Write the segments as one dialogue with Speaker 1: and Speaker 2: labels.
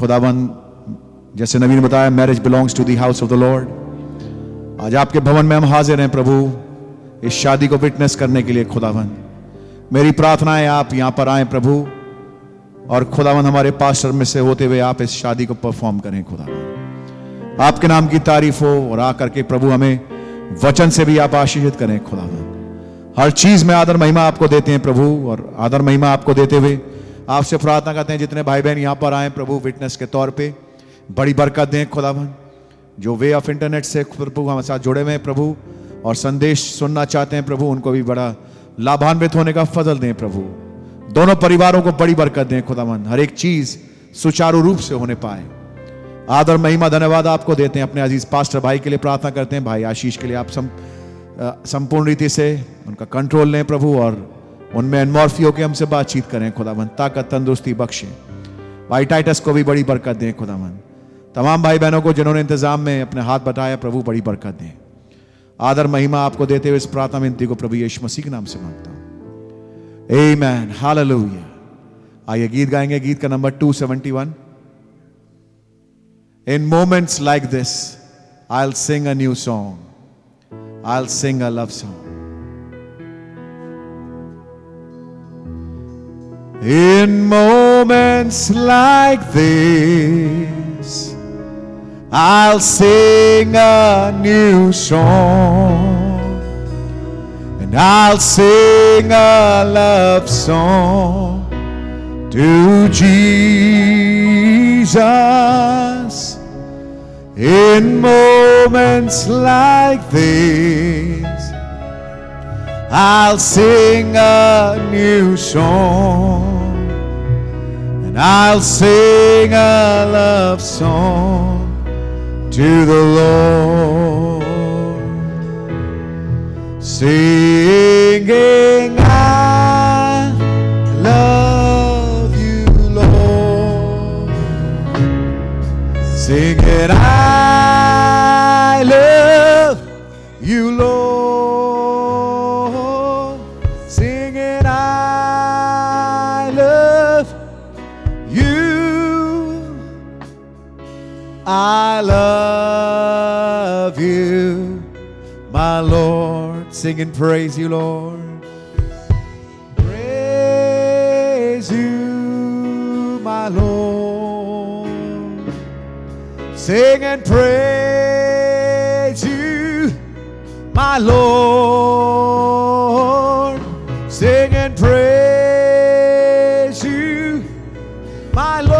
Speaker 1: खुदावन जैसे नवीन ने बताया marriage belongs to the house of the lord आज आपके भवन में हम हाजिर हैं प्रभु इस शादी को विटनेस करने के लिए खुदावन मेरी प्रार्थना है आप यहां पर आए प्रभु और खुदावन हमारे पास्टर में से होते हुए आप इस शादी को परफॉर्म करें खुदावन आपके नाम की तारीफ हो और आकर के प्रभु हमें वचन से भी आप आशीषित करें खुदावन हर चीज में आदर महिमा आपको देते हैं प्रभु और आदर महिमा आपको देते हुए आपसे प्रार्थना करते हैं जितने भाई बहन यहाँ पर आए प्रभु विटनेस के तौर पे बड़ी बरकत दें खुदावन जो वे ऑफ इंटरनेट से प्रभु हमारे साथ जुड़े हुए हैं प्रभु और संदेश सुनना चाहते हैं प्रभु उनको भी बड़ा लाभान्वित होने का फजल दें प्रभु दोनों परिवारों को बड़ी बरकत दें खुदावन हर एक चीज सुचारू रूप से होने पाए आदर महिमा धन्यवाद आपको देते हैं अपने अजीज पास्टर भाई के लिए प्रार्थना करते हैं भाई आशीष के लिए आप सम, अ, संपूर्ण रीति से उनका कंट्रोल लें प्रभु और उनमें अनमॉर्फी होकर हमसे बातचीत करें खुदावन ताकत तंदुरुस्ती बख्शें भाई टाइटस को भी बड़ी बरकत दें खुदावन तमाम भाई बहनों को जिन्होंने इंतजाम में अपने हाथ बटाया प्रभु बड़ी बरकत दें आदर महिमा आपको देते हुए इस प्रार्थना विनती को प्रभु यीशु मसीह के नाम से मांगता हूँ ए मैन आइए गीत गाएंगे गीत का number two seventy one In moments like this, I'll sing a new song. I'll sing a love song. In moments like this, I'll sing a new song. And I'll sing a love song to Jesus in moments like this. I'll sing a new song and I'll sing a love song to the Lord, singing. I love you, Lord singing I love you Lord singing I love you I love you my Lord singing praise you Lord praise you my Lord Sing and praise you, my Lord. Sing and praise you, my Lord.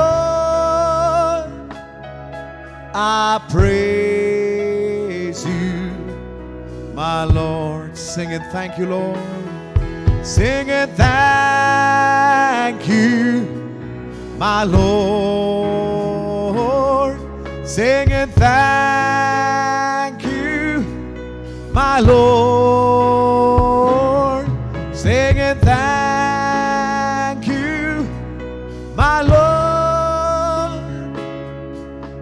Speaker 1: I praise you, my Lord. Sing and thank you, Lord. Sing and thank you, my Lord. Sing and thank you, my Lord. Sing and thank you, my Lord.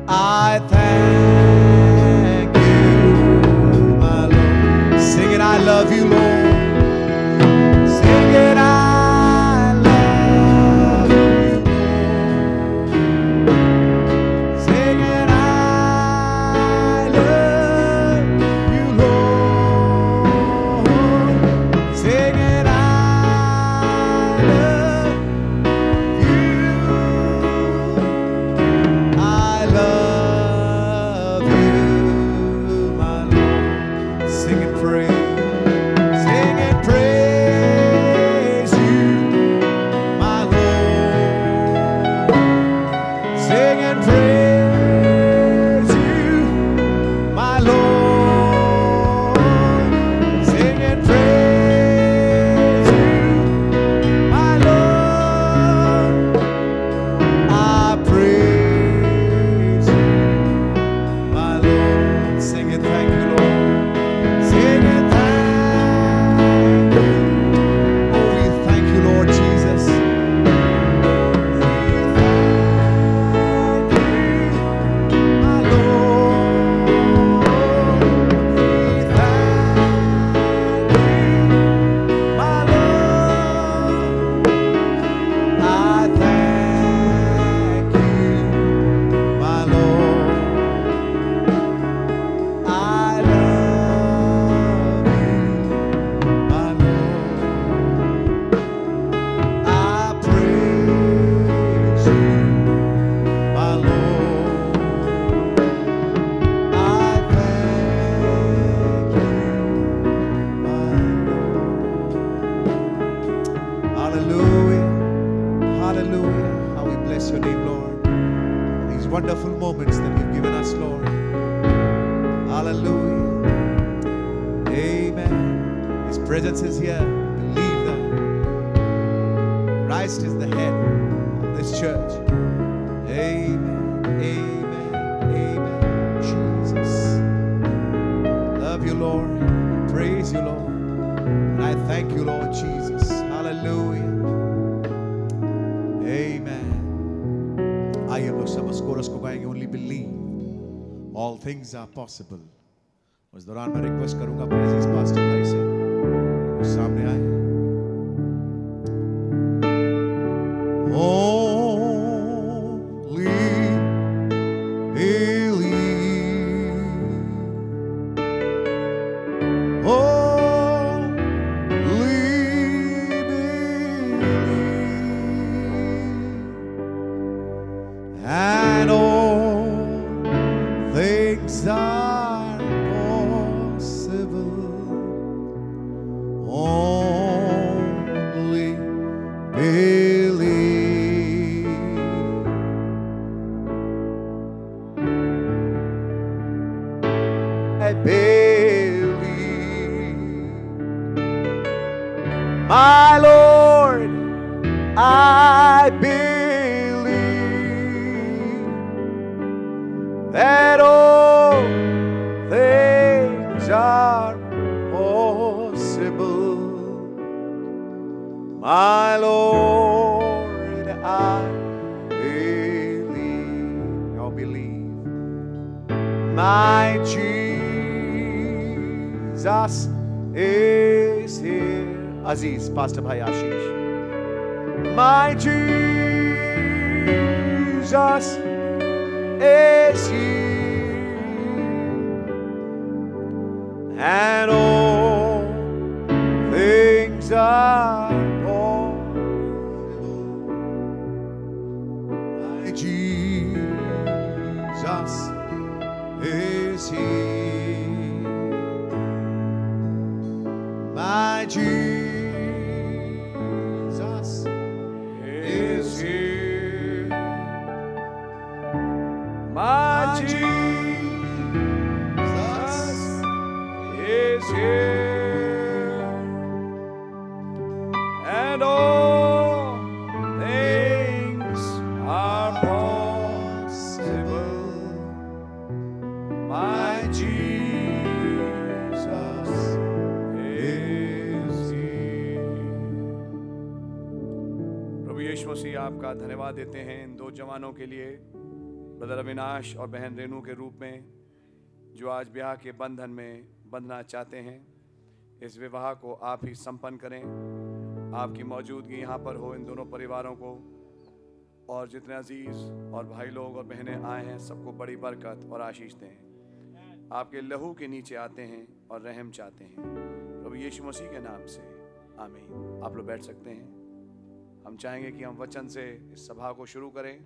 Speaker 1: I thank you, my Lord. Sing it, I love you, Lord. Sing it, I love you, Sing it, I love you, Lord. Sing it, I love you. I love Oh, presence is here. Believe that. Christ is the head of this church. Amen. Amen. Amen. Jesus. Love you, Lord. Praise you, Lord. And I thank you, Lord Jesus. Hallelujah. Amen. आइए हम लोग सब उस chorus को गाएंगे only believe all things are possible उस दौरान मैं रिक्वेस्ट करूंगा प्रेजेंस पास्टर भाई से वो सामने आए Only believe. Only believe. And all things are possible. Only believe. I believe, my Lord, I believe that all things are possible. My Lord, I believe. Y'all believe my Jesus is here. Aziz, Pastor Bhai Ashish. My Jesus is here. And all things are possible. My Jesus is he. My Jesus is here. My Jesus is here. And all things are possible. My Jesus is here.
Speaker 2: प्रभु यीशु मसीह आपका धन्यवाद देते हैं इन दो जवानों के लिए brother Avinash और बहन रेनू के रूप में जो आज ब्याह के बंधन में बंधना चाहते हैं इस विवाह को आप ही संपन्न करें आपकी मौजूदगी यहाँ पर हो इन दोनों परिवारों को और जितने अजीज और भाई लोग और बहनें आए हैं सबको बड़ी बरकत और आशीष दें आपके लहू के नीचे आते हैं और रहम चाहते हैं प्रभु यीशु मसीह के नाम से आमीन आप लोग बैठ सकते हैं हम चाहेंगे कि हम वचन से इस सभा को शुरू करें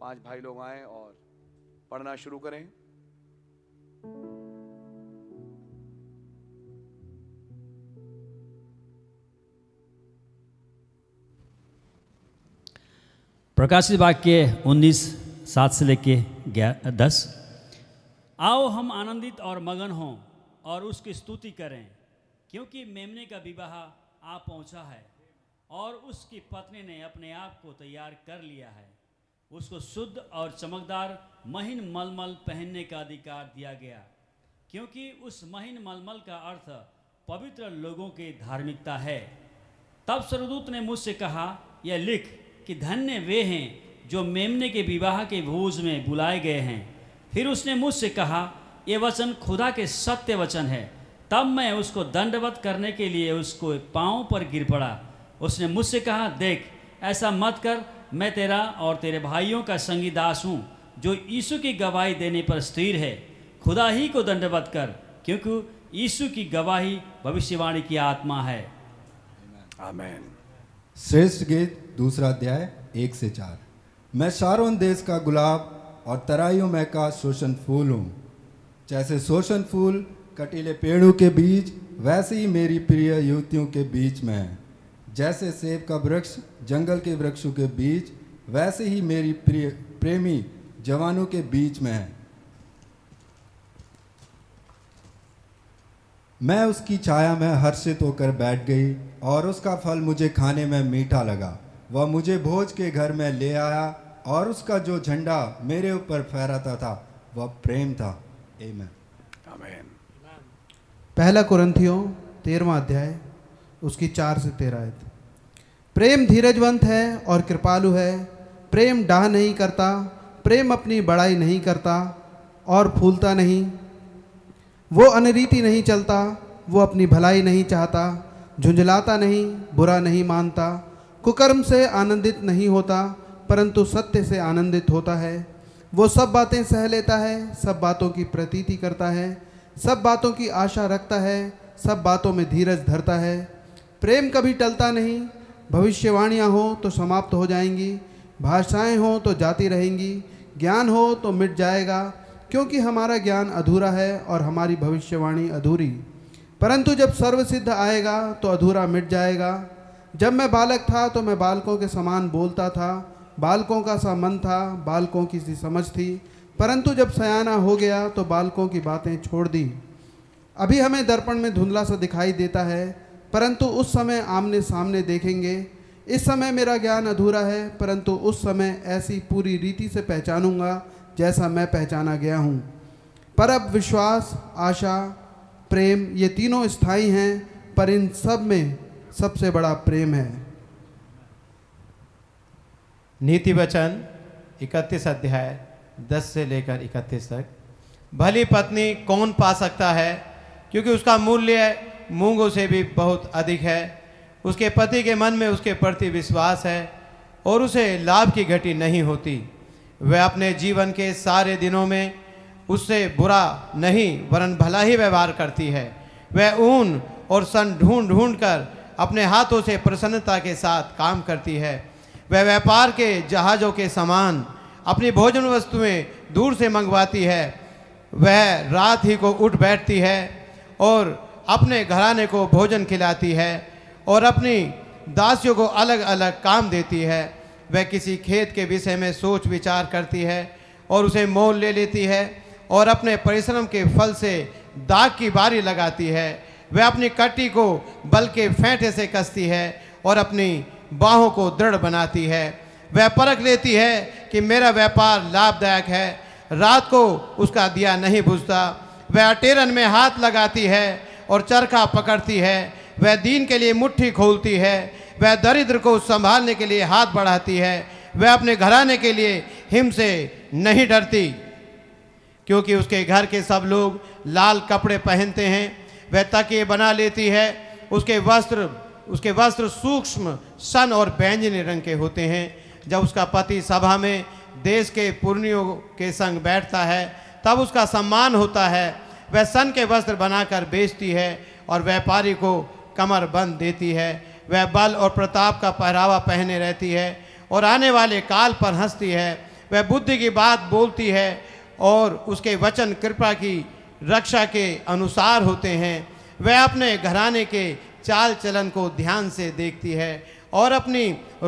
Speaker 2: पांच भाई लोग आए और पढ़ना शुरू करें
Speaker 3: प्रकाशित वाक्य 19 सात से लेके दस आओ हम आनंदित और मगन हों और उसकी स्तुति करें क्योंकि मेमने का विवाह आ पहुंचा है और उसकी पत्नी ने अपने आप को तैयार कर लिया है उसको शुद्ध और चमकदार महीन मलमल पहनने का अधिकार दिया गया क्योंकि उस महीन मलमल का अर्थ पवित्र लोगों की धार्मिकता है तब सरदूत ने मुझसे कहा यह लिख कि धन्य वे हैं जो मेमने के विवाह के भोज में बुलाए गए हैं फिर उसने मुझसे कहा यह वचन खुदा के सत्य वचन है तब मैं उसको दंडवत करने के लिए उसको पाँव पर गिर पड़ा उसने मुझसे कहा देख ऐसा मत कर मैं तेरा और तेरे भाइयों का संगी दास हूँ जो यीशु की गवाही देने पर स्थिर है खुदा ही को दंडवत कर क्योंकि यीशु की गवाही भविष्यवाणी की आत्मा है
Speaker 2: आमीन
Speaker 4: श्रेष्ठ गीत दूसरा अध्याय एक से चार मैं शारोन देश का गुलाब और तराइयों में का शोषण फूल हूँ जैसे शोषण फूल कटीले पेड़ों के बीच वैसे ही मेरी प्रिय युवतियों के बीच में है जैसे सेब का वृक्ष जंगल के वृक्षों के बीच वैसे ही मेरी प्रिय प्रेमी जवानों के बीच में है मैं उसकी छाया में हर्षित होकर बैठ गई और उसका फल मुझे खाने में मीठा लगा वह मुझे भोज के घर में ले आया और उसका जो झंडा मेरे ऊपर फहराता था वह प्रेम था आमेन
Speaker 5: आमेन
Speaker 6: पहला कुरंथियों तेरहवा अध्याय उसकी चार से तेरह आयत प्रेम धीरजवंत है और कृपालु है प्रेम डाह नहीं करता प्रेम अपनी बड़ाई नहीं करता और फूलता नहीं वो अनरीति नहीं चलता वो अपनी भलाई नहीं चाहता झुंझलाता नहीं बुरा नहीं मानता कुकर्म से आनंदित नहीं होता परंतु सत्य से आनंदित होता है वो सब बातें सह लेता है सब बातों की प्रतीति करता है सब बातों की आशा रखता है सब बातों में धीरज धरता है प्रेम कभी टलता नहीं भविष्यवाणियाँ हो तो समाप्त हो जाएंगी भाषाएं हो तो जाती रहेंगी ज्ञान हो तो मिट जाएगा क्योंकि हमारा ज्ञान अधूरा है और हमारी भविष्यवाणी अधूरी परंतु जब सर्वसिद्ध आएगा तो अधूरा मिट जाएगा जब मैं बालक था तो मैं बालकों के समान बोलता था बालकों का सा मन था बालकों की सी समझ थी परंतु जब सयाना हो गया तो बालकों की बातें छोड़ दी अभी हमें दर्पण में धुंधला सा दिखाई देता है परंतु उस समय आमने सामने देखेंगे इस समय मेरा ज्ञान अधूरा है परंतु उस समय ऐसी पूरी रीति से पहचानूंगा जैसा मैं पहचाना गया हूँ पर अब विश्वास आशा प्रेम ये तीनों स्थायी हैं पर इन सब में सबसे बड़ा प्रेम है
Speaker 7: नीति वचन इकतीस अध्याय दस से लेकर इकतीस तक भली पत्नी कौन पा सकता है क्योंकि उसका मूल्य मूंगों से भी बहुत अधिक है उसके पति के मन में उसके प्रति विश्वास है और उसे लाभ की घटी नहीं होती वह अपने जीवन के सारे दिनों में उससे बुरा नहीं वरन भला ही व्यवहार करती है वह ऊन और सन ढूंढ ढूंढ कर अपने हाथों से प्रसन्नता के साथ काम करती है वह व्यापार के जहाज़ों के समान अपनी भोजन वस्तुएं दूर से मंगवाती है वह रात ही को उठ बैठती है और अपने घराने को भोजन खिलाती है और अपनी दासियों को अलग अलग काम देती है वह किसी खेत के विषय में सोच विचार करती है और उसे मोल ले लेती है और अपने परिश्रम के फल से दाग की बारी लगाती है वह अपनी कट्टी को बल के फेंटे से कसती है और अपनी बाहों को दृढ़ बनाती है वह परख लेती है कि मेरा व्यापार लाभदायक है रात को उसका दिया नहीं बुझता वह अटेरन में हाथ लगाती है और चरखा पकड़ती है वह दीन के लिए मुट्ठी खोलती है वह दरिद्र को संभालने के लिए हाथ बढ़ाती है वह अपने घराने के लिए हिम से नहीं डरती क्योंकि उसके घर के सब लोग लाल कपड़े पहनते हैं वह तकिए बना लेती है उसके वस्त्र उसके वस्त्र सूक्ष्म सन और बैंजनी रंग के होते हैं जब उसका पति सभा में देश के पुर्णियों के संग बैठता है तब उसका सम्मान होता है वह सन के वस्त्र बनाकर बेचती है और व्यापारी को कमर बंद देती है वह बल और प्रताप का पहरावा पहने रहती है और आने वाले काल पर हंसती है वह बुद्धि की बात बोलती है और उसके वचन कृपा की रक्षा के अनुसार होते हैं वह अपने घराने के चाल चलन को ध्यान से देखती है और अपनी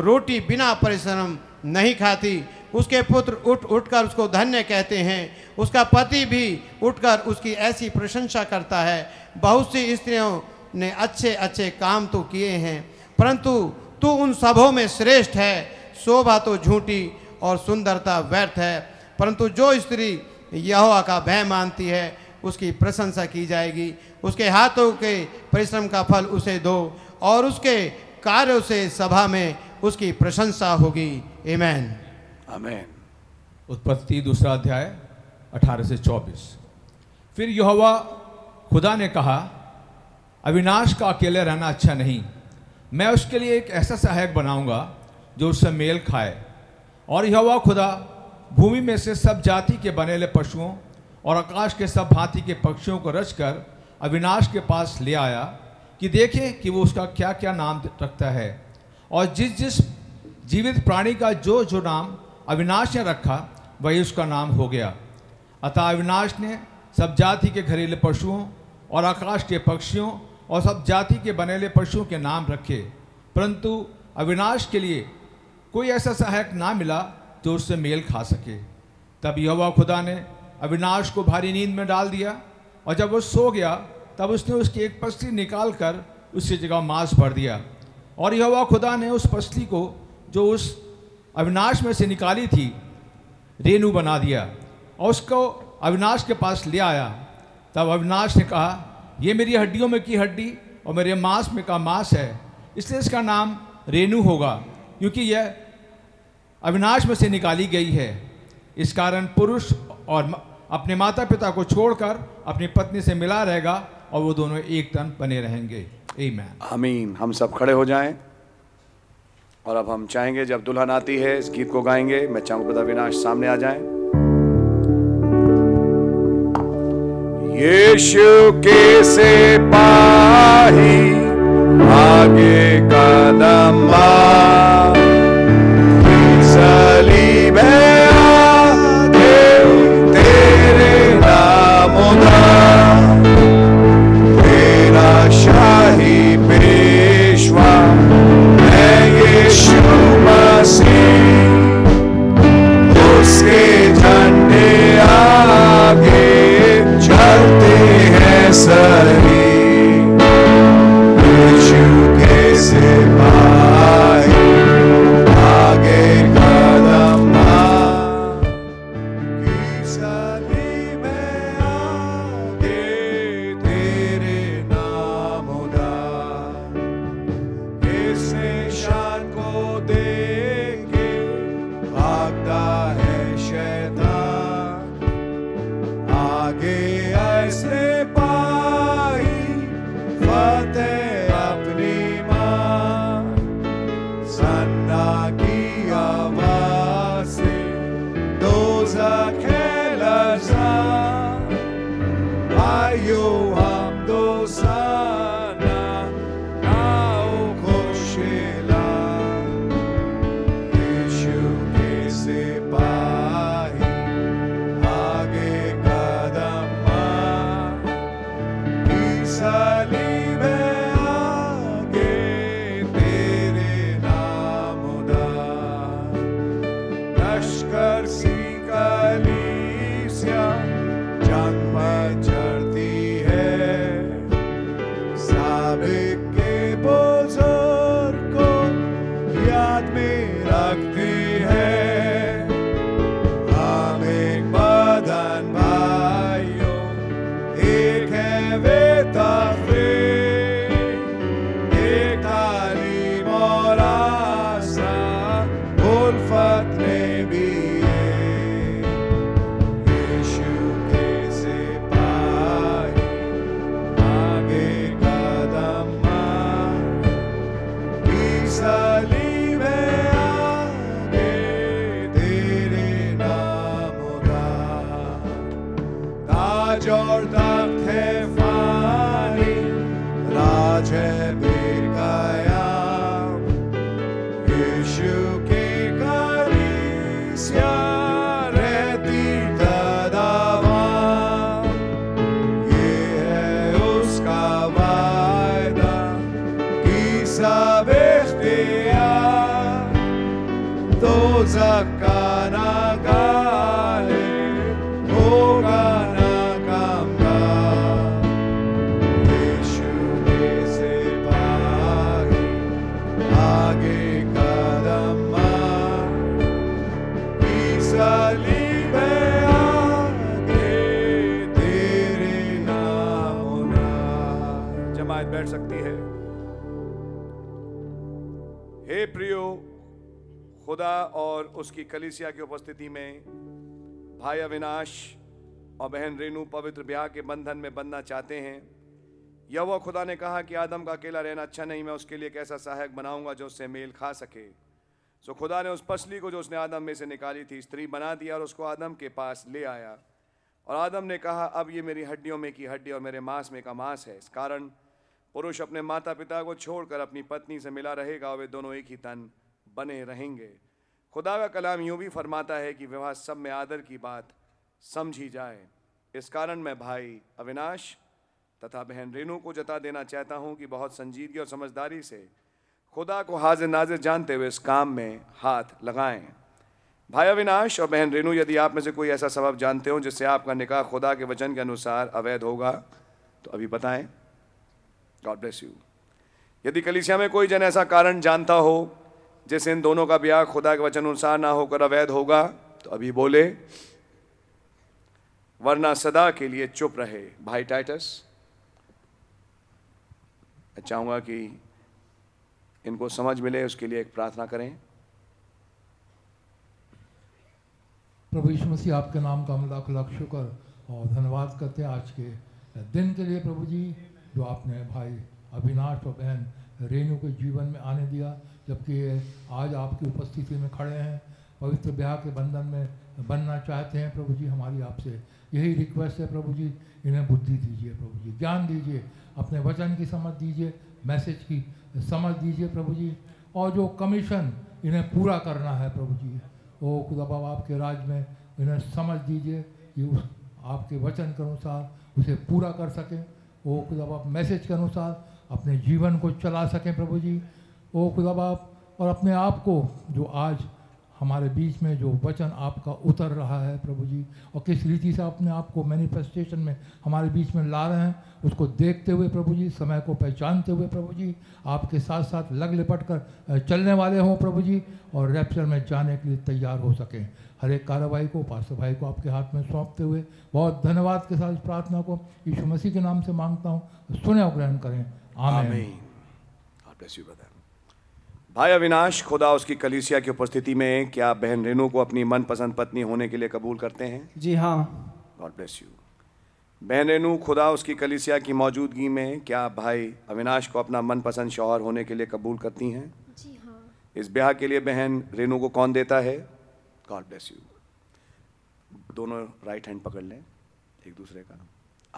Speaker 7: रोटी बिना परिश्रम नहीं खाती उसके पुत्र उठ उठकर उसको धन्य कहते हैं उसका पति भी उठकर उसकी ऐसी प्रशंसा करता है बहुत सी स्त्रियों ने अच्छे अच्छे काम तो किए हैं परंतु तू उन सबों में श्रेष्ठ है शोभा तो झूठी और सुंदरता व्यर्थ है परंतु जो स्त्री यहोवा का भय मानती है उसकी प्रशंसा की जाएगी उसके हाथों के परिश्रम का फल उसे दो और उसके कार्यों से सभा में उसकी प्रशंसा होगी एमैन
Speaker 5: आमेन
Speaker 8: उत्पत्ति दूसरा अध्याय 18 से 24 फिर यहोवा खुदा ने कहा अविनाश का अकेले रहना अच्छा नहीं मैं उसके लिए एक ऐसा सहायक बनाऊंगा जो उससे मेल खाए और यहोवा खुदा भूमि में से सब जाति के बनेले पशुओं और आकाश के सब भांति के पक्षियों को रचकर अविनाश के पास ले आया कि देखें कि वो उसका क्या क्या नाम रखता है और जिस जिस जीवित प्राणी का जो जो नाम अविनाश ने रखा वही उसका नाम हो गया अतः अविनाश ने सब जाति के घरेलू पशुओं और आकाश के पक्षियों और सब जाति के बनेले पशुओं के नाम रखे परंतु अविनाश के लिए कोई ऐसा सहायक ना मिला जो उससे मेल खा सके तब यहोवा खुदा ने अविनाश को भारी नींद में डाल दिया और जब वो सो गया तब उसने उसकी एक पसली निकाल कर उसकी जगह मांस भर दिया और यहोवा खुदा ने उस पसली को जो उस अविनाश में से निकाली थी रेणु बना दिया और उसको अविनाश के पास ले आया तब अविनाश ने कहा ये मेरी हड्डियों में की हड्डी और मेरे मांस में का मांस है इसलिए इसका नाम रेणु होगा क्योंकि यह अविनाश में से निकाली गई है इस कारण पुरुष और म- अपने माता पिता को छोड़कर अपनी पत्नी से मिला रहेगा और वो दोनों एक तन बने रहेंगे आमीन
Speaker 1: आमीन हम सब खड़े हो जाएं और अब हम चाहेंगे जब दुल्हन आती है इस गीत को गाएंगे मैं चाहूंगा प्रदा विनाश सामने आ जाएं यीशु के सिपाही आगे कदम बढ़ा। सलीब है आगे तेरे नाम उदा तेरा शाही पेशवा है यीशु मसीह उसके झंडे आगे चलते हैं सभी यीशु के सिपाही आगे कदम बढ़ा। सभी में आगे तेरे नाम उदार इस निशान को देख के भागता है शैतान आगे ऐसे पाई फतेह अपनी माँ सन्ना की आवाज से दोजख है लर्जा आयो हम दोसाना आओ खुशिला यीशु के सिपाही आगे कदम बढ़ा। सलीब आगे तेरे नाम उदा लश्कर सी कलीसिया जंग पर चढ़ती है साबिक के बुजुर्ग को याद में रखती है हम एक बदन भाइयों एक है वे तफरीक एक तालीम और आशा उल्फत में भी है। यीशु के सिपाही आगे कदम बढ़ाएं। सलीब है आगे तेरे नाम उदा ताज और तख्त है फानी राज है बेकायाम यीशु के कलीसिया रहती सदाबहार। ये है उसका वायदा कि सब इख्तियार दोजख का ना गाले, होगा ना कामगार। यीशु के सिपाही आगे कदम बढ़ाएं। की सलीब है आगे तेरे नाम उनार। जमात बैठ सकती है हे प्रियो खुदा और उसकी कलीसिया की उपस्थिति में भाई अविनाश और बहन रेनू पवित्र ब्याह के बंधन में बंधना चाहते हैं यहोवा खुदा ने कहा कि आदम का अकेला रहना अच्छा नहीं मैं उसके लिए एक ऐसा सहायक बनाऊंगा जो उससे मेल खा सके सो खुदा ने उस पसली को जो उसने आदम में से निकाली थी स्त्री बना दिया और उसको आदम के पास ले आया और आदम ने कहा अब ये मेरी हड्डियों में की हड्डी और मेरे मांस में का मांस है इस कारण पुरुष अपने माता पिता को छोड़कर अपनी पत्नी से मिला रहेगा और वे दोनों एक ही तन बने रहेंगे खुदा का कलाम यूं भी फरमाता है कि विवाह सब में आदर की बात समझी जाए इस कारण मैं भाई अविनाश तथा बहन रेनू को जता देना चाहता हूं कि बहुत संजीदगी और समझदारी से खुदा को हाजिर नाजिर जानते हुए इस काम में हाथ लगाएं भाई अविनाश और बहन रेनू यदि आप में से कोई ऐसा सबब जानते हो जिससे आपका निकाह खुदा के वचन के अनुसार अवैध होगा
Speaker 2: तो अभी बताएं गॉड ब्लेस यू यदि कलीसिया में कोई जन ऐसा कारण जानता हो जिससे इन दोनों का ब्याह खुदा के वचन अनुसार ना होकर अवैध होगा तो अभी बोले वरना सदा के लिए चुप रहे भाई टाइटस मैं चाहूंगा कि इनको समझ मिले उसके लिए एक प्रार्थना करें
Speaker 9: प्रभु यीशु मसीह आपके नाम का हम लाख लाख शुक्र और धन्यवाद करते हैं आज के दिन के लिए प्रभु जी जो आपने भाई अविनाश और बहन रेणु के जीवन में आने दिया जबकि ये आज आपकी उपस्थिति में खड़े हैं पवित्र ब्याह के बंधन में बनना चाहते हैं प्रभु जी हमारी आपसे यही रिक्वेस्ट है प्रभु जी इन्हें बुद्धि दीजिए प्रभु जी ज्ञान दीजिए अपने वचन की समझ दीजिए मैसेज की समझ दीजिए प्रभु जी और जो कमीशन इन्हें पूरा करना है प्रभु जी ओ खुदा बाबा आपके राज में इन्हें समझ दीजिए कि उस आपके वचन के अनुसार उसे पूरा कर सकें ओ खुदा बाप मैसेज के अनुसार अपने जीवन को चला सकें प्रभु जी ओ खुदा बाप और अपने आप को जो आज हमारे बीच में जो वचन आपका उतर रहा है प्रभु जी और किस रीति से अपने आप को मैनिफेस्टेशन में हमारे बीच में ला रहे हैं उसको देखते हुए प्रभु जी समय को पहचानते हुए प्रभु जी आपके साथ साथ लग लिपट कर अ, चलने वाले हों प्रभु जी और रैप्चर में जाने के लिए तैयार हो सकें हर एक कार्रवाई को पास्टर भाई को आपके हाथ में सौंपते हुए बहुत धन्यवाद के साथ इस प्रार्थना को यीशु मसीह के नाम से मांगता हूँ सुने और ग्रहण करें आमीन
Speaker 2: God bless you, brother. भाई अविनाश खुदा उसकी कलीसिया की उपस्थिति में क्या आप बहन रेनू को अपनी मनपसंद पत्नी होने के लिए कबूल करते हैं
Speaker 10: जी हाँ
Speaker 2: गॉड ब्लेस यू बहन रेनू खुदा उसकी कलीसिया की मौजूदगी में क्या आप भाई अविनाश को अपना मनपसंद शौहर होने के लिए कबूल करती हैं
Speaker 11: जी हाँ
Speaker 2: इस ब्याह के लिए बहन रेनू को कौन देता है गॉड ब्लेस यू दोनों राइट हैंड पकड़ लें एक दूसरे का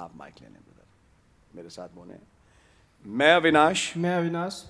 Speaker 2: आप माइक ले लें ब्रदर मेरे साथ बोले मैं अविनाश
Speaker 10: मैं अविनाश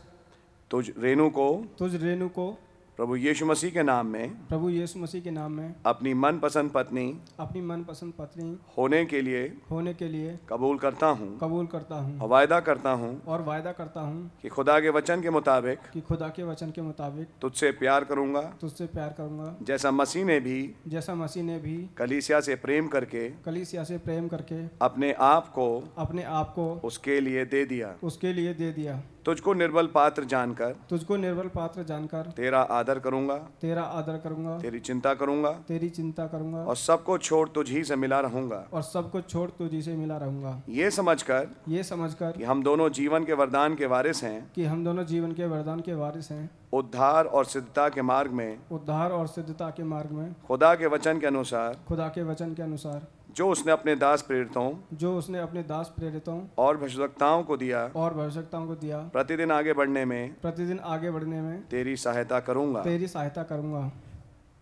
Speaker 2: तुझ रेनू को
Speaker 10: तुझ रेणु को
Speaker 2: प्रभु यीशु मसीह के नाम में
Speaker 10: प्रभु यीशु मसीह के नाम में
Speaker 2: अपनी मनपसंद पत्नी
Speaker 10: अपनी मनपसंद पत्नी
Speaker 2: होने के लिए
Speaker 10: होने के लिए
Speaker 2: कबूल करता हूँ
Speaker 10: कबूल करता हूँ
Speaker 2: और वायदा करता हूँ
Speaker 10: और वायदा करता हूँ
Speaker 2: कि खुदा के वचन के मुताबिक
Speaker 10: कि खुदा के वचन के मुताबिक
Speaker 2: तुझसे प्यार करूँगा
Speaker 10: तुझसे प्यार करूँगा
Speaker 2: जैसा मसीह ने भी
Speaker 10: जैसा मसीह ने भी
Speaker 2: कलीसिया से प्रेम करके
Speaker 10: कलीसिया से प्रेम करके
Speaker 2: अपने आप को
Speaker 10: अपने आप को
Speaker 2: उसके लिए दे दिया
Speaker 10: उसके लिए दे दिया
Speaker 2: तुझको निर्बल पात्र जानकर
Speaker 10: तुझको निर्बल पात्र जानकर
Speaker 2: तेरा आदर करूँगा
Speaker 10: तेरा आदर करूँगा
Speaker 2: तेरी चिंता करूँगा
Speaker 10: तेरी चिंता करूँगा
Speaker 2: और सबको छोड़ तुझी से मिला रहूँगा
Speaker 10: और सब कुछ छोड़ तुझी से मिला रहूँगा
Speaker 2: ये समझकर
Speaker 10: ये समझकर
Speaker 2: कि हम दोनों जीवन के वरदान के वारिस हैं
Speaker 10: कि हम दोनों जीवन के वरदान के वारिस हैं
Speaker 2: उद्धार और सिद्धता के मार्ग में
Speaker 10: उद्धार और सिद्धता के मार्ग में
Speaker 2: खुदा के वचन के अनुसार
Speaker 10: खुदा के वचन के अनुसार
Speaker 2: जो उसने अपने दास प्रेरितों
Speaker 10: जो उसने अपने दास प्रेरितों
Speaker 2: और भविष्यवक्ताओं को दिया
Speaker 10: और भविष्यताओं को दिया
Speaker 2: प्रतिदिन आगे बढ़ने में
Speaker 10: प्रतिदिन आगे बढ़ने में
Speaker 2: तेरी सहायता करूंगा
Speaker 10: तेरी सहायता करूंगा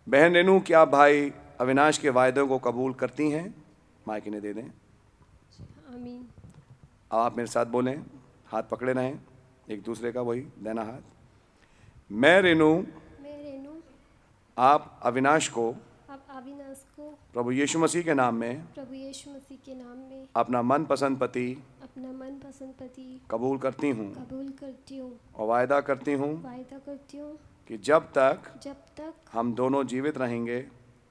Speaker 2: बहन रेनू क्या आप भाई अविनाश के वायदों को कबूल करती हैं माइक इन्हें दे दें
Speaker 11: आमीन
Speaker 2: अब आप मेरे साथ बोलें हाथ पकड़े रहें एक दूसरे का वही देना हाथ मैं रेनू
Speaker 11: मैं रेनू
Speaker 2: आप अविनाश को
Speaker 11: अब अविनाश को
Speaker 2: प्रभु यीशु मसीह के नाम में
Speaker 11: प्रभु यीशु मसीह के नाम में
Speaker 2: अपना मनपसंद पति
Speaker 11: अपना मनपसंद पति
Speaker 2: कबूल करती हूँ
Speaker 11: कबूल करती हूँ
Speaker 2: और वायदा करती हूँ
Speaker 11: वायदा करती हूँ
Speaker 2: कि जब तक
Speaker 11: जब तक
Speaker 2: हम दोनों जीवित रहेंगे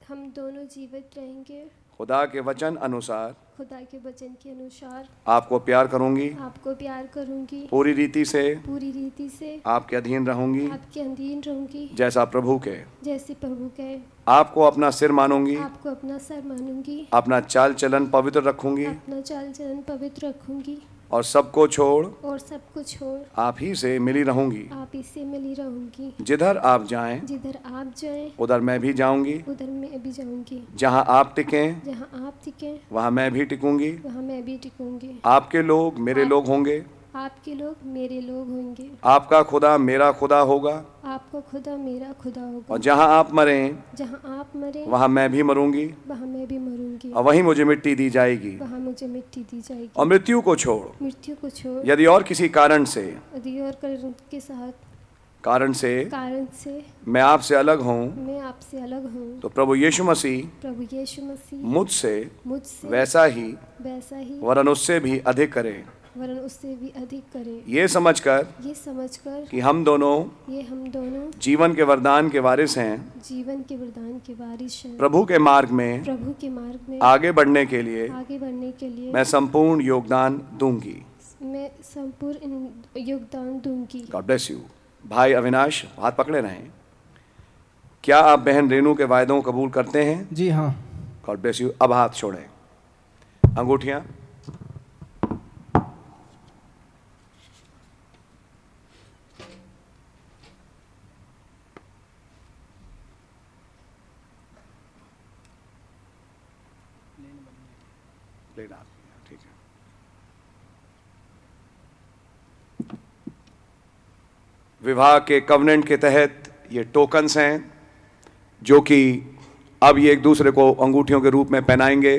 Speaker 11: हम दोनों जीवित रहेंगे
Speaker 2: खुदा के वचन अनुसार
Speaker 11: खुदा के वचन के अनुसार
Speaker 2: आपको प्यार करूंगी
Speaker 11: आपको प्यार करूंगी
Speaker 2: पूरी रीति से
Speaker 11: पूरी रीति से
Speaker 2: आपके अधीन रहूंगी
Speaker 11: आपके अधीन रहूंगी
Speaker 2: जैसा प्रभु के
Speaker 11: जैसे प्रभु कहे
Speaker 2: आपको अपना सिर मानूंगी
Speaker 11: आपको अपना सर मानूंगी
Speaker 2: अपना चाल चलन पवित्र रखूंगी
Speaker 11: अपना चाल चलन पवित्र रखूंगी
Speaker 2: और सबको छोड़
Speaker 11: और सब कुछ और
Speaker 2: आप ही से मिली रहूंगी
Speaker 11: आप इससे मिली रहूंगी
Speaker 2: जिधर आप जाएं
Speaker 11: जिधर आप जाएं
Speaker 2: उधर मैं भी जाऊंगी
Speaker 11: उधर मैं भी जाऊंगी
Speaker 2: जहां आप टिकें
Speaker 11: जहाँ आप टिकें
Speaker 2: वहां मैं भी टिकूंगी
Speaker 11: वहाँ मैं भी टिकूंगी
Speaker 2: आपके लोग मेरे लोग होंगे
Speaker 11: आपके लोग मेरे लोग होंगे
Speaker 2: आपका खुदा मेरा खुदा होगा
Speaker 11: आपका खुदा मेरा खुदा
Speaker 2: और
Speaker 11: होगा
Speaker 2: जहां आप मरें
Speaker 11: जहाँ आप मरे
Speaker 2: वहां मैं भी मरूंगी
Speaker 11: वहाँ मैं भी मरूंगी
Speaker 2: और वहीं मुझे मिट्टी दी जाएगी
Speaker 11: वहाँ मुझे मिट्टी दी जाएगी
Speaker 2: और मृत्यु को छोड़
Speaker 11: मृत्यु को छोड़
Speaker 2: यदि और किसी कारण से
Speaker 11: यदि और कर्ण के साथ
Speaker 2: कारण से
Speaker 11: कारण से
Speaker 2: मैं आपसे अलग हूँ
Speaker 11: मैं आपसे अलग हूँ
Speaker 2: तो प्रभु यीशु मसीह
Speaker 11: प्रभु यीशु मसीह
Speaker 2: मुझसे
Speaker 11: मुझसे
Speaker 2: वैसा ही
Speaker 11: वैसा ही
Speaker 2: वरन उससे भी अधिक करे
Speaker 11: वरन उससे भी अधिक करें
Speaker 2: ये समझकर
Speaker 11: ये समझकर
Speaker 2: कि हम दोनों
Speaker 11: ये हम दोनों
Speaker 2: जीवन के वरदान के वारिस हैं
Speaker 11: जीवन के वरदान के वारिश हैं
Speaker 2: प्रभु के मार्ग में
Speaker 11: प्रभु के मार्ग में
Speaker 2: आगे बढ़ने के लिए
Speaker 11: आगे बढ़ने के लिए
Speaker 2: मैं संपूर्ण योगदान दूंगी
Speaker 11: मैं संपूर्ण इन- योगदान दूंगी
Speaker 2: गॉड ब्लेस यू भाई अविनाश हाथ पकड़े रहें क्या आप बहन रेनू के वायदों को कबूल करते हैं
Speaker 10: जी हाँ
Speaker 2: गॉड ब्लेस यू अब हाथ छोड़ें अंगूठियाँ प्लेट आपकी, ठीक है विवाह के कवनेंट के तहत ये टोकन्स हैं जो कि अब ये एक दूसरे को अंगूठियों के रूप में पहनाएंगे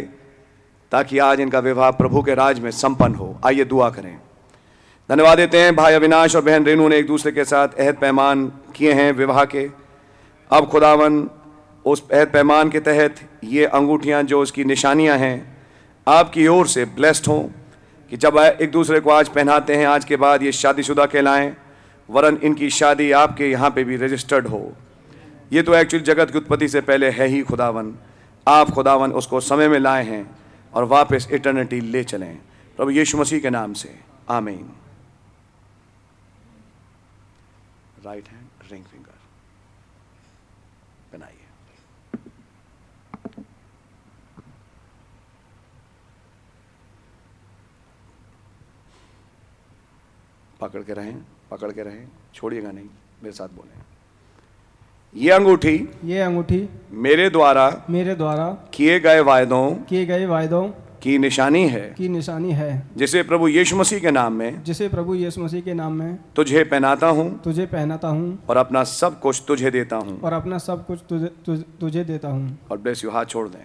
Speaker 2: ताकि आज इनका विवाह प्रभु के राज में संपन्न हो आइए दुआ करें धन्यवाद देते हैं भाई अविनाश और बहन रेनू ने एक दूसरे के साथ अहद पैमान किए हैं विवाह के अब खुदावन उस अहद पैमान के तहत ये अंगूठियाँ जो उसकी निशानियाँ हैं आपकी ओर से ब्लेस्ड हों कि जब एक दूसरे को आज पहनाते हैं आज के बाद ये शादीशुदा कहलाएं वरन इनकी शादी आपके यहाँ पे भी रजिस्टर्ड हो ये तो एक्चुअली जगत की उत्पत्ति से पहले है ही खुदावन आप खुदावन उसको समय में लाए हैं और वापस इटर्निटी ले चलें प्रभु यीशु मसीह के नाम से आमीन राइट हैंड रिंग फिंगर बनाइए पकड़ के रहें पकड़ के रहें छोड़िएगा नहीं मेरे साथ बोलें ये अंगूठी
Speaker 10: ये अंगूठी
Speaker 2: मेरे द्वारा
Speaker 10: मेरे द्वारा
Speaker 2: किए गए वायदों
Speaker 10: किए गए वायदों
Speaker 2: की निशानी है
Speaker 10: की निशानी है
Speaker 2: जिसे प्रभु यीशु मसीह के नाम में
Speaker 10: जिसे प्रभु यीशु मसीह के नाम में
Speaker 2: तुझे पहनाता हूँ
Speaker 10: तुझे पहनाता हूँ
Speaker 2: और अपना सब कुछ तुझे देता हूँ
Speaker 10: और अपना सब कुछ तुझे तुझे, तुझे देता हूँ
Speaker 2: और ब्लेस यू हाथ छोड़ दें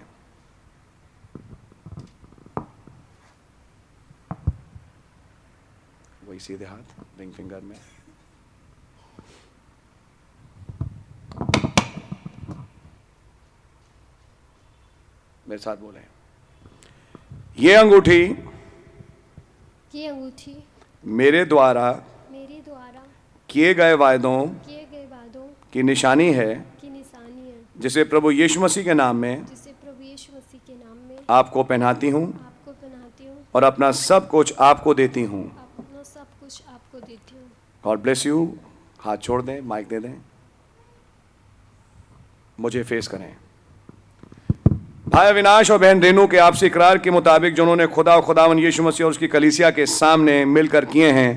Speaker 2: वही सीधे हाथ रिंग फिंगर में मेरे साथ बोले ये अंगूठी
Speaker 11: ये अंगूठी
Speaker 2: मेरे द्वारा
Speaker 11: मेरे द्वारा
Speaker 2: किए गए वायदों
Speaker 11: किए गए वादों
Speaker 2: की निशानी है
Speaker 11: की निशानी है
Speaker 2: जिसे प्रभु यीशु मसीह के नाम में
Speaker 11: जिसे प्रभु यीशु मसीह के नाम में
Speaker 2: आपको पहनाती हूँ
Speaker 11: आपको पहनाती हूँ
Speaker 2: और अपना सब कुछ आपको देती हूँ
Speaker 11: अपना सब कुछ आपको देती हूँ
Speaker 2: गॉड ब्लेस यू हाथ छोड़ दें माइक दे दें मुझे फेस करें भाई अविनाश और बहन रेनू के आपसी करार के मुताबिक जो उन्होंने खुदा और खुदावन यीशु मसीह और उसकी कलीसिया के सामने मिलकर किए हैं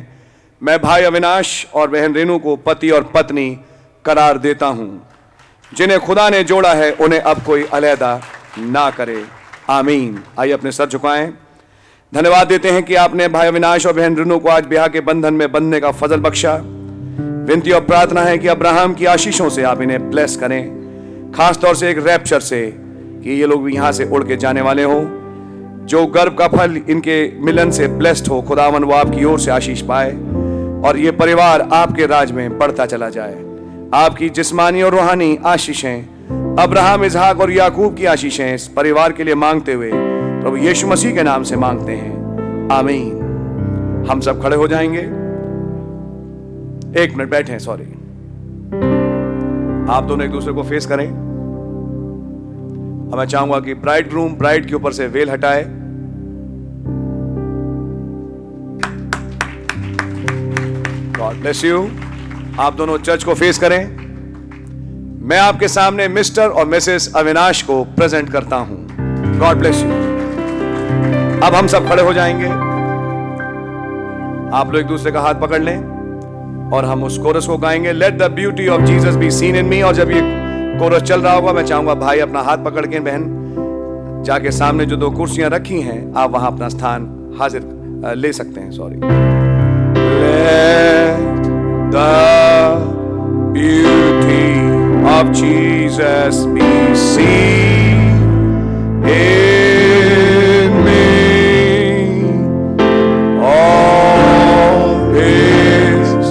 Speaker 2: मैं भाई अविनाश और बहन रेनू को पति और पत्नी करार देता हूं जिन्हें खुदा ने जोड़ा है उन्हें अब कोई अलहदा ना करे आमीन आइए अपने सर झुकाएं धन्यवाद देते हैं कि आपने भाई अविनाश और बहन रेनू को आज ब्याह के बंधन में बंधने का फजल बख्शा विनती और प्रार्थना है कि अब्राहम की आशीषों से आप इन्हें ब्लेस करें खास तौर से एक रैप्चर से कि ये लोग भी यहाँ से उड़ के जाने वाले हों जो गर्भ का फल इनके मिलन से ब्लेस्ड हो खुदावन वो आपकी ओर से आशीष पाए और ये परिवार आपके राज में बढ़ता चला जाए आपकी जिस्मानी और रूहानी आशीषें अब्राहम इसहाक और याकूब की आशीषें इस परिवार के लिए मांगते हुए प्रभु यीशु मसीह के नाम से मांगते हैं आमीन हम सब खड़े हो जाएंगे एक मिनट बैठे हैं सॉरी आप दोनों एक दूसरे को फेस करें अब मैं चाहूंगा कि ब्राइड ग्रूम ब्राइड के ऊपर से वेल हटाए गॉड ब्लेस यू आप दोनों चर्च को फेस करें मैं आपके सामने मिस्टर और मिसेस अविनाश को प्रेजेंट करता हूं गॉड ब्लेस यू अब हम सब खड़े हो जाएंगे आप लोग एक दूसरे का हाथ पकड़ लें और हम उस कोरस को गाएंगे let the beauty of Jesus be seen in me और जब ये कोरस चल रहा होगा मैं चाहूंगा भाई अपना हाथ पकड़ के बहन जाके सामने जो दो कुर्सियां रखी हैं आप वहां अपना स्थान हाजिर अ, ले सकते हैं sorry let the beauty of Jesus be seen in me all his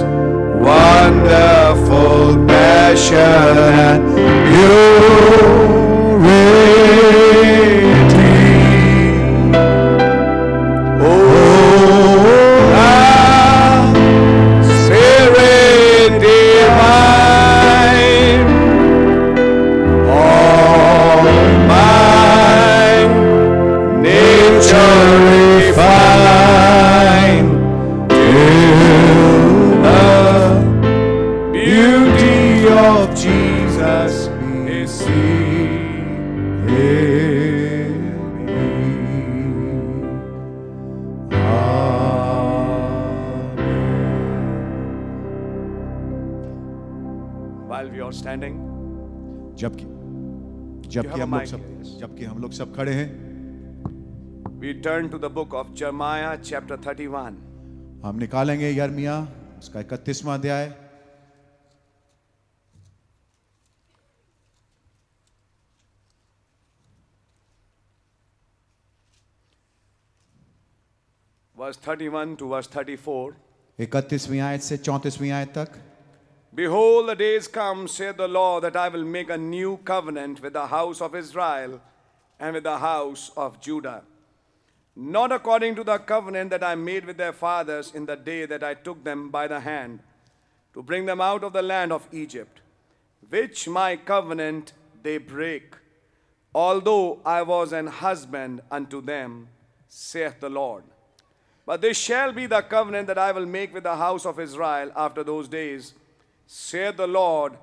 Speaker 2: wonderful passion and purity. Oh, ah, while we are standing,
Speaker 12: जबकि जबकि
Speaker 2: have a
Speaker 12: हम लोग
Speaker 2: mic
Speaker 12: सब
Speaker 2: here, yes.
Speaker 12: जबकि हम लोग सब खड़े हैं
Speaker 2: we turn to the book of Jeremiah, chapter 31.
Speaker 12: हम निकालेंगे यर्मिया उसका इकतीसवां अध्याय
Speaker 2: verse 31 to verse 34.
Speaker 12: इकतीसवीं आयत से चौंतीसवीं आयत तक
Speaker 2: Behold, the days come, saith the Lord, that I will make a new covenant with the house of Israel and with the house of Judah. Not according to the covenant that I made with their fathers in the day that I took them by the hand to bring them out of the land of Egypt, which my covenant they break, although I was an husband unto them, saith the Lord. But this shall be the covenant that I will make with the house of Israel after those days, saith the Lord.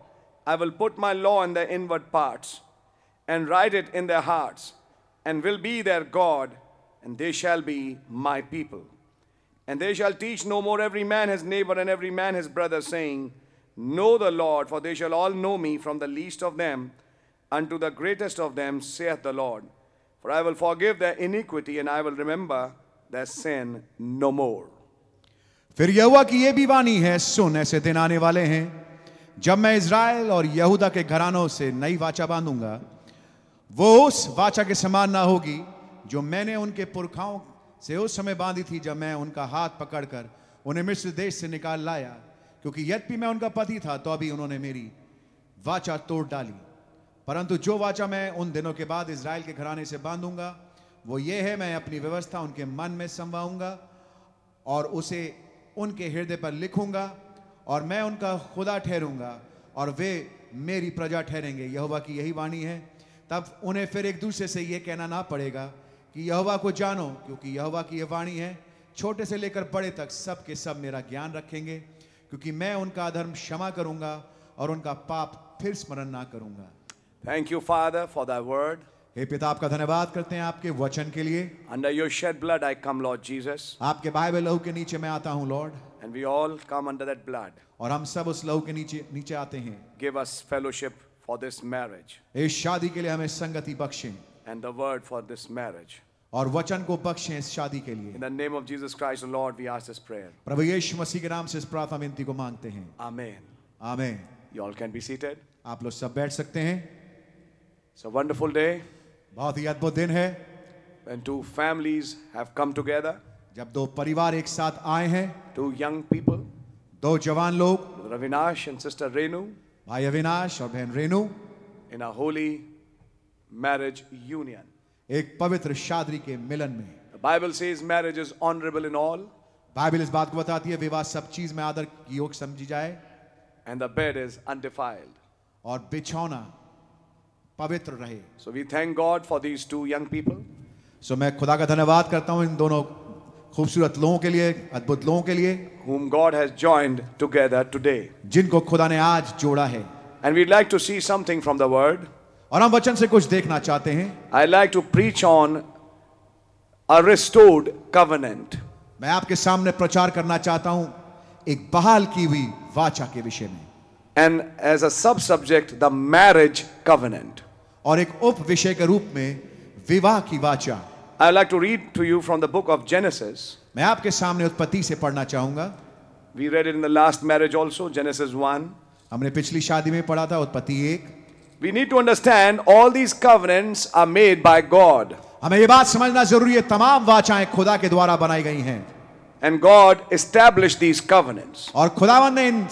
Speaker 2: I will put my law in their inward parts, and write it in their hearts, and will be their God, and they shall be my people. And they shall teach no more every man his neighbor and every man his brother, saying, Know the Lord, for they shall all know me from the least of them unto the greatest of them, saith the Lord. For I will forgive their iniquity, and I will remember their sin no more.
Speaker 12: फिर यहुआ की ये भी वाणी है सुन ऐसे दिन आने वाले हैं जब मैं इज़राइल और यहूदा के घरानों से नई वाचा बांधूंगा वो उस वाचा के समान ना होगी जो मैंने उनके पुरखाओं से उस समय बांधी थी जब मैं उनका हाथ पकड़कर उन्हें मिस्र देश से निकाल लाया क्योंकि यद्यपि मैं उनका पति था तो अभी उन्होंने मेरी वाचा तोड़ डाली परंतु जो वाचा मैं उन दिनों के बाद इज़राइल के घराने से बांधूंगा वो ये है मैं अपनी व्यवस्था उनके मन में समवाऊंगा और उसे उनके हृदय पर लिखूंगा और मैं उनका खुदा ठहरूंगा और वे मेरी प्रजा ठहरेंगे यहोवा की यही वाणी है तब उन्हें फिर एक दूसरे से ये कहना ना पड़ेगा कि यहोवा को जानो क्योंकि यहोवा की यह वाणी है छोटे से लेकर बड़े तक सब के सब मेरा ज्ञान रखेंगे क्योंकि मैं उनका अधर्म क्षमा करूंगा और उनका पाप फिर स्मरण ना करूंगा
Speaker 2: Thank you, Father, for thy word.
Speaker 12: हे पिता आपका धन्यवाद करते हैं आपके वचन के लिए
Speaker 2: Under your shed blood I come, Lord Jesus,
Speaker 12: आपके बाइबल लहू के नीचे मैं आता हूँ Lord
Speaker 2: and we all come under that blood.
Speaker 12: और हम सब उस लहू के नीचे नीचे आते हैं
Speaker 2: Give us fellowship for this marriage
Speaker 12: इस शादी के लिए हमें संगति बख्शें
Speaker 2: and the word for this marriage.
Speaker 12: और वचन को बख्शें इस शादी के
Speaker 2: In
Speaker 12: लिए
Speaker 2: the name of Jesus Christ, the Lord, we ask this prayer.
Speaker 12: प्रभु यीशु मसीह के नाम से इस प्रार्थना विनती को मांगते हैं
Speaker 2: Amen.
Speaker 12: Amen
Speaker 2: You all can be seated.
Speaker 12: आप लोग सब बैठ सकते हैं
Speaker 2: It's a wonderful day
Speaker 12: बहुत ही अद्भुत दिन है
Speaker 2: when two families have come together,
Speaker 12: जब दो परिवार एक साथ आए हैं
Speaker 2: two young people,
Speaker 12: दो जवान लोग
Speaker 2: Brother Avinash and Sister Renu,
Speaker 12: भाई अविनाश और बहन Renu
Speaker 2: in a holy marriage union.
Speaker 12: एक पवित्र शादी के मिलन में
Speaker 2: The Bible says marriage is honorable in all,
Speaker 12: Bible इस बात को बताती है विवाह सब चीज में आदर की योग समझी जाए
Speaker 2: and the bed is undefiled.
Speaker 12: और बिछौना पवित्र रहे
Speaker 2: So we thank God for these two young people.
Speaker 12: सो मैं खुदा का धन्यवाद करता हूँ इन दोनों खूबसूरत लोगों के लिए अद्भुत लोगों के लिए
Speaker 2: whom God has joined together today.
Speaker 12: जिनको खुदा ने आज जोड़ा है
Speaker 2: And we'd like to see something from the Word.
Speaker 12: और हम वचन से कुछ देखना चाहते हैं
Speaker 2: I'd like to preach on a restored covenant.
Speaker 12: मैं आपके सामने प्रचार करना चाहता हूं एक बहाल की हुई वाचा के विषय में
Speaker 2: And as a sub subject, the marriage covenant.
Speaker 12: और एक उप विषय के रूप में विवाह की वाचा
Speaker 2: I'd like to read to you from the book of Genesis.
Speaker 12: मैं आपके सामने उत्पत्ति से पढ़ना चाहूंगा
Speaker 2: We read it in the last marriage also, Genesis 1.
Speaker 12: हमने पिछली शादी में पढ़ा था उत्पत्ति एक
Speaker 2: We need to understand all these covenants are made by God.
Speaker 12: हमें ये बात समझना जरूरी है तमाम वाचाएं खुदा के द्वारा बनाई गई हैं
Speaker 2: And God established these covenants.
Speaker 12: और खुदावन ने इन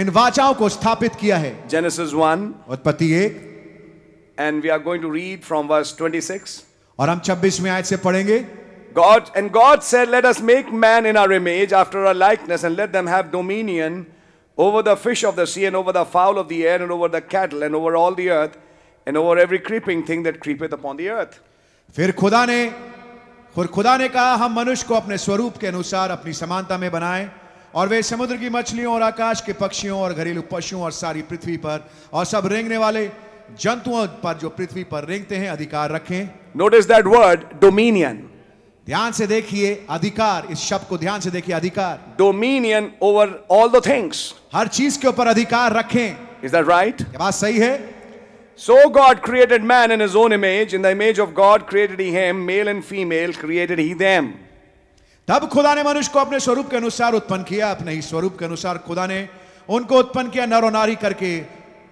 Speaker 12: इन वाचाओं को स्थापित किया है
Speaker 2: Genesis 1,
Speaker 12: उत्पत्ति एक
Speaker 2: and we are going to read from verse 26.
Speaker 12: और हम 26वीं आयत से पढ़ेंगे
Speaker 2: God and God said, Let us make man in our image, after our likeness, and let them have dominion over the fish of the sea, and over the fowl of the air, and over the cattle, and over all the earth, and over every creeping thing that creepeth upon the earth.
Speaker 12: फिर खुदा ने फिर खुदा ने कहा हम मनुष्य को अपने स्वरूप के अनुसार अपनी समानता में बनाएं और वे समुद्र की मछलियों और आकाश के पक्षियों और घरेलू पशुओं और सारी पृथ्वी पर और सब रेंगने वाले जंतुओं पर जो पृथ्वी पर रेंगते हैं अधिकार रखें
Speaker 2: Notice that word, dominion.
Speaker 12: ध्यान से देखिए अधिकार इस शब्द को ध्यान से देखिए अधिकार
Speaker 2: Dominion over all the things.
Speaker 12: हर चीज के ऊपर अधिकार रखें
Speaker 5: Is that right?
Speaker 13: ये बात सही है
Speaker 5: So God created man in his own image. In the image of God created he him, male and female created he them.
Speaker 13: तब खुदा ने मनुष्य को अपने स्वरूप के अनुसार उत्पन्न किया अपने ही स्वरूप के अनुसार खुदा ने उनको उत्पन्न किया नर और नारी करके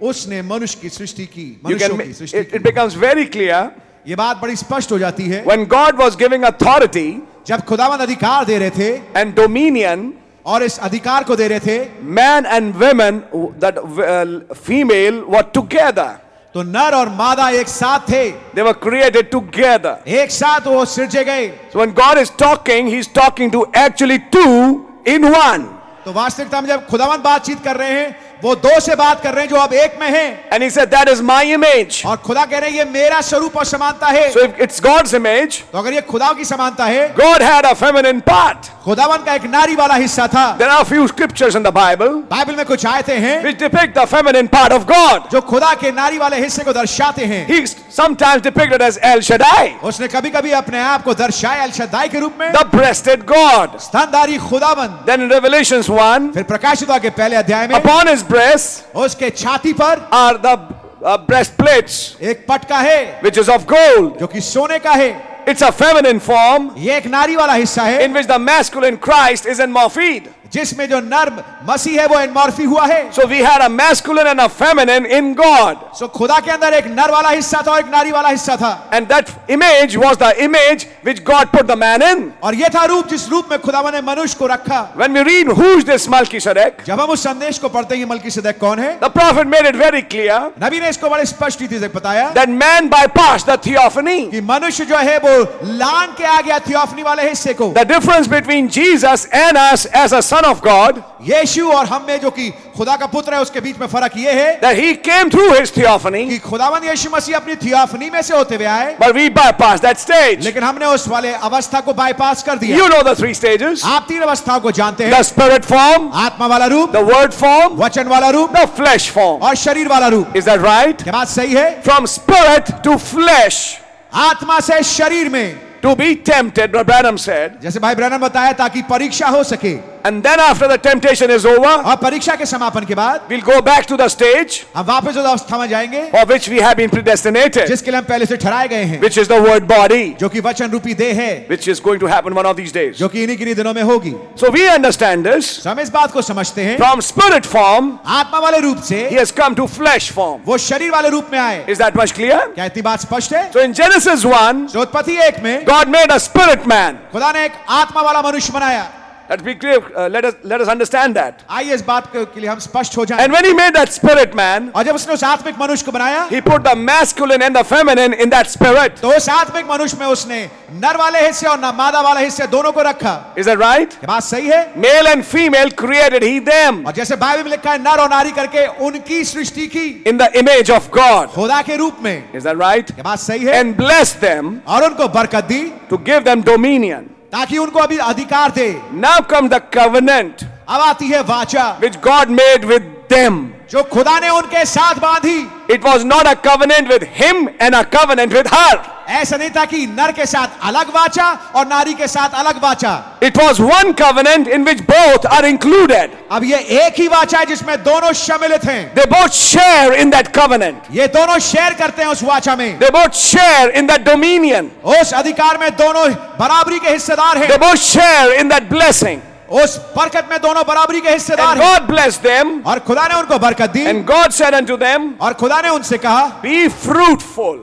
Speaker 13: उसने मनुष्य की सृष्टि की
Speaker 5: You
Speaker 13: मनुष्यों
Speaker 5: can, ma-
Speaker 13: की सृष्टि
Speaker 5: it, it
Speaker 13: की
Speaker 5: becomes very clear
Speaker 13: ये बात बड़ी स्पष्ट हो जाती है
Speaker 5: when God was giving authority
Speaker 13: जब खुदावन अधिकार दे रहे थे
Speaker 5: and dominion,
Speaker 13: और इस अधिकार को दे रहे थे
Speaker 5: man and women, w- that uh, female, were together.
Speaker 13: तो नर और मादा एक साथ थे
Speaker 5: They were created together.
Speaker 13: एक साथ वो सृजे गए
Speaker 5: So when God is talking, He's talking to actually two in one.
Speaker 13: तो वास्तविकता में जब खुदावन बातचीत कर रहे हैं वो दो से बात कर रहे हैं जो अब एक में हैं
Speaker 5: And He said, That is my image.
Speaker 13: और खुदा कह रहे हैं ये मेरा स्वरूप और समानता है
Speaker 5: So if it's God's image,
Speaker 13: तो अगर ये खुदा की समानता है
Speaker 5: God had a feminine part.
Speaker 13: खुदावन का एक नारी वाला हिस्सा था
Speaker 5: There are a few scriptures in the Bible
Speaker 13: Bible में कुछ आयते हैं
Speaker 5: which depict the feminine part of God.
Speaker 13: जो खुदा के नारी वाले हिस्से को दर्शाते हैं
Speaker 5: He's sometimes depicted as El Shaddai,
Speaker 13: उसने कभी कभी अपने आप को दर्शाया अलशदाई के रूप में
Speaker 5: the breasted God.
Speaker 13: स्तनधारी खुदावन
Speaker 5: Then in Revelations 1,
Speaker 13: फिर प्रकाशित के पहले अध्याय में
Speaker 5: upon his breast
Speaker 13: उसके छाती पर
Speaker 5: are the uh, breastplates,
Speaker 13: एक पटका है
Speaker 5: which is of gold.
Speaker 13: जो कि सोने का है
Speaker 5: It's a feminine form
Speaker 13: ये एक नारी वाला हिस्सा है
Speaker 5: in which the masculine Christ is enmorphed.
Speaker 13: जिसमें जो नर मसीह है वो एनमॉर्फी हुआ है
Speaker 5: So we had a masculine and a feminine in God.
Speaker 13: सो खुदा के अंदर एक नर वाला हिस्सा था और एक नारी वाला हिस्सा था
Speaker 5: And that image was the image which God put the man in.
Speaker 13: और ये था रूप जिस रूप में खुदावन ने मनुष्य को रखा
Speaker 5: When we read who's this Melchizedek,
Speaker 13: जब हम उस संदेश को पढ़ते हैं मलकी सदक कौन है
Speaker 5: the prophet made it very clear
Speaker 13: नबी ने इसको बड़े स्पष्ट रीति से बताया
Speaker 5: that man bypassed the theophany.
Speaker 13: कि मनुष्य जो है वो लान के आ गया थियोफनी वाले हिस्से को
Speaker 5: The difference between Jesus and us as a son of God,
Speaker 13: यीशु और हम में जो कि खुदा का पुत्र है उसके बीच में फर्क ये है
Speaker 5: that he came through his theophany,
Speaker 13: कि खुदावन यीशु मसीह अपनी थियोफनी में से होते हुए आए
Speaker 5: but we bypassed that stage.
Speaker 13: लेकिन हमने उस वाले अवस्था को बाईपास कर दिया
Speaker 5: You know the three stages
Speaker 13: आप तीन अवस्थाओं को जानते हैं
Speaker 5: the spirit form,
Speaker 13: आत्मा वाला रूप
Speaker 5: the word form,
Speaker 13: वचन वाला रूप
Speaker 5: the flesh form.
Speaker 13: और शरीर वाला रूप
Speaker 5: Is that right?
Speaker 13: ये बात सही है
Speaker 5: From spirit to flesh
Speaker 13: आत्मा से शरीर में
Speaker 5: to be tempted, what Branham said.
Speaker 13: जैसे भाई ब्रैनम बताया ताकि परीक्षा हो सके
Speaker 5: And then after the temptation is over,
Speaker 13: और परीक्षा के समापन के बाद
Speaker 5: we'll go back to the stage
Speaker 13: हम वापस उस अवस्था में जाएंगे
Speaker 5: for which we have been predestinated,
Speaker 13: जिसके लिए हम पहले से ठहराए गए हैं
Speaker 5: which is the word body,
Speaker 13: जो कि वचन रूपी देह है
Speaker 5: which is going to happen one of these days.
Speaker 13: जो कि इन्हीं किन्हीं दिनों में होगी
Speaker 5: So we understand this.
Speaker 13: हम इस बात को समझते हैं
Speaker 5: From spirit form,
Speaker 13: आत्मा वाले रूप से
Speaker 5: he has come to flesh form.
Speaker 13: वो शरीर वाले रूप में आए
Speaker 5: Is that much clear?
Speaker 13: क्या इतनी बात स्पष्ट है
Speaker 5: So in Genesis 1,
Speaker 13: जो उत्पत्ति एक में
Speaker 5: God made a spirit man.
Speaker 13: खुदा ने एक आत्मा वाला मनुष्य बनाया
Speaker 5: That we clear, uh, let us let us understand that.
Speaker 13: आइए इस बात के के लिए हम स्पष्ट हो जाएं
Speaker 5: And when he made that spirit man,
Speaker 13: और जब उसने उस आत्मिक मनुष्य को बनाया
Speaker 5: he put the masculine and the feminine in that spirit.
Speaker 13: तो उस आत्मिक मनुष्य में उसने नर वाले हिस्से और न- मादा वाले हिस्से दोनों को रखा
Speaker 5: Is that right?
Speaker 13: ये बात सही है
Speaker 5: Male and female created he them
Speaker 13: और जैसे बाइबल में लिखा है नर और नारी करके उनकी सृष्टि की
Speaker 5: in the image of God.
Speaker 13: खुदा के रूप में ये
Speaker 5: Is that right?
Speaker 13: बात सही है
Speaker 5: And blessed them
Speaker 13: और उनको बरकत दी
Speaker 5: to give them dominion.
Speaker 13: ताकि उनको अभी अधिकार दे
Speaker 5: Now comes the covenant
Speaker 13: अब आती है वाचा
Speaker 5: which God made with them.
Speaker 13: जो खुदा ने उनके साथ बांधी
Speaker 5: It was not a covenant with him and a covenant with her.
Speaker 13: ऐसा नहीं था कि नर के साथ अलग वाचा और नारी के साथ अलग वाचा
Speaker 5: It was one covenant in which both are included.
Speaker 13: अब ये एक ही वाचा है जिसमें दोनों सम्मिलित हैं
Speaker 5: They both share in that covenant.
Speaker 13: ये दोनों शेयर करते हैं उस वाचा में
Speaker 5: They both share in that dominion.
Speaker 13: उस अधिकार में दोनों बराबरी के हिस्सेदार हैं
Speaker 5: They both share in that blessing.
Speaker 13: उस बरकत में दोनों बराबरी के हिस्सेदार
Speaker 5: And
Speaker 13: हैं
Speaker 5: God blessed them.
Speaker 13: और खुदा ने उनको बरकत दी
Speaker 5: And God said unto them,
Speaker 13: और खुदा ने उनसे कहा
Speaker 5: Be fruitful.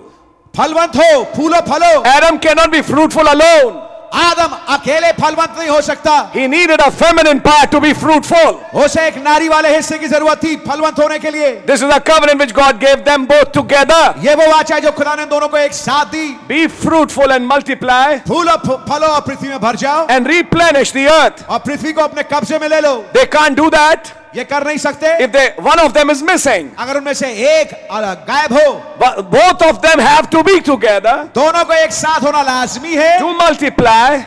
Speaker 13: फलवंत हो फूलो फलो
Speaker 5: Adam cannot be fruitful alone.
Speaker 13: आदम अकेले फलवंत नहीं हो सकता
Speaker 5: He needed a feminine part to be fruitful.
Speaker 13: उसे एक नारी वाले हिस्से की जरूरत थी फलवंत होने के लिए
Speaker 5: This is a covenant which God gave them both together.
Speaker 13: ये वो वाचा है जो खुदा ने दोनों को एक साथ दी
Speaker 5: Be fruitful and multiply
Speaker 13: फूलो फ- फलो और पृथ्वी में भर जाओ
Speaker 5: and replenish the earth.
Speaker 13: और पृथ्वी को अपने कब्जे में ले लो
Speaker 5: They can't do that
Speaker 13: ये कर नहीं सकते
Speaker 5: if they one of them is missing.
Speaker 13: अगर उनमें से एक अलग गायब हो
Speaker 5: But both of them have to be together
Speaker 13: दोनों को एक साथ होना लाजमी है
Speaker 5: to multiply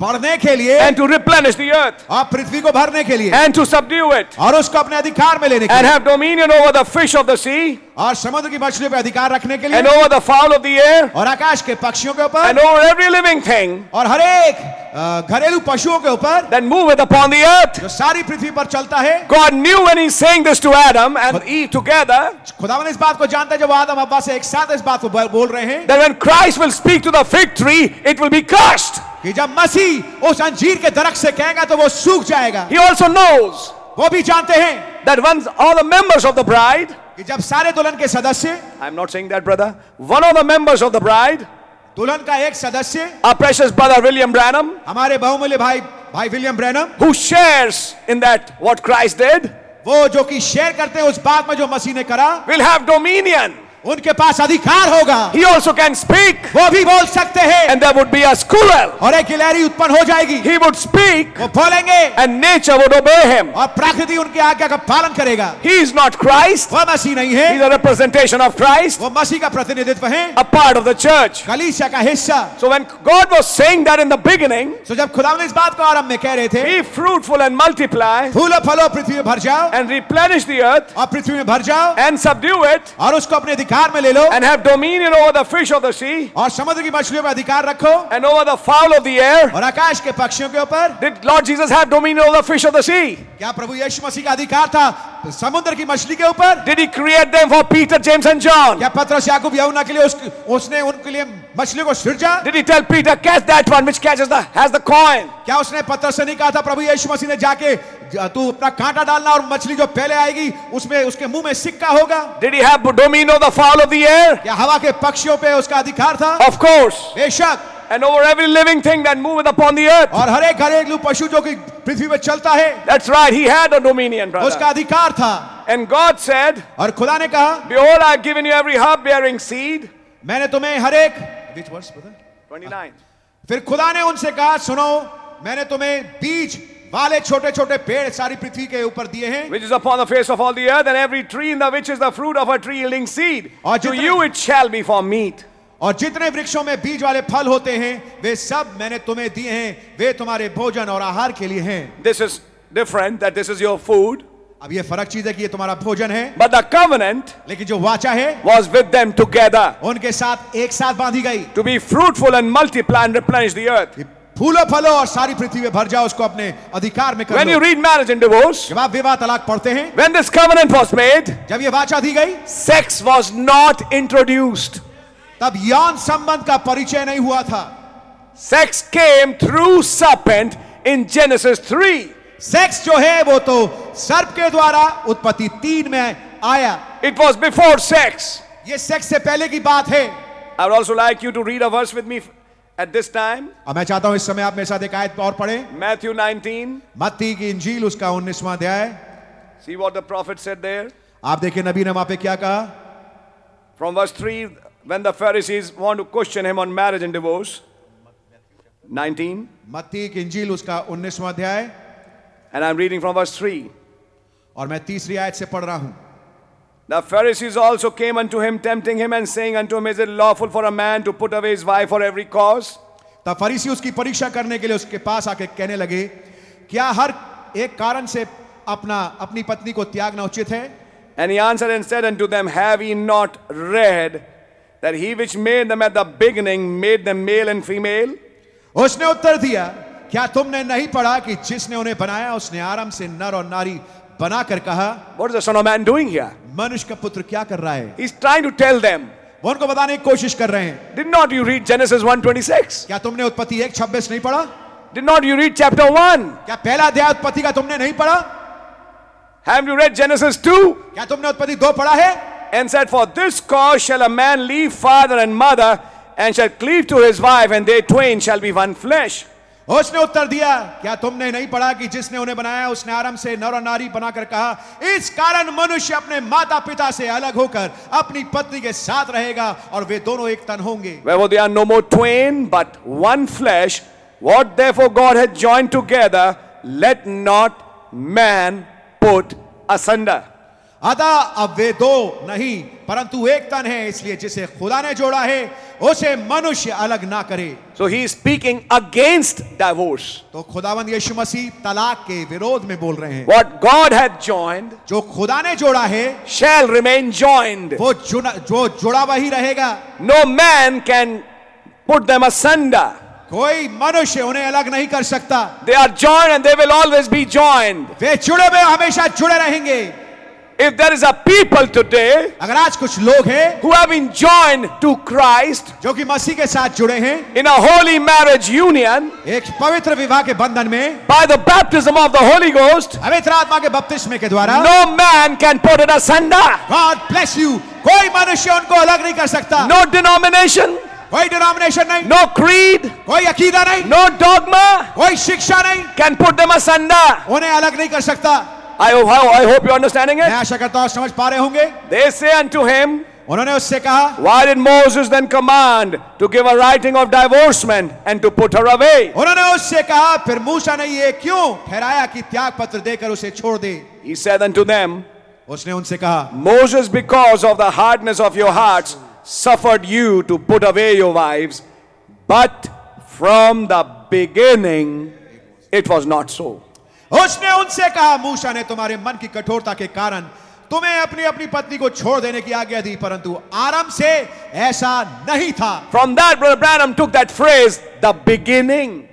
Speaker 13: बढ़ने के लिए
Speaker 5: and to replenish the earth
Speaker 13: और पृथ्वी को भरने के लिए
Speaker 5: and to subdue it
Speaker 13: और उसको अपने अधिकार में लेने के
Speaker 5: and
Speaker 13: लिए
Speaker 5: have dominion over the fish of the sea
Speaker 13: और समुद्र की मछलियों पर अधिकार रखने के लिए
Speaker 5: and over the fowl of the air
Speaker 13: और आकाश के पक्षियों के
Speaker 5: and
Speaker 13: ऊपर
Speaker 5: over every living thing
Speaker 13: और हर एक अ, घरेलू पशुओं के ऊपर
Speaker 5: that moveth upon the earth.
Speaker 13: जो सारी पृथ्वी पर चलता है
Speaker 5: God knew when he's saying this to Adam and Eve together
Speaker 13: खुदावन इस बात को जानता है जब आदम अब्बा से एक साथ इस बात को बोल- बोल रहे हैं
Speaker 5: that when Christ will speak to the fig tree, it will be crushed.
Speaker 13: कि जब मसीह उस अंजीर के दरख्त से कहेगा तो वो सूख जाएगा
Speaker 5: He also knows
Speaker 13: वो भी जानते हैं
Speaker 5: that once all the members of the bride,
Speaker 13: कि जब सारे दुल्हन के सदस्य
Speaker 5: I'm not saying that, brother, one of the members of the bride,
Speaker 13: दुल्हन का एक सदस्य
Speaker 5: our precious brother William Branham,
Speaker 13: हमारे बहुमूल्य भाई भाई William Branham
Speaker 5: who shares in that what Christ did,
Speaker 13: वो जो कि शेयर करते हैं उस बात में जो मसीह ने करा
Speaker 5: will have dominion.
Speaker 13: उनके पास अधिकार होगा
Speaker 5: He also can speak,
Speaker 13: वो भी बोल सकते हैं
Speaker 5: and there would be a squirrel.
Speaker 13: और एक गिलहरी उत्पन्न हो जाएगी
Speaker 5: He would speak,
Speaker 13: वो बोलेंगे
Speaker 5: and nature would obey him.
Speaker 13: और प्रकृति उनकी आज्ञा का पालन करेगा
Speaker 5: He is not Christ,
Speaker 13: वो मसीह नहीं
Speaker 5: he is
Speaker 13: है
Speaker 5: a representation of Christ,
Speaker 13: वो मसीह का प्रतिनिधित्व है
Speaker 5: a part of the church.
Speaker 13: कलीसिया का हिस्सा
Speaker 5: So when God was saying that in the beginning,
Speaker 13: तो जब खुदा इस बात को आरंभ में कह रहे थे
Speaker 5: be fruitful and multiply
Speaker 13: फूलो फलो पृथ्वी में भर जाओ
Speaker 5: and replenish the earth
Speaker 13: और पृथ्वी में भर जाओ
Speaker 5: and subdue it
Speaker 13: और उसको अपने अधिकार में ले लो
Speaker 5: and have dominion over the fish of the sea
Speaker 13: और समुद्र की मछलियों पर अधिकार रखो
Speaker 5: and over the fowl of the air.
Speaker 13: और आकाश के पक्षियों के ऊपर
Speaker 5: Did Lord Jesus have dominion over the fish of the sea?
Speaker 13: क्या प्रभु यीशु मसीह का अधिकार था समुद्र की मछली के ऊपर
Speaker 5: Did he create them for Peter, James, and John?
Speaker 13: क्या पत्रस याकूब यमुना के लिए उस, उसने उनके लिए मछली को सिरजा
Speaker 5: Did he tell Peter, catch that one which catches the has the coin?
Speaker 13: क्या उसने पत्रस से नहीं कहा था प्रभु यीशु मसीह ने जाके जा- तू अपना कांटा डालना और मछली जो पहले आएगी उसमें उसके मुंह में सिक्का होगा
Speaker 5: Did he have dominion over the fowl of the air?
Speaker 13: क्या हवा के पक्षियों पे उसका अधिकार था
Speaker 5: Of course.
Speaker 13: बेशक
Speaker 5: And over every living thing that moveth upon the earth.
Speaker 13: और हर एक घरेलू पशु जो कि पृथ्वी पर चलता है
Speaker 5: That's right, he had a dominion,
Speaker 13: उसका
Speaker 5: brother.
Speaker 13: अधिकार था
Speaker 5: And God said,
Speaker 13: और खुदा ने कहा
Speaker 5: Behold, I have given you every herb bearing seed.
Speaker 13: मैंने तुम्हें हर एक Which verse, brother?
Speaker 5: 29.
Speaker 13: फिर खुदा ने उनसे कहा सुनो मैंने तुम्हें बीज वाले छोटे छोटे पेड़ सारी पृथ्वी के ऊपर दिए हैं
Speaker 5: Which is upon the face of all the earth, and every tree in the which is the fruit of a tree yielding seed.
Speaker 13: और
Speaker 5: To
Speaker 13: जितने-
Speaker 5: you it shall be for meat.
Speaker 13: और जितने वृक्षों में बीज वाले फल होते हैं वे सब मैंने तुम्हें दिए हैं वे तुम्हारे भोजन और आहार के लिए हैं
Speaker 5: This is different, that this is your food.
Speaker 13: अब ये फर्क चीज है कि ये तुम्हारा भोजन है
Speaker 5: But the covenant
Speaker 13: लेकिन जो वाचा है
Speaker 5: was with them together
Speaker 13: उनके साथ एक साथ बांधी गई
Speaker 5: to be fruitful and multiply and replenish the earth.
Speaker 13: कि फूलो फलो और सारी पृथ्वी में भर जाओ उसको अपने अधिकार में कर
Speaker 5: When
Speaker 13: low.
Speaker 5: you read marriage and divorce,
Speaker 13: जब आप विवाह तलाक पढ़ते हैं
Speaker 5: when this covenant was made,
Speaker 13: जब ये वाचा दी गई
Speaker 5: sex was not introduced.
Speaker 13: तब यौन संबंध का परिचय नहीं हुआ था
Speaker 5: Sex came through serpent in Genesis 3.
Speaker 13: Sex जो है वो तो सर्प के द्वारा उत्पत्ति तीन में आया
Speaker 5: It was before sex.
Speaker 13: ये सेक्स से पहले की बात है
Speaker 5: I would also like you to read a verse with me f- at this time.
Speaker 13: और मैं चाहता हूं इस समय आप मेरे साथ एक आयत और पढ़ें
Speaker 5: Matthew 19.
Speaker 13: मत्ती की इंजील उसका 19वां अध्याय
Speaker 5: See what the prophet said there.
Speaker 13: आप देखिए नबी ने वहां पे क्या कहा
Speaker 5: From verse 3, when the Pharisees want to question him on marriage and divorce. 19.
Speaker 13: मत्ती की इंजील उसका 19वां अध्याय
Speaker 5: And I'm reading from verse 3.
Speaker 13: और मैं तीसरी आयत से पढ़ रहा हूं
Speaker 5: The Pharisees also came unto him, tempting him, and saying unto him, Is it lawful for a man to put away his wife for every cause?
Speaker 13: तब फरीसी उसकी परीक्षा करने के लिए उसके पास आके कहने लगे क्या हर एक कारण से अपना अपनी पत्नी को त्यागना उचित है
Speaker 5: And he answered and said unto them, Have ye not read that he which made them at the beginning made them male and female?
Speaker 13: उसने उत्तर दिया क्या तुमने नहीं पढ़ा कि जिसने उन्हें बनाया उसने आराम से नर और नारी बनाकर कहा
Speaker 5: What is the Son of Man doing here?
Speaker 13: मनुष्य का पुत्र क्या कर रहा है
Speaker 5: He's trying to tell them,
Speaker 13: वो उनको बताने की कोशिश कर रहे हैं
Speaker 5: Did not you read Genesis 1:26?
Speaker 13: क्या तुमने उत्पत्ति एक छब्बीस नहीं पढ़ा
Speaker 5: Did not you read chapter 1?
Speaker 13: क्या पहला अध्याय उत्पत्ति का तुमने नहीं पढ़ा
Speaker 5: Have you read Genesis 2?
Speaker 13: क्या तुमने उत्पत्ति दो पढ़ा है
Speaker 5: And said, For this cause shall a man leave father and mother, and shall cleave to his wife, and they twain shall be one flesh.
Speaker 13: उसने उत्तर दिया क्या तुमने नहीं पढ़ा कि जिसने उन्हें बनाया उसने आराम से नर और नारी बनाकर कहा इस कारण मनुष्य अपने माता पिता से अलग होकर अपनी पत्नी के साथ रहेगा और वे दोनों एक तन होंगे
Speaker 5: Wherefore they are no more twain, but one flesh. What therefore God hath joined together, let not man put asunder.
Speaker 13: अदा अब वे दो नहीं परंतु एक तन है इसलिए जिसे खुदा ने जोड़ा है उसे मनुष्य अलग ना करे
Speaker 14: So he is speaking against divorce.
Speaker 13: तो खुदावंद यीशु मसीह तलाक के विरोध में बोल रहे हैं
Speaker 14: What God hath joined
Speaker 13: जो खुदा ने जोड़ा है
Speaker 14: shall remain joined.
Speaker 13: वो जुड़ा जो जुड़ा वही रहेगा
Speaker 14: No man can put them asunder.
Speaker 13: कोई मनुष्य उन्हें अलग नहीं कर सकता
Speaker 14: They are joined and they will always be joined.
Speaker 13: वे जुड़े हुए हमेशा जुड़े रहेंगे
Speaker 14: If there is a people today
Speaker 13: अगर आज कुछ लोग हैं
Speaker 14: who have been joined to Christ
Speaker 13: जो कि मसीह के साथ जुड़े हैं
Speaker 14: in a holy marriage union
Speaker 13: एक पवित्र विवाह के बंधन में
Speaker 14: by the baptism of the Holy Ghost,
Speaker 13: पवित्र आत्मा के बपतिस्मे के द्वारा
Speaker 14: no man can put it asunder.
Speaker 13: God bless you कोई मनुष्य उनको अलग नहीं कर सकता
Speaker 14: No denomination,
Speaker 13: कोई डिनोमिनेशन नहीं
Speaker 14: no creed,
Speaker 13: कोई अकीदा नहीं
Speaker 14: no dogma
Speaker 13: कोई शिक्षा नहीं
Speaker 14: can put them asunder.
Speaker 13: उन्हें अलग नहीं कर सकता
Speaker 14: I, I hope you're understanding
Speaker 13: मैं
Speaker 14: it.
Speaker 13: आशा करता हूं समझ पा रहे होंगे
Speaker 14: They say unto him,
Speaker 13: उन्होंने उससे कहा
Speaker 14: Why did Moses then command to give a writing of divorcement and to put her away?
Speaker 13: उन्होंने उससे कहा फिर मूसा ने ये क्यों ठहराया कि त्याग पत्र देकर उसे छोड़ दे
Speaker 14: He said unto them,
Speaker 13: उसने उनसे कहा
Speaker 14: Moses, because of the hardness of your hearts, suffered you to put away your wives, but from the beginning it was not so.
Speaker 13: उसने उनसे कहा मूसा ने तुम्हारे मन की कठोरता के कारण तुम्हें अपनी अपनी पत्नी को छोड़ देने की आज्ञा दी परंतु आराम से ऐसा नहीं था
Speaker 14: From that, Brother Branham took that phrase, the beginning.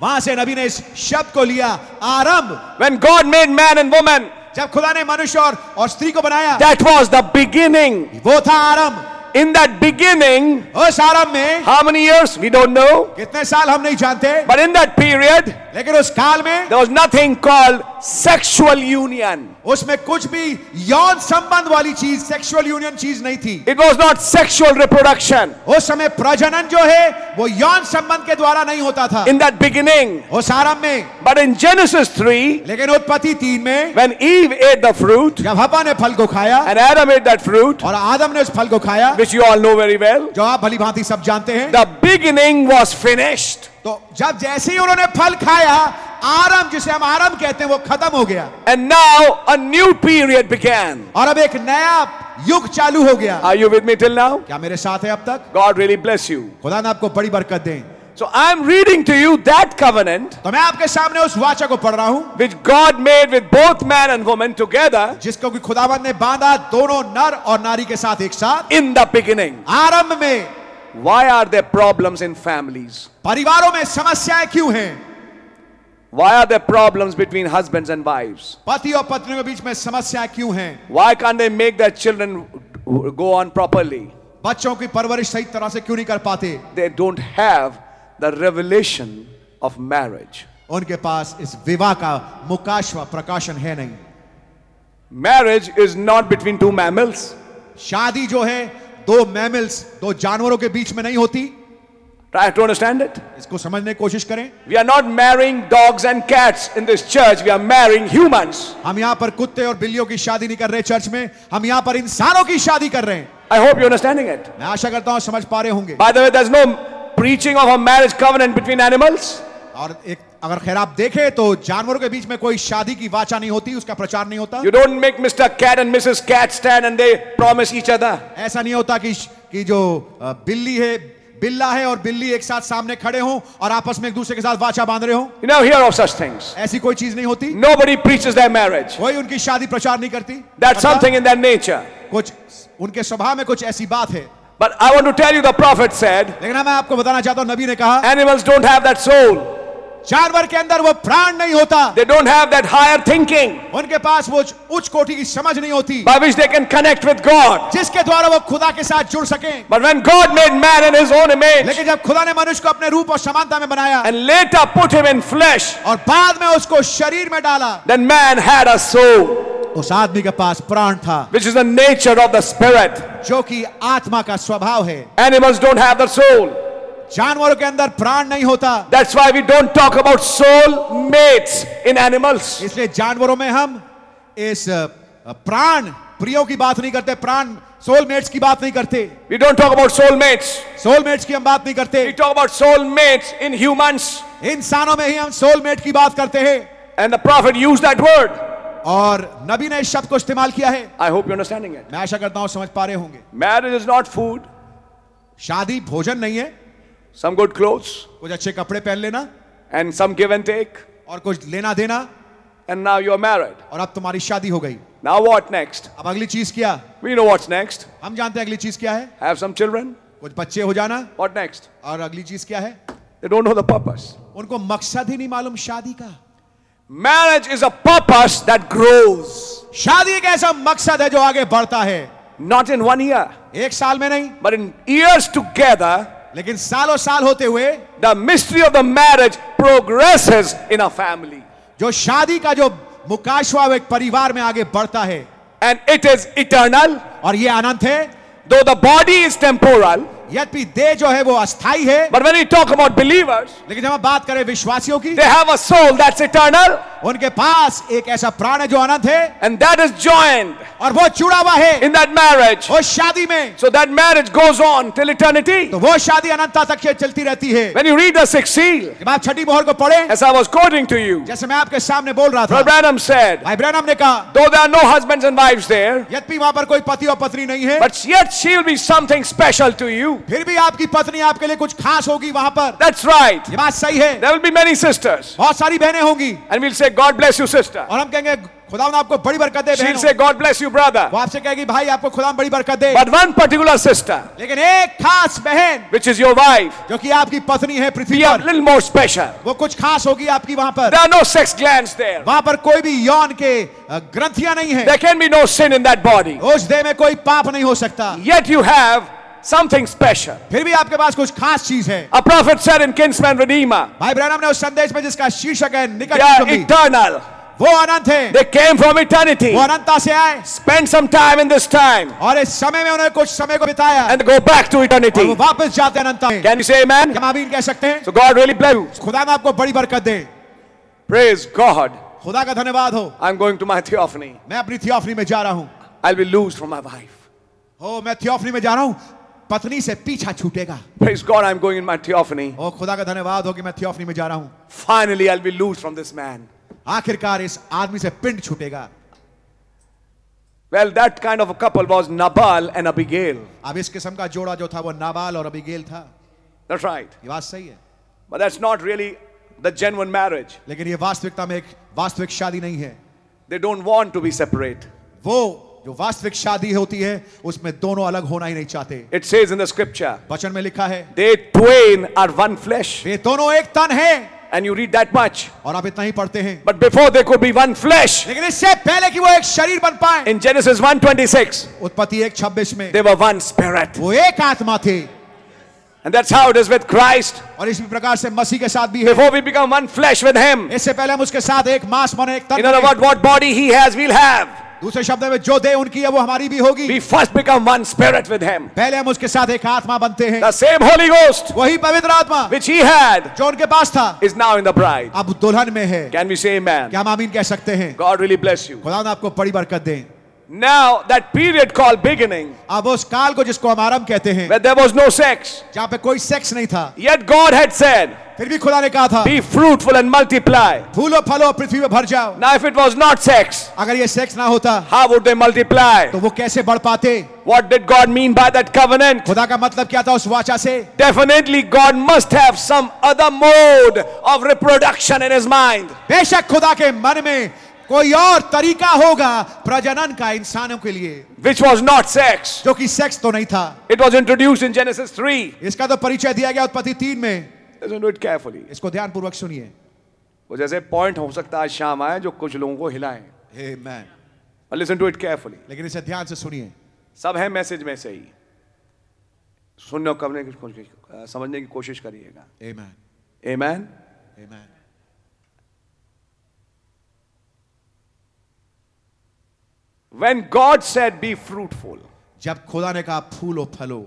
Speaker 13: वहां से नबी ने इस शब्द को लिया आरंभ
Speaker 14: When God made man and woman,
Speaker 13: जब खुदा ने मनुष्य और, और स्त्री को बनाया
Speaker 14: that was the beginning.
Speaker 13: वो था आरंभ
Speaker 14: In that beginning,
Speaker 13: उस आरंभ में
Speaker 14: how many years? We don't know.
Speaker 13: कितने साल हम नहीं जानते
Speaker 14: But in that period,
Speaker 13: लेकिन उस काल में
Speaker 14: There was nothing called sexual union.
Speaker 13: उसमें कुछ भी यौन संबंध वाली चीज सेक्सुअल यूनियन चीज नहीं थी
Speaker 14: It was not sexual reproduction.
Speaker 13: उस समय प्रजनन जो है वो यौन संबंध के द्वारा नहीं होता था
Speaker 14: In that beginning,
Speaker 13: उस आरंभ में
Speaker 14: but in Genesis 3,
Speaker 13: लेकिन उत्पत्ति तीन में
Speaker 14: when Eve ate the fruit
Speaker 13: जब हवा ने फल को खाया
Speaker 14: and Adam ate that fruit,
Speaker 13: और आदम ने उस फल को खाया
Speaker 14: which you all know very well,
Speaker 13: जो आप भली भांति सब जानते हैं
Speaker 14: the beginning was finished.
Speaker 13: तो जब जैसे ही उन्होंने फल खाया आरंभ जिसे हम आरंभ कहते हैं वो खत्म हो गया
Speaker 14: And now a new period began.
Speaker 13: और अब एक नया युग चालू हो गया
Speaker 14: Are you with me till now?
Speaker 13: क्या मेरे साथ है अब तक
Speaker 14: God really bless you.
Speaker 13: खुदा ने आपको बड़ी बरकत दें
Speaker 14: So I'm reading to you that covenant
Speaker 13: तो मैं आपके सामने उस वाचा को पढ़ रहा हूं
Speaker 14: which God made with both man and woman together
Speaker 13: जिसको कि खुदावन ने बांधा दोनों नर और नारी के साथ एक साथ
Speaker 14: in the beginning.
Speaker 13: आरंभ में
Speaker 14: Why are there problems in families?
Speaker 13: परिवारों में समस्याएं क्यों हैं
Speaker 14: Why are there problems between husbands and wives?
Speaker 13: पति और पत्नी के बीच में समस्याएं क्यों हैं
Speaker 14: Why can't they make their children go on properly?
Speaker 13: बच्चों की परवरिश सही तरह से क्यों नहीं कर पाते
Speaker 14: They don't have the revelation of marriage.
Speaker 13: उनके पास इस विवाह का मुकाशवा प्रकाशन है नहीं
Speaker 14: Marriage is not between two mammals.
Speaker 13: शादी जो है दो मैमल्स दो जानवरों के बीच में नहीं होती
Speaker 14: Try to understand it.
Speaker 13: इसको समझने की कोशिश करें
Speaker 14: We are not marrying dogs and cats in this church. We are marrying humans.
Speaker 13: हम यहाँ पर कुत्ते और बिल्लियों की शादी नहीं कर रहे चर्च में हम यहाँ पर इंसानों की शादी कर रहे हैं
Speaker 14: I hope you're understanding it.
Speaker 13: मैं आशा करता हूँ समझ पा रहे होंगे
Speaker 14: By the way, there's no preaching of a marriage covenant between animals.
Speaker 13: और एक अगर खैर आप देखें तो जानवरों के बीच में कोई शादी की वाचा नहीं होती उसका प्रचार नहीं होता
Speaker 14: You don't make Mr. Cat and Mrs. Cat stand and they promise each other.
Speaker 13: ऐसा नहीं होता कि कि जो अ, बिल्ली है बिल्ला है और बिल्ली एक साथ सामने खड़े हों और आपस में एक दूसरे के साथ वाचा बांध रहे हों
Speaker 14: You never hear of such things.
Speaker 13: ऐसी कोई चीज नहीं होती
Speaker 14: Nobody preaches their marriage.
Speaker 13: कोई उनकी शादी प्रचार नहीं करती
Speaker 14: That's
Speaker 13: करता।
Speaker 14: something in their nature.
Speaker 13: कुछ उनके स्वभाव में कुछ ऐसी बात है
Speaker 14: But I want to tell you, the prophet said,
Speaker 13: लेकिन मैं आपको बताना चाहता हूं नबी ने कहा
Speaker 14: animals don't have that soul.
Speaker 13: जानवर के अंदर वो प्राण नहीं होता
Speaker 14: They don't have that higher thinking
Speaker 13: उनके पास वो उच्च कोटि की समझ नहीं होती
Speaker 14: by which they can connect with God.
Speaker 13: जिसके द्वारा वो खुदा के साथ जुड़ सके
Speaker 14: But when God made man in his own image
Speaker 13: लेकिन जब खुदा ने मनुष्य को अपने रूप और समानता में बनाया
Speaker 14: and later put him in flesh,
Speaker 13: और बाद में उसको शरीर में डाला
Speaker 14: then man had a soul,
Speaker 13: उस आदमी के पास प्राण था
Speaker 14: which is the nature of the spirit.
Speaker 13: जो कि आत्मा का स्वभाव है
Speaker 14: Animals don't have that soul.
Speaker 13: जानवरों के अंदर प्राण नहीं होता
Speaker 14: That's why we don't talk about soul mates in animals.
Speaker 13: इसलिए जानवरों में हम इस अ, प्राण प्रियो की बात नहीं करते प्राण सोलमेट्स की बात नहीं करते
Speaker 14: We don't talk about soul mates.
Speaker 13: Soulmates की हम बात नहीं करते
Speaker 14: We talk about soul mates in humans.
Speaker 13: इंसानों में ही हम सोलमेट की बात करते हैं
Speaker 14: And the prophet used that word.
Speaker 13: और नबी ने इस शब्द को इस्तेमाल किया है
Speaker 14: I hope you're understanding it.
Speaker 13: मैं आशा करता हूं समझ पा रहे होंगे
Speaker 14: Marriage is not food,
Speaker 13: शादी भोजन नहीं है
Speaker 14: some good clothes,
Speaker 13: कुछ अच्छे कपड़े पहन लेना
Speaker 14: and some give and take.
Speaker 13: और कुछ लेना देना
Speaker 14: And now you're married.
Speaker 13: और अब तुम्हारी शादी हो गई
Speaker 14: Now what next?
Speaker 13: अब अगली चीज क्या
Speaker 14: We know what's next.
Speaker 13: हम जानते हैं अगली चीज क्या है
Speaker 14: Have some children.
Speaker 13: कुछ बच्चे हो जाना
Speaker 14: What next?
Speaker 13: और अगली चीज क्या है
Speaker 14: They don't know the purpose.
Speaker 13: उनको मकसद ही नहीं मालूम शादी का
Speaker 14: Marriage is a purpose that grows,
Speaker 13: शादी एक ऐसा मकसद है जो आगे बढ़ता है
Speaker 14: not in one year,
Speaker 13: एक साल में नहीं
Speaker 14: but in years together.
Speaker 13: लेकिन सालों साल होते हुए
Speaker 14: The mystery of the marriage progresses in a family,
Speaker 13: जो शादी का जो मुकाशवा वो एक परिवार में आगे बढ़ता है
Speaker 14: and it is eternal.
Speaker 13: और ये अनंत है
Speaker 14: Though the body is temporal,
Speaker 13: यद्यपि देह जो है वो अस्थाई है
Speaker 14: but when we talk about believers,
Speaker 13: लेकिन जब हम बात करें विश्वासियों की
Speaker 14: they have a soul that's eternal,
Speaker 13: उनके पास एक ऐसा प्राण है जो अनंत है
Speaker 14: and that is joined
Speaker 13: और वो जुड़ा हुआ है
Speaker 14: in that marriage.
Speaker 13: वो शादी में
Speaker 14: So that marriage goes on till eternity.
Speaker 13: तो वो शादी अनंतता तक ये चलती रहती है
Speaker 14: When you read the sixth seal,
Speaker 13: जब आप छठी मोहर को पढ़े
Speaker 14: as I was quoting to you,
Speaker 13: जैसे मैं आपके सामने बोल रहा
Speaker 14: Brother
Speaker 13: था
Speaker 14: Branham said,
Speaker 13: भाई ब्रैनम ने कहा
Speaker 14: though there are no husbands and wives there,
Speaker 13: यद्यपि वहां पर कोई पति और पत्नी नहीं है
Speaker 14: but yet she'll be something special to you.
Speaker 13: फिर भी आपकी पत्नी आपके लिए कुछ खास होगी वहां पर
Speaker 14: That's right.
Speaker 13: ये बात सही है
Speaker 14: There will be many sisters,
Speaker 13: बहुत सारी बहनें होंगी
Speaker 14: and we'll say, God bless you, sister.
Speaker 13: और हम कहेंगे खुदा ने आपको बड़ी बरकत दे
Speaker 14: She'll
Speaker 13: बहनों।"
Speaker 14: say, God bless you, brother.
Speaker 13: वो आपसे कहेगी भाई आपको खुदा बड़ी बरकत दे
Speaker 14: But one particular sister,
Speaker 13: लेकिन एक खास बहन
Speaker 14: which is your wife,
Speaker 13: जो कि आपकी पत्नी है पृथ्वी
Speaker 14: be a
Speaker 13: पर
Speaker 14: little more special.
Speaker 13: वो कुछ खास होगी आपकी वहां पर
Speaker 14: There are no sex glands there.
Speaker 13: वहां पर कोई भी यौन के अ, ग्रंथियां नहीं है
Speaker 14: There can be no sin in that body.
Speaker 13: उस देह में कोई पाप नहीं हो सकता
Speaker 14: Yet you have something special.
Speaker 13: फिर भी आपके पास कुछ खास चीज है
Speaker 14: A prophet said in Kinsman Redeemer,
Speaker 13: भाई ब्रैनम ने उस संदेश में जिसका शीर्षक है
Speaker 14: they
Speaker 13: निकट
Speaker 14: are
Speaker 13: कुटुंबी,
Speaker 14: eternal.
Speaker 13: वो अनंत है
Speaker 14: They came from eternity.
Speaker 13: वो अनंतता से आए
Speaker 14: Spend some time in this time
Speaker 13: और इस समय में उन्होंने कुछ समय को बिताया
Speaker 14: and go back to
Speaker 13: और वो
Speaker 14: eternity.
Speaker 13: वापस जाते हैं अनंतता में
Speaker 14: Can you say amen?
Speaker 13: हम आमीन कह सकते हैं
Speaker 14: So God really bless you.
Speaker 13: खुदा ने आपको बड़ी बरकत दे
Speaker 14: Praise God.
Speaker 13: खुदा का धन्यवाद हो
Speaker 14: I'm going to my theophany.
Speaker 13: मैं अपनी थियोफनी में जा रहा हूँ
Speaker 14: I'll be loose from my wife.
Speaker 13: ओ मैं थियोफनी में जा रहा हूँ पत्नी से पीछा छूटेगा
Speaker 14: Praise God, I'm going in my theophany.
Speaker 13: ओ खुदा का धन्यवाद हो कि मैं थियोफनी में जा रहा हूँ
Speaker 14: Finally, I'll be loose from this man.
Speaker 13: आखिरकार इस आदमी से पिंड छूटेगा
Speaker 14: Well, that kind of a couple was Nabal and Abigail.
Speaker 13: अब इस किस्म का जोड़ा जो था वो नाबाल और अबीगेल था
Speaker 14: That's right.
Speaker 13: ये बात सही है
Speaker 14: But that's not really the genuine marriage.
Speaker 13: लेकिन ये वास्तविकता में एक वास्तविक शादी नहीं है
Speaker 14: They don't want to be separate.
Speaker 13: वो जो वास्तविक शादी होती है उसमें दोनों अलग होना ही नहीं चाहते
Speaker 14: It says in the scripture,
Speaker 13: वचन में लिखा है
Speaker 14: they twain are one flesh.
Speaker 13: वे दोनों एक तन हैं
Speaker 14: And you read that much.
Speaker 13: और आप इतना ही पढ़ते हैं
Speaker 14: But before they could be one flesh,
Speaker 13: लेकिन इससे पहले कि वो एक शरीर बन पाए
Speaker 14: in Genesis 1:26,
Speaker 13: उत्पत्ति एक छब्बीस में
Speaker 14: they were one spirit.
Speaker 13: वो एक आत्मा थे
Speaker 14: And that's how it is with Christ.
Speaker 13: और इसी प्रकार से मसीह के साथ भी है
Speaker 14: Before we become one flesh with him,
Speaker 13: इससे पहले हम उसके साथ एक मांस बने एक
Speaker 14: in
Speaker 13: तन
Speaker 14: other
Speaker 13: बने।
Speaker 14: words, what body he has, we'll have.
Speaker 13: दूसरे शब्द में जो देह उनकी है वो हमारी भी होगी
Speaker 14: We first become one spirit with him.
Speaker 13: पहले हम उसके साथ एक आत्मा बनते हैं
Speaker 14: The same Holy Ghost
Speaker 13: वही पवित्र आत्मा
Speaker 14: which he had
Speaker 13: जो उनके पास था
Speaker 14: is now in the bride.
Speaker 13: अब दुल्हन में है
Speaker 14: Can we say amen?
Speaker 13: क्या हम आमीन कह सकते हैं
Speaker 14: God really bless you.
Speaker 13: खुदा ने आपको बड़ी बरकत दे
Speaker 14: Now, that period called beginning,
Speaker 13: अब उस काल को जिसको हम आरंभ कहते हैं
Speaker 14: where there was no sex,
Speaker 13: जहाँ पे कोई सेक्स नहीं था
Speaker 14: yet God had said,
Speaker 13: फिर भी खुदा ने कहा था
Speaker 14: Be fruitful and multiply.
Speaker 13: फूलो फलो और पृथ्वी में भर जाओ
Speaker 14: Now, if it was not sex,
Speaker 13: अगर ये सेक्स ना होता
Speaker 14: how would they multiply?
Speaker 13: तो वो कैसे बढ़ पाते
Speaker 14: What did God mean by that covenant?
Speaker 13: खुदा का मतलब क्या था उस वाचा से
Speaker 14: Definitely, God must have some other mode of reproduction in his mind.
Speaker 13: बेशक खुदा के मन में कोई और तरीका होगा प्रजनन का इंसानों के लिए
Speaker 14: which was not sex.
Speaker 13: जो कि सेक्स तो नहीं था
Speaker 14: It was introduced in Genesis 3.
Speaker 13: इसका तो परिचय दिया गया उत्पत्ति तीन में
Speaker 14: Listen to it carefully.
Speaker 13: इसको ध्यान पूर्वक सुनिए
Speaker 14: वो जैसे पॉइंट हो सकता है आज शाम आए जो कुछ लोगों को हिलाएं
Speaker 13: Amen.
Speaker 14: और लिसन टू इट केयरफुली
Speaker 13: लेकिन इसे ध्यान से सुनिए
Speaker 14: सब है मैसेज में से ही सुनने और करने की कोशिश अ, समझने की कोशिश करिएगा
Speaker 13: Amen.
Speaker 14: Amen.
Speaker 13: Amen.
Speaker 14: When God said be fruitful,
Speaker 13: जब खुदा ने कहा फूलो फलो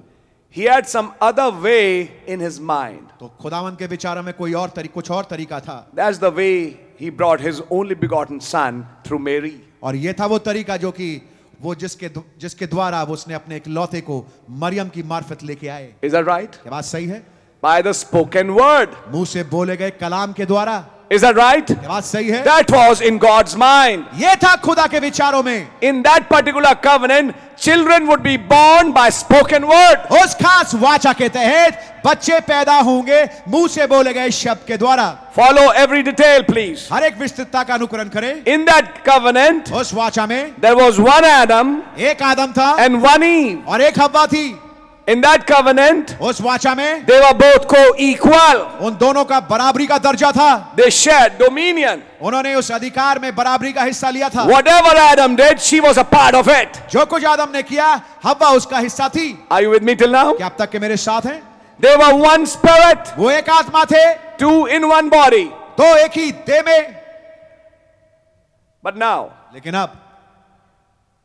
Speaker 14: he had some other way in his mind.
Speaker 13: तो खुदावन के विचारों में कोई और तरी, कुछ और तरीका था
Speaker 14: That's the way he brought his only begotten son through Mary.
Speaker 13: और यह था वो तरीका जो कि वो जिसके द्व- जिसके द्वारा वो उसने अपने एक लौते को मरियम की मार्फत लेके आए
Speaker 14: Is that right?
Speaker 13: ये बात सही है
Speaker 14: By the spoken word.
Speaker 13: मुंह से बोले गए कलाम के द्वारा
Speaker 14: Is that right?
Speaker 13: ये बात सही है
Speaker 14: That was in God's mind.
Speaker 13: ये था खुदा के विचारों में
Speaker 14: In that particular covenant, children would be born by spoken word.
Speaker 13: उस खास वाचा के तहत बच्चे पैदा होंगे मुंह से बोले गए शब्द के द्वारा
Speaker 14: Follow every detail, please.
Speaker 13: हर एक विस्तृतता का अनुकरण करें
Speaker 14: In that covenant,
Speaker 13: उस वाचा में
Speaker 14: there was one Adam
Speaker 13: एक आदम था
Speaker 14: and one Eve.
Speaker 13: और एक हवा थी
Speaker 14: In that covenant,
Speaker 13: उस वाचा में
Speaker 14: they were both co equal,
Speaker 13: उन दोनों का बराबरी का दर्जा था
Speaker 14: they shared dominion.
Speaker 13: उन्होंने उस अधिकार में बराबरी का हिस्सा लिया था
Speaker 14: Whatever Adam did, she was a part of it.
Speaker 13: जो कुछ आदम ने किया हवा उसका हिस्सा थी
Speaker 14: Are you with me till now?
Speaker 13: क्या आप तक के मेरे साथ हैं
Speaker 14: They were one spirit,
Speaker 13: वो एक आत्मा थे
Speaker 14: two in one body.
Speaker 13: दो एक ही दे में
Speaker 14: But now,
Speaker 13: लेकिन अब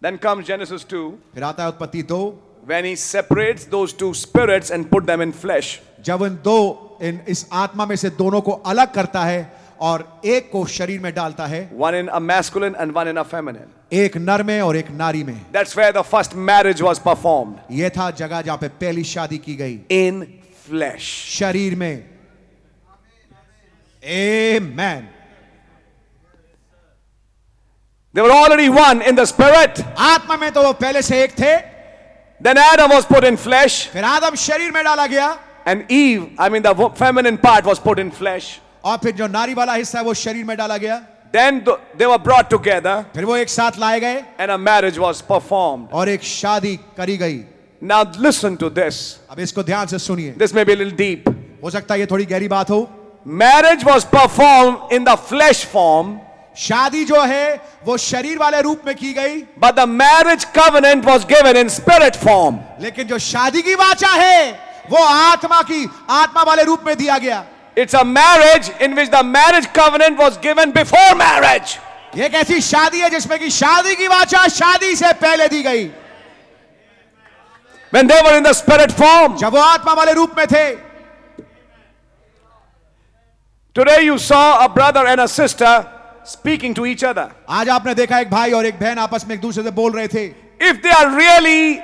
Speaker 14: then comes Genesis 2,
Speaker 13: फिर आता है उत्पत्ति दो
Speaker 14: when he separates those two spirits and put them in flesh.
Speaker 13: जब इन दो इन इस आत्मा में से दोनों को अलग करता है और एक को शरीर में डालता है
Speaker 14: One in a masculine and one in a feminine.
Speaker 13: एक नर में और एक नारी में
Speaker 14: That's where the first marriage was performed
Speaker 13: यह था जगह जहां पे पहली शादी की गई
Speaker 14: in flesh.
Speaker 13: शरीर में Amen.
Speaker 14: They were already one in the spirit.
Speaker 13: आत्मा में तो वो पहले से एक थे
Speaker 14: Then Adam was put in flesh,
Speaker 13: फिर आदम शरीर में डाला गया
Speaker 14: and Eve, I mean, the wo- feminine part was put in flesh.
Speaker 13: और फिर जो नारी वाला हिस्सा है वो शरीर में डाला गया
Speaker 14: Then th- they were brought together,
Speaker 13: फिर वो एक साथ लाए गए
Speaker 14: and a marriage was performed.
Speaker 13: और एक शादी करी गई
Speaker 14: Now, listen to this.
Speaker 13: अब इसको ध्यान से सुनिए
Speaker 14: This may be a little deep.
Speaker 13: हो सकता है ये थोड़ी गहरी बात हो
Speaker 14: Marriage was performed in the flesh form,
Speaker 13: शादी जो है वो शरीर वाले रूप में की गई
Speaker 14: but the marriage covenant was given in spirit form.
Speaker 13: लेकिन जो शादी की वाचा है वो आत्मा की आत्मा वाले रूप में दिया गया
Speaker 14: It's a marriage in which the marriage covenant was given before marriage.
Speaker 13: ये एक ऐसी शादी है जिसमें कि शादी की वाचा शादी से पहले दी गई
Speaker 14: When they were in the spirit form,
Speaker 13: जब वो आत्मा वाले रूप में थे
Speaker 14: today you saw a brother and a sister speaking to each other.
Speaker 13: आज आपने देखा एक भाई और एक बहन आपस में एक दूसरे से बोल रहे थे
Speaker 14: If they are really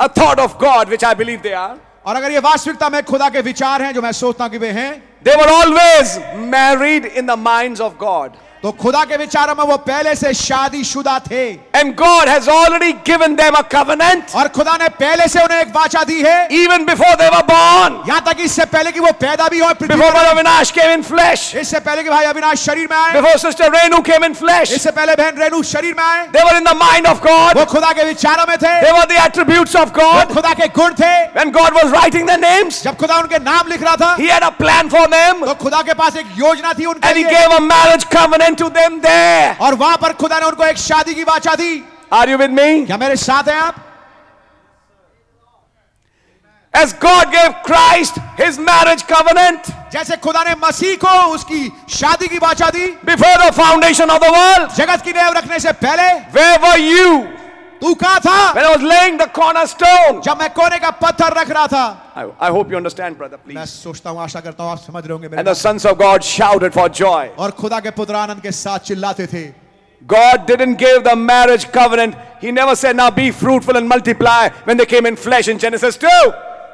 Speaker 14: a thought of God, which I believe they are,
Speaker 13: और अगर ये वास्तविकता में खुदा के विचार हैं जो मैं सोचता हूं कि वे हैं
Speaker 14: they were always married in the minds of God.
Speaker 13: तो खुदा के विचारों में वो पहले से शादीशुदा थे
Speaker 14: And God has already given them a covenant
Speaker 13: और खुदा ने पहले से उन्हें एक वाचा दी है
Speaker 14: even before they were born,
Speaker 13: यहाँ तक कि इससे पहले कि वो पैदा भी हो
Speaker 14: before Brother Vinash came in flesh,
Speaker 13: इससे पहले कि भाई अविनाश शरीर में आए
Speaker 14: before Sister Renu came in flesh.
Speaker 13: इससे पहले बहन रेणु शरीर में आए
Speaker 14: They were in the mind of
Speaker 13: वो
Speaker 14: God,
Speaker 13: खुदा के विचारों में थे
Speaker 14: they were the attributes of
Speaker 13: वो
Speaker 14: God.
Speaker 13: खुदा के गुण थे
Speaker 14: When God was writing their names,
Speaker 13: जब खुदा उनके नाम लिख रहा था
Speaker 14: He had a plan for them
Speaker 13: तो खुदा के पास एक योजना थी उनके
Speaker 14: and He
Speaker 13: लिए
Speaker 14: gave a marriage covenant to them there.
Speaker 13: और वहां पर खुदा ने उनको एक शादी की वाचा दी
Speaker 14: Are you with me?
Speaker 13: क्या मेरे साथ हैं आप
Speaker 14: As God gave Christ His marriage covenant
Speaker 13: जैसे खुदा ने मसीह को उसकी शादी की वाचा दी
Speaker 14: before the foundation of the world,
Speaker 13: जगत की नींव रखने से पहले
Speaker 14: where were you
Speaker 13: तू कहा था
Speaker 14: when I was laying the cornerstone?
Speaker 13: जब मैं कोने का पत्थर रख रहा था
Speaker 14: I, I hope you understand, brother,
Speaker 13: मैं
Speaker 14: please.
Speaker 13: सोचता हूँ आशा करता हूँ आप समझ रहे होंगे मेरे
Speaker 14: And the sons of God shouted for joy.
Speaker 13: बात। और खुदा के पुत्र आनंद के साथ चिल्लाते थे
Speaker 14: God didn't give the marriage covenant. He never said, Now be fruitful and multiply when they came in flesh in Genesis 2.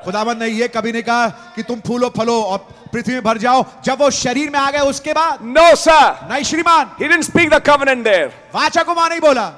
Speaker 13: खुदावन ने ये कभी नहीं कहा कि तुम फूलो फलो और पृथ्वी में भर जाओ जब वो शरीर में आ गए उसके बाद
Speaker 14: No, sir.
Speaker 13: नहीं श्रीमान
Speaker 14: He didn't speak the covenant there.
Speaker 13: वाचा को मां नहीं बोला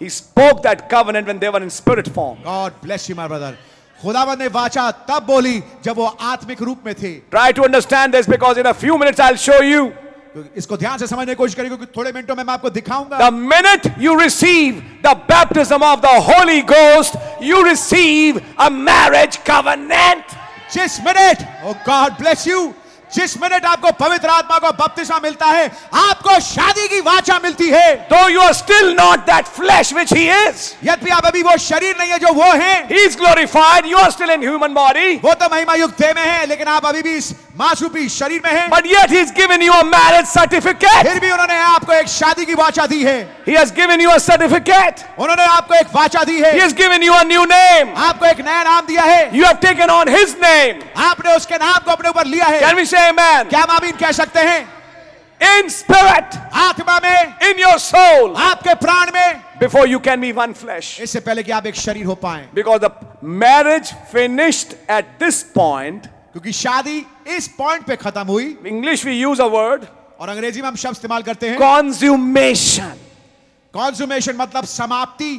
Speaker 14: He spoke that covenant when they were in spirit form.
Speaker 13: God bless you my brother खुदावन ने वाचा तब बोली जब वो आत्मिक रूप में थे
Speaker 14: Try to understand this because in a few minutes I'll show you.
Speaker 13: तो इसको ध्यान से समझने की कोशिश करिए क्योंकि थोड़े मिनटों में मैं आपको दिखाऊंगा
Speaker 14: The minute you receive the baptism of the Holy Ghost, you receive a marriage covenant.
Speaker 13: जिस minute oh oh God bless you जिस मिनट आपको पवित्र आत्मा को बपतिस्मा मिलता है आपको शादी की वाचा मिलती है
Speaker 14: Though you are still not that flesh which he is,
Speaker 13: यद्यपि आप अभी वो शरीर नहीं है जो वो है
Speaker 14: he is glorified, you are still in human body,
Speaker 13: वो तो महिमा युक्त देह में है लेकिन आप अभी भी इस मासूपी शरीर में हैं
Speaker 14: but yet he's given you a marriage certificate.
Speaker 13: फिर भी उन्होंने आपको एक शादी की वाचा दी है
Speaker 14: He has given you a certificate.
Speaker 13: उन्होंने आपको एक वाचा दी है
Speaker 14: He has given you a new name.
Speaker 13: आपको एक नया नाम दिया है
Speaker 14: You have taken on his name.
Speaker 13: आपने उसके नाम को अपने ऊपर लिया है
Speaker 14: Can we say amen?
Speaker 13: क्या हम आमीन कह सकते हैं
Speaker 14: In spirit,
Speaker 13: आत्मा में
Speaker 14: in your soul,
Speaker 13: आपके प्राण में
Speaker 14: before you can be one flesh.
Speaker 13: इससे पहले कि आप एक शरीर हो पाए
Speaker 14: Because the marriage finished at this point.
Speaker 13: क्योंकि शादी इस पॉइंट पे खत्म हुई
Speaker 14: In English, we use a word
Speaker 13: और अंग्रेजी में हम शब्द इस्तेमाल करते हैं
Speaker 5: consummation
Speaker 13: कॉन्सुमेशन मतलब समाप्ति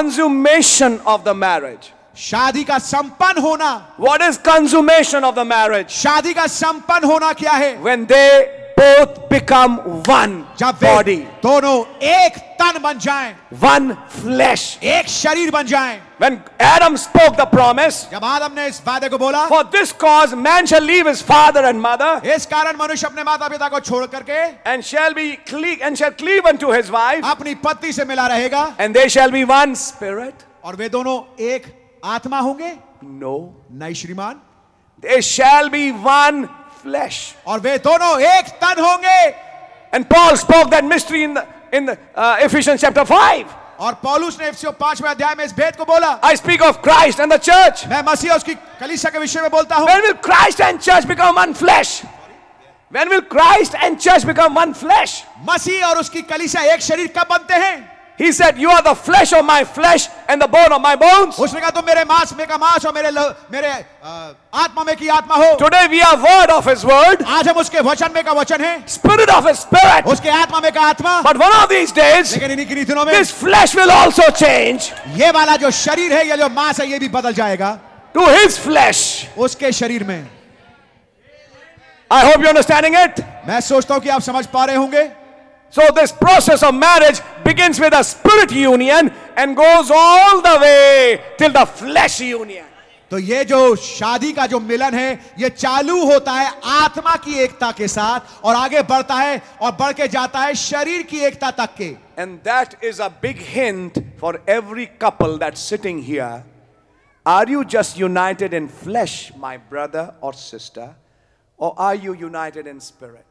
Speaker 5: consummation of the marriage
Speaker 13: शादी का संपन्न होना
Speaker 5: what is consummation of the marriage
Speaker 13: शादी का संपन्न होना क्या है
Speaker 5: when they both become one
Speaker 13: जब वे
Speaker 5: body
Speaker 13: दोनों एक तन बन जाएं,
Speaker 5: one flesh
Speaker 13: एक शरीर बन जाएं।
Speaker 5: when adam spoke the promise
Speaker 13: जब आदम ने इस वादे को बोला
Speaker 5: for this cause man shall leave his father and mother
Speaker 13: इस कारण मनुष्य अपने माता पिता को छोड़ करके
Speaker 5: and shall be cleave and shall cleave unto his wife
Speaker 13: अपनी पत्नी से मिला रहेगा
Speaker 5: and they shall be one spirit
Speaker 13: और वे दोनों एक आत्मा होंगे
Speaker 5: no
Speaker 13: नहीं श्रीमान
Speaker 5: they shall be one flesh
Speaker 13: और वे दोनों एक तन होंगे
Speaker 5: and paul spoke that mystery in the in the uh, ephesians chapter 5
Speaker 13: और पौलुस ने एफसीओ पांचवें अध्याय में इस भेद को बोला
Speaker 5: i speak of christ and the church
Speaker 13: मैं मसीह और उसकी कलीसिया के विषय में बोलता हूँ
Speaker 5: When will Christ and church become one flesh? When will Christ and church become one flesh?
Speaker 13: मसीह और उसकी कलीसिया एक शरीर कब बनते हैं
Speaker 5: He said, You are the flesh of my flesh and the bone of my bones.
Speaker 13: उसने कहा तुम मेरे मांस में का मांस और मेरे ल- मेरे अ, आत्मा में की आत्मा हो
Speaker 5: Today we are word of His word,
Speaker 13: आज हम उसके वचन में का वचन है
Speaker 5: spirit of His spirit.
Speaker 13: उसके आत्मा में का आत्मा
Speaker 5: But one of these days,
Speaker 13: लेकिन इन्हीं किन्हीं दिनों में
Speaker 5: this flesh will also change
Speaker 13: ये वाला जो शरीर है ये जो मांस है ये भी बदल जाएगा
Speaker 5: to His flesh.
Speaker 13: उसके शरीर में
Speaker 5: I hope you're understanding it.
Speaker 13: मैं सोचता हूँ कि आप समझ पा रहे होंगे
Speaker 5: So, this process of marriage begins with a spirit union and goes all the way till the flesh union.
Speaker 13: तो ये जो शादी का जो मिलन है ये चालू होता है आत्मा की एकता के साथ और आगे बढ़ता है और बढ़ के जाता है शरीर की एकता तक के
Speaker 5: And that is a big hint for every couple that's sitting here. Are you just united in flesh, my brother or sister, or are you united in spirit?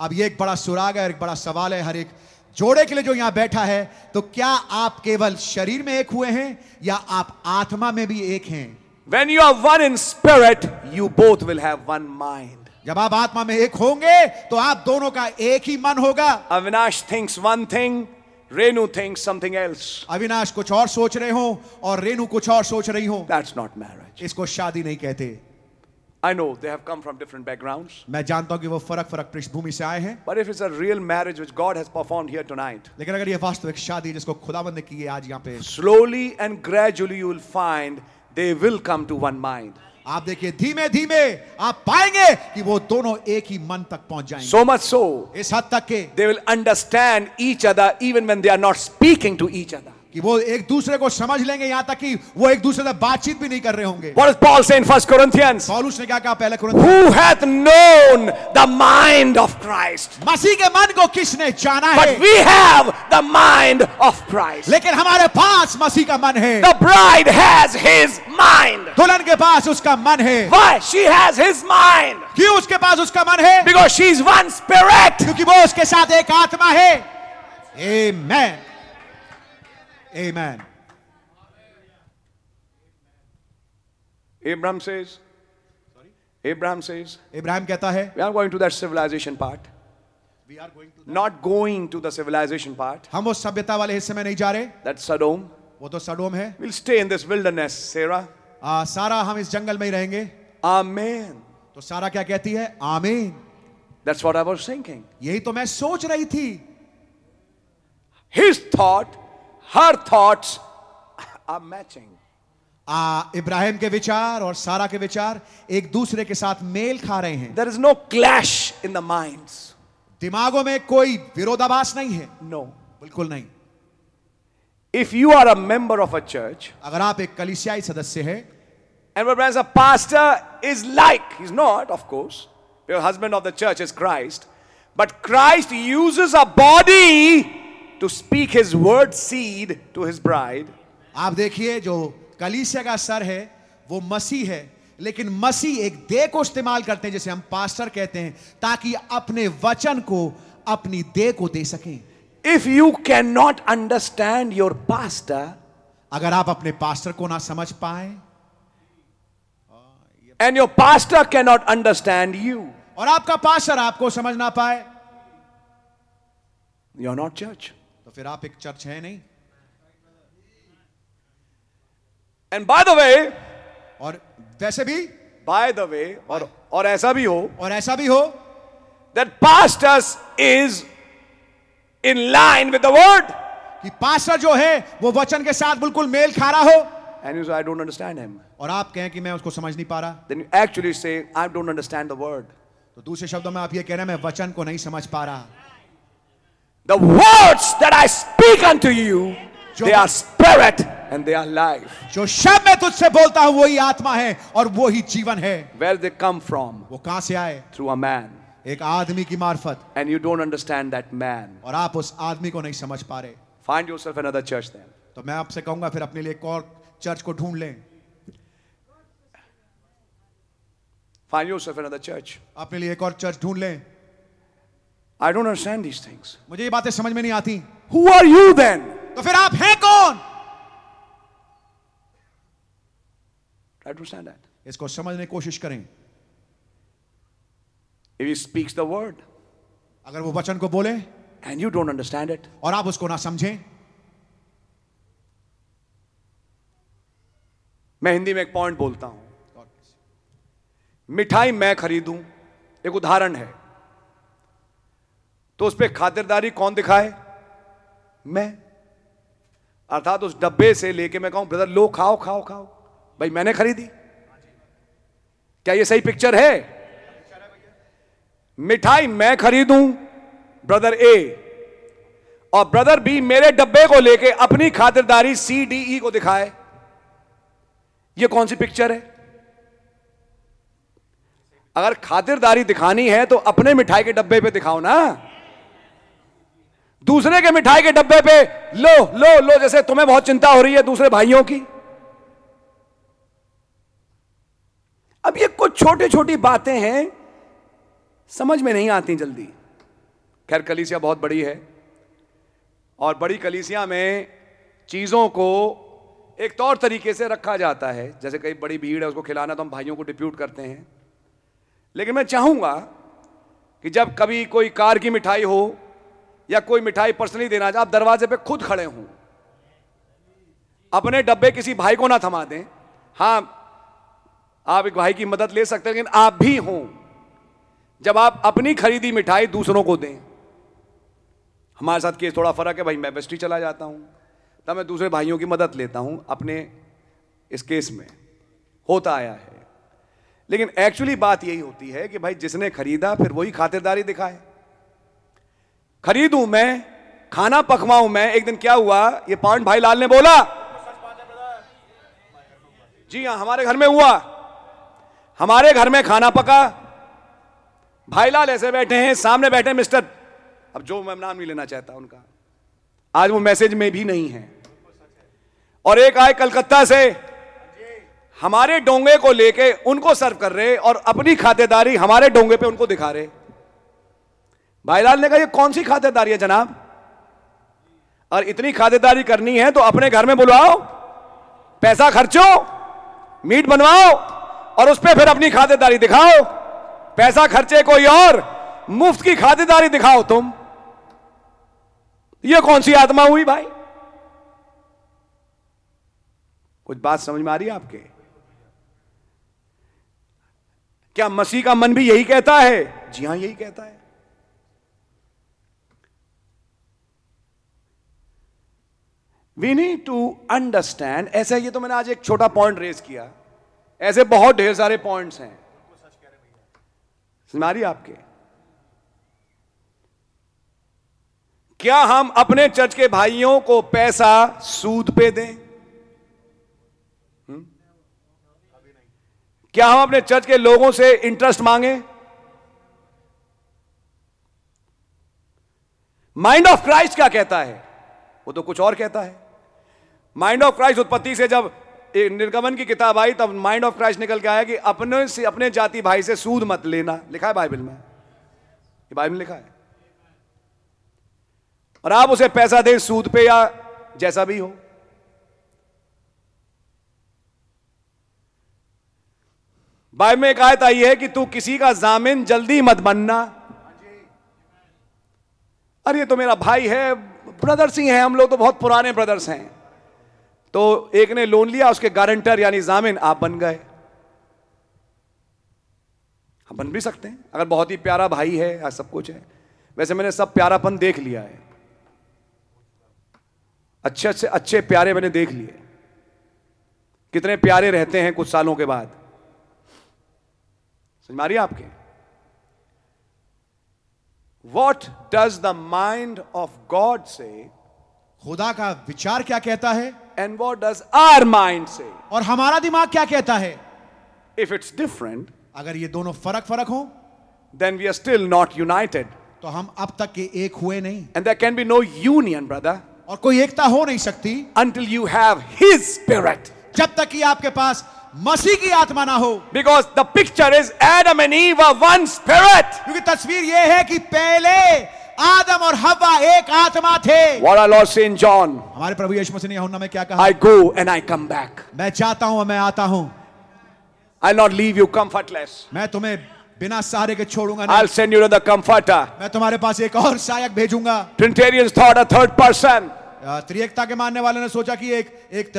Speaker 13: अब ये एक बड़ा सुराग है और एक बड़ा सवाल है हर एक जोड़े के लिए जो यहां बैठा है तो क्या आप केवल शरीर में एक हुए हैं या आप आत्मा में भी एक हैं
Speaker 5: When you are one in spirit, you both will have one mind.
Speaker 13: जब आप आत्मा में एक होंगे तो आप दोनों का एक ही मन होगा
Speaker 5: Avinash thinks one thing, Renu thinks something else.
Speaker 13: Avinash कुछ और सोच रहे हो और रेणु कुछ और सोच रही हो
Speaker 5: That's not marriage.
Speaker 13: इसको शादी नहीं कहते
Speaker 5: I know they have come from different backgrounds,
Speaker 13: मैं जानता हूं कि वो फर्क फर्क पृष्ठभूमि से आए हैं
Speaker 5: but if it's a real marriage which God has performed here tonight,
Speaker 13: लेकिन अगर ये वास्तविक शादी है जिसको खुदाबंद ने की है आज यहाँ पे
Speaker 5: slowly and gradually you will find they will come to one mind.
Speaker 13: आप देखिए धीमे धीमे आप पाएंगे कि वो दोनों एक ही मन तक पहुंच जाएंगे
Speaker 5: So much so
Speaker 13: इस हद तक के
Speaker 5: they will understand each other even when they are not speaking to each other.
Speaker 13: कि वो एक दूसरे को समझ लेंगे यहाँ तक कि वो एक दूसरे से बातचीत भी नहीं कर रहे होंगे
Speaker 5: What does Paul say in 1 Corinthians?
Speaker 13: पौलुस ने क्या कहा पहले कुरिन्थियों
Speaker 5: Who hath known the mind of Christ?
Speaker 13: मसीह के मन को किसने जाना
Speaker 5: But
Speaker 13: है
Speaker 5: we have the mind of Christ.
Speaker 13: लेकिन हमारे पास मसीह का मन है
Speaker 5: The bride has his mind.
Speaker 13: दुल्हन के पास उसका मन है
Speaker 5: Why? She has his mind.
Speaker 13: क्यों उसके पास उसका मन है
Speaker 5: Because she's one spirit.
Speaker 13: क्योंकि वो उसके साथ एक आत्मा है Amen. Amen.
Speaker 5: Abraham says, Abraham says,
Speaker 13: Ibrahim कहता है
Speaker 5: we are going to that civilization part. Not going to the civilization part.
Speaker 13: हम उस सभ्यता वाले हिस्से में नहीं जा रहे
Speaker 5: That's Sodom.
Speaker 13: वो तो सडोम है
Speaker 5: We'll stay in this wilderness, Sarah.
Speaker 13: आ, सारा हम इस जंगल में ही रहेंगे
Speaker 5: Amen.
Speaker 13: तो सारा क्या कहती है आमीन
Speaker 5: That's what I was thinking.
Speaker 13: यही तो मैं सोच रही थी
Speaker 5: His thought, her thoughts are matching.
Speaker 13: आ, इब्राहिम के विचार और सारा के विचार एक दूसरे के साथ मेल खा रहे हैं
Speaker 5: There is no clash in the minds.
Speaker 13: दिमागों में कोई विरोधाभास नहीं है
Speaker 5: No.
Speaker 13: बिल्कुल नहीं
Speaker 5: If you are a member of a church,
Speaker 13: अगर आप एक कलिसियाई सदस्य हैं
Speaker 5: and what a pastor is like, he's not, of course. Your husband of the church is Christ. But Christ uses a body to speak his word seed to his bride.
Speaker 13: आप देखिए जो कलीसिया का सर है वो मसीह है लेकिन मसीह एक देह को इस्तेमाल करते हैं जिसे हम पास्टर कहते हैं ताकि अपने वचन को अपनी देह को दे सकें
Speaker 5: If you cannot understand your pastor
Speaker 13: अगर आप अपने पास्टर को ना समझ पाए
Speaker 5: and your pastor cannot understand you,
Speaker 13: और आपका पास्टर आपको समझ ना पाए
Speaker 5: you're not church.
Speaker 13: तो फिर आप एक चर्च है नहीं
Speaker 5: And by the way,
Speaker 13: और वैसे भी
Speaker 5: by the way, or, or ऐसा भी हो,
Speaker 13: और ऐसा भी हो
Speaker 5: that past us is in line with the word.
Speaker 13: कि पास्टर जो है वो वचन के साथ बिल्कुल मेल खा रहा हो
Speaker 5: And you say, I don't understand him.
Speaker 13: और आप कहें कि मैं उसको समझ नहीं पा रहा
Speaker 5: Then you actually say, I don't understand the word.
Speaker 13: तो दूसरे शब्दों में आप ये कह रहे हैं मैं वचन को नहीं समझ पा रहा
Speaker 5: The words that I speak unto you, they are spirit and they are life.
Speaker 13: जो शब्द मैं तुझसे बोलता हूं वही आत्मा है और वो ही जीवन है
Speaker 5: Where they come from?
Speaker 13: वो कहां से आए
Speaker 5: Through a man.
Speaker 13: एक आदमी की मार्फत
Speaker 5: And you don't understand that man.
Speaker 13: और आप उस आदमी को नहीं समझ पा रहे
Speaker 5: Find yourself another church then.
Speaker 13: तो मैं आपसे कहूंगा फिर अपने लिए एक और चर्च को ढूंढ लें
Speaker 5: Find yourself another church.
Speaker 13: अपने लिए एक और चर्च ढूंढ लें
Speaker 5: I don't understand these things.
Speaker 13: मुझे ये बातें समझ में नहीं आती
Speaker 5: Who are you then?
Speaker 13: तो फिर आप हैं कौन
Speaker 5: Try to understand that.
Speaker 13: इसको समझने की कोशिश करें
Speaker 5: If he speaks the word
Speaker 13: अगर वो वचन को बोले
Speaker 5: and you don't understand it,
Speaker 13: और आप उसको ना समझें
Speaker 5: मैं हिंदी में एक पॉइंट बोलता हूं मिठाई मैं खरीदूं एक उदाहरण है तो उस पर खातिरदारी कौन दिखाए मैं अर्थात उस डब्बे से लेके मैं कहूं ब्रदर लो खाओ खाओ खाओ भाई मैंने खरीदी क्या ये सही पिक्चर है मिठाई मैं खरीदूं ब्रदर ए और ब्रदर बी मेरे डब्बे को लेके अपनी खातिरदारी सी डी ई को दिखाए ये कौन सी पिक्चर है अगर खातिरदारी दिखानी है तो अपने मिठाई के डब्बे पे दिखाओ ना दूसरे के मिठाई के डब्बे पे लो लो लो जैसे तुम्हें बहुत चिंता हो रही है दूसरे भाइयों की अब ये कुछ छोटी छोटी बातें हैं समझ में नहीं आती जल्दी खैर कलीसिया बहुत बड़ी है और बड़ी कलीसिया में चीज़ों को एक तौर तरीके से रखा जाता है जैसे कई बड़ी भीड़ है उसको खिलाना तो हम भाइयों को डिप्यूट करते हैं लेकिन मैं चाहूँगा कि जब कभी कोई कार की मिठाई हो या कोई मिठाई पर्सनली देना चाहे आप दरवाजे पे खुद खड़े हों अपने डब्बे किसी भाई को ना थमा दें हाँ आप एक भाई की मदद ले सकते हैं लेकिन आप भी हों जब आप अपनी खरीदी मिठाई दूसरों को दें हमारे साथ केस थोड़ा फर्क है भाई मैं वेस्टी चला जाता हूँ तब मैं दूसरे भाइयों की मदद लेता हूँ अपने इस केस में होता आया है लेकिन एक्चुअली बात यही होती है कि भाई जिसने खरीदा फिर वही खातिरदारी दिखाए खरीदूं मैं खाना पकवाऊं मैं एक दिन क्या हुआ ये पांड भाई लाल ने बोला जी हाँ हमारे घर में हुआ हमारे घर में खाना पका भाई लाल ऐसे बैठे हैं सामने बैठे हैं मिस्टर अब जो मैं नाम नहीं लेना चाहता उनका आज वो मैसेज में भी नहीं है और एक आए कलकत्ता से हमारे डोंगे को लेके उनको सर्व कर रहे और अपनी खातेदारी हमारे डोंगे पे उनको दिखा रहे भाईलाल ने कहा ये कौन सी खातेदारी है जनाब और इतनी खातेदारी करनी है तो अपने घर में बुलाओ पैसा खर्चो मीट बनवाओ और उस पर फिर अपनी खातेदारी दिखाओ पैसा खर्चे कोई और मुफ्त की खातेदारी दिखाओ तुम ये कौन सी आत्मा हुई भाई कुछ बात समझ में आ रही है आपके क्या मसीह का मन भी यही कहता है जी हां यही कहता है वी नीड टू अंडरस्टैंड ऐसे ये तो मैंने आज एक छोटा पॉइंट रेज किया ऐसे बहुत ढेर सारे पॉइंट्स हैं समझ आ रही है आपके क्या हम अपने चर्च के भाइयों को पैसा सूद पे दें हम्म? क्या हम अपने चर्च के लोगों से इंटरेस्ट मांगे माइंड ऑफ क्राइस्ट क्या कहता है वो तो कुछ और कहता है माइंड ऑफ क्राइस्ट उत्पत्ति से जब ये निर्गमन की किताब आई तब माइंड ऑफ क्राइस्ट निकल के आया कि अपने से अपने जाति भाई से सूद मत लेना लिखा है बाइबल में ये बाइबल में लिखा है और आप उसे पैसा दें सूद पे या जैसा भी हो बाइबल में एक आयत आई है कि तू किसी का जामिन जल्दी मत बनना अरे ये तो मेरा भाई है ब्रदर्स ही हैं हम लोग तो बहुत पुराने ब्रदर्स हैं तो एक ने लोन लिया उसके गारंटर यानी जामिन आप बन गए
Speaker 14: बन भी सकते हैं अगर बहुत ही प्यारा भाई है या सब कुछ है वैसे मैंने सब प्यारापन देख लिया है अच्छे अच्छे अच्छे प्यारे मैंने देख लिए कितने प्यारे रहते हैं कुछ सालों के बाद समझ मारिए आपके what does the mind of God से
Speaker 13: खुदा का विचार क्या कहता है
Speaker 14: and what does our mind से
Speaker 13: और हमारा दिमाग क्या कहता है
Speaker 14: इफ इट्स डिफरेंट
Speaker 13: अगर ये दोनों फर्क फर्क हो
Speaker 14: then we are still not united
Speaker 13: तो हम अब तक के एक हुए नहीं
Speaker 14: and there can be no union brother
Speaker 13: और कोई एकता हो नहीं सकती
Speaker 14: until you have his spirit
Speaker 13: जब तक कि आपके पास मसीह की आत्मा ना हो
Speaker 14: because the picture is adam and eve are one spirit
Speaker 13: क्योंकि तस्वीर यह है कि पहले आदम और हवा एक आत्मा थे
Speaker 14: what our lord saint john
Speaker 13: हमारे प्रभु यीशु मसीह ने यूहन्ना में क्या कहा
Speaker 14: i go and i come back
Speaker 13: मैं चाहता हूं और मैं आता हूं
Speaker 14: i'll not leave you comfortless
Speaker 13: मैं तुम्हें बिना सहारे के छोड़ूंगा
Speaker 14: i'll
Speaker 13: नहीं
Speaker 14: send you to the comforter
Speaker 13: मैं तुम्हारे पास एक और सहायक भेजूंगा
Speaker 14: trinitarians thought a third person
Speaker 13: अ, त्रिएकता के मानने वाले ने सोचा कि एक एक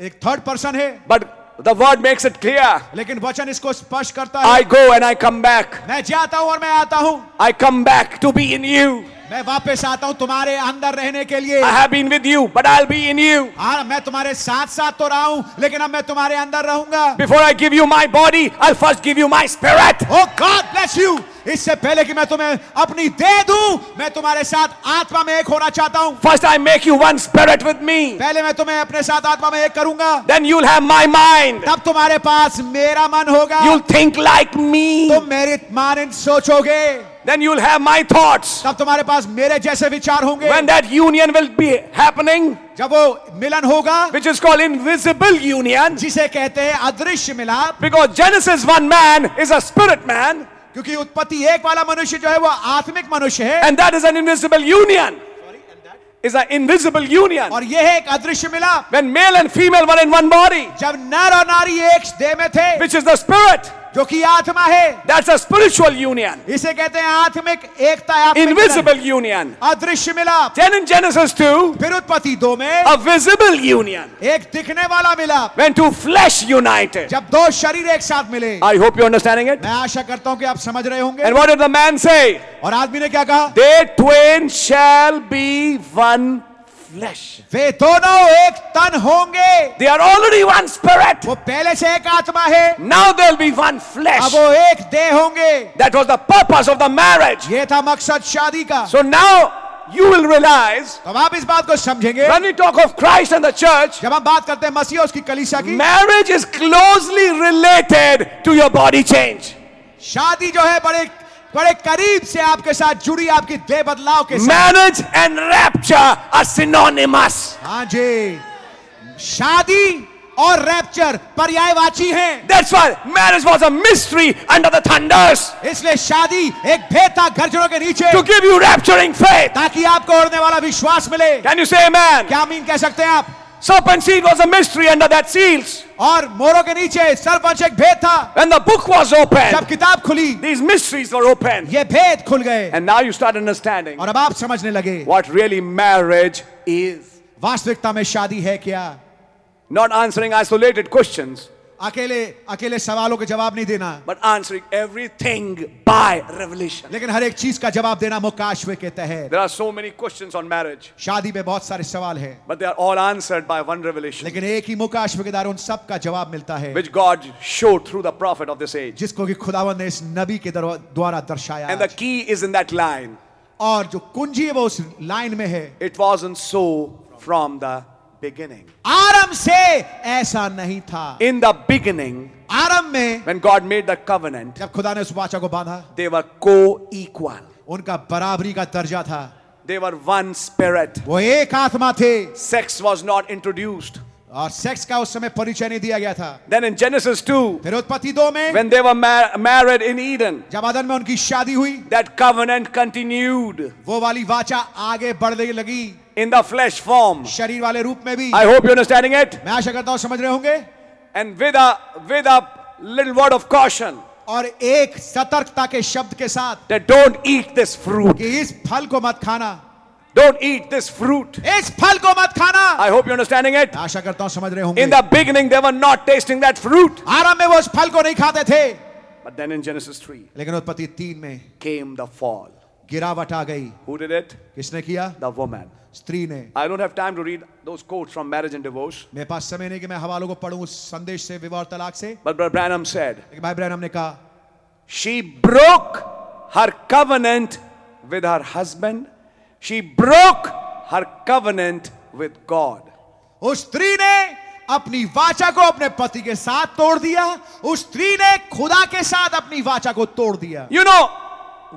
Speaker 13: एक थर्ड पर्सन है
Speaker 14: but the word makes it clear
Speaker 13: लेकिन वचन इसको स्पष्ट करता है
Speaker 14: i go and i come back
Speaker 13: मैं जाता हूं और मैं आता हूं
Speaker 14: i come back to be in you
Speaker 13: मैं वापस आता हूं तुम्हारे अंदर रहने के लिए
Speaker 14: i have been with you but i'll be in you
Speaker 13: हाँ मैं तुम्हारे साथ साथ तो रहा हूं लेकिन अब मैं तुम्हारे अंदर रहूंगा
Speaker 14: before i give you my body i'll first give you my spirit
Speaker 13: oh God bless you इससे पहले कि मैं तुम्हें अपनी दे दूं मैं तुम्हारे साथ आत्मा में एक होना चाहता हूं
Speaker 14: first i make you one spirit with me
Speaker 13: पहले मैं तुम्हें अपने साथ आत्मा में एक करूंगा
Speaker 14: then you'll have my mind
Speaker 13: तब तुम्हारे पास मेरा मन होगा
Speaker 14: You'll think like me.
Speaker 13: तुम मेरे मानंद सोचोगे
Speaker 14: Then you'll have my thoughts.
Speaker 13: तब तुम्हारे पास मेरे जैसे विचार होंगे
Speaker 14: When that union will be happening,
Speaker 13: जब वो मिलन होगा
Speaker 14: which is called invisible union,
Speaker 13: जिसे कहते हैं अदृश्य मिलाप
Speaker 14: because Genesis 1 man is a spirit man,
Speaker 13: क्योंकि उत्पत्ति एक वाला मनुष्य जो है वो आत्मिक मनुष्य है
Speaker 14: and that is an invisible union. Is an invisible union.
Speaker 13: और यह एक अदृश्य मिलाप
Speaker 14: When male and female were in one body,
Speaker 13: जब नर और नारी एक देह में थे
Speaker 14: which is the spirit,
Speaker 13: जो कि आत्मा है
Speaker 14: that's a spiritual union.
Speaker 13: इसे कहते हैं आत्मिक एकता आत्मिक
Speaker 14: Invisible
Speaker 13: मिलन।
Speaker 14: union.
Speaker 13: अदृश्य मिलाप
Speaker 14: Then in Genesis 2,
Speaker 13: फिर उत्पत्ति दो में
Speaker 14: a visible union.
Speaker 13: एक दिखने वाला मिलाप
Speaker 14: When two flesh united.
Speaker 13: जब दो शरीर एक साथ मिले
Speaker 14: I hope you're understanding it.
Speaker 13: मैं आशा करता हूं कि आप समझ रहे होंगे
Speaker 14: And what did the man say?
Speaker 13: और आदमी ने क्या कहा
Speaker 14: They twain shall be one flesh.
Speaker 13: वे दोनों एक तन होंगे
Speaker 14: They are already one spirit.
Speaker 13: वो पहले से एक आत्मा है
Speaker 14: Now they'll be one
Speaker 13: अब
Speaker 14: flesh.
Speaker 13: वो एक देह होंगे
Speaker 14: That was the purpose of the marriage.
Speaker 13: ये था मकसद शादी का
Speaker 14: So now you will realize
Speaker 13: तो अब आप इस बात को समझेंगे
Speaker 14: when we talk of Christ and the church,
Speaker 13: जब हम बात करते हैं मसीह और उसकी कलीसिया की
Speaker 14: marriage is closely related to your body change.
Speaker 13: शादी जो है बड़े बड़े करीब से आपके साथ जुड़ी आपकी देह बदलाव के साथ
Speaker 14: Marriage and rapture are synonymous.
Speaker 13: हाँ जी शादी और रैप्चर पर्यायवाची हैं
Speaker 14: That's why marriage was a mystery under the thunders
Speaker 13: इसलिए शादी एक भेद था गर्जनों के नीचे
Speaker 14: to give you rapturing faith.
Speaker 13: ताकि आपको उड़ने वाला विश्वास मिले
Speaker 14: Can you say amen?
Speaker 13: क्या मीन कह सकते हैं आप
Speaker 14: Serpent seed was a mystery under that seals.
Speaker 13: और मोरों के नीचे सरपंच एक भेद था
Speaker 14: When the book was
Speaker 13: जब
Speaker 14: opened,
Speaker 13: किताब खुली
Speaker 14: these mysteries were opened.
Speaker 13: ये भेद खुल गए
Speaker 14: And now you start understanding
Speaker 13: और अब आप समझने लगे
Speaker 14: what really marriage is.
Speaker 13: वास्तविकता में शादी है क्या
Speaker 14: Not answering isolated questions,
Speaker 13: अकेले अकेले सवालों के जवाब नहीं देना
Speaker 14: but answering everything by revelation.
Speaker 13: लेकिन हर एक चीज का जवाब देना मुकाशवे के तहत
Speaker 14: There are so many questions on marriage,
Speaker 13: शादी में बहुत सारे सवाल हैं
Speaker 14: but they are all answered by one revelation,
Speaker 13: लेकिन एक ही मुकाशवे के द्वारा उन सब का जवाब मिलता है
Speaker 14: which God showed through the prophet of this age.
Speaker 13: जिसको कि खुदावन ने इस नबी के दरवा- द्वारा दर्शाया
Speaker 14: And the
Speaker 13: आज।
Speaker 14: key is in that line
Speaker 13: और जो कुंजी है वो उस लाइन में है
Speaker 14: it wasn't so from the beginning.
Speaker 13: आरंभ से ऐसा नहीं था
Speaker 14: In the beginning,
Speaker 13: आरंभ में
Speaker 14: when God made the covenant,
Speaker 13: जब खुदा ने उस वाचा को बांधा
Speaker 14: they were co equal.
Speaker 13: उनका बराबरी का दर्जा था
Speaker 14: They were one spirit.
Speaker 13: वो एक आत्मा थे
Speaker 14: Sex was not introduced.
Speaker 13: और सेक्स का उस समय परिचय नहीं दिया गया था
Speaker 14: Then in Genesis 2,
Speaker 13: फिर उत्पत्ति दो में
Speaker 14: when they were mar- married in Eden,
Speaker 13: जब आदन में उनकी शादी हुई
Speaker 14: that covenant continued
Speaker 13: वो वाली वाचा आगे बढ़ने लगी
Speaker 14: in the flesh form.
Speaker 13: शरीर वाले रूप में भी
Speaker 14: I hope you're understanding it.
Speaker 13: मैं आशा करता हूं समझ रहे होंगे
Speaker 14: And with a with a little word of caution
Speaker 13: और एक सतर्कता के शब्द के साथ
Speaker 14: that don't eat this fruit.
Speaker 13: कि इस फल को मत खाना
Speaker 14: Don't eat this fruit.
Speaker 13: इस फल को मत खाना
Speaker 14: I hope you're understanding it.
Speaker 13: मैं आशा करता हूं समझ रहे
Speaker 14: In
Speaker 13: होंगे
Speaker 14: the beginning, they were not tasting that fruit.
Speaker 13: आराम में वो उस फल को नहीं खाते थे
Speaker 14: But then in Genesis 3
Speaker 13: लेकिन उत्पत्ति तीन में
Speaker 14: came the fall.
Speaker 13: गिरावट आ गई
Speaker 14: Who did it?
Speaker 13: किसने किया
Speaker 14: The woman.
Speaker 13: स्त्री ने
Speaker 14: I don't have time to read those quotes from marriage and divorce.
Speaker 13: मेरे पास समय नहीं कि मैं हवालों को पढ़ूं उस संदेश से विवाह और तलाक से
Speaker 14: But Brother Branham said,
Speaker 13: लेकिन भाई ब्रैनम ने कहा
Speaker 14: She broke her covenant with her husband. She broke her covenant with God.
Speaker 13: उस स्त्री ने अपनी वाचा को अपने पति के साथ तोड़ दिया उस स्त्री ने खुदा के साथ अपनी वाचा को तोड़ दिया
Speaker 14: You know,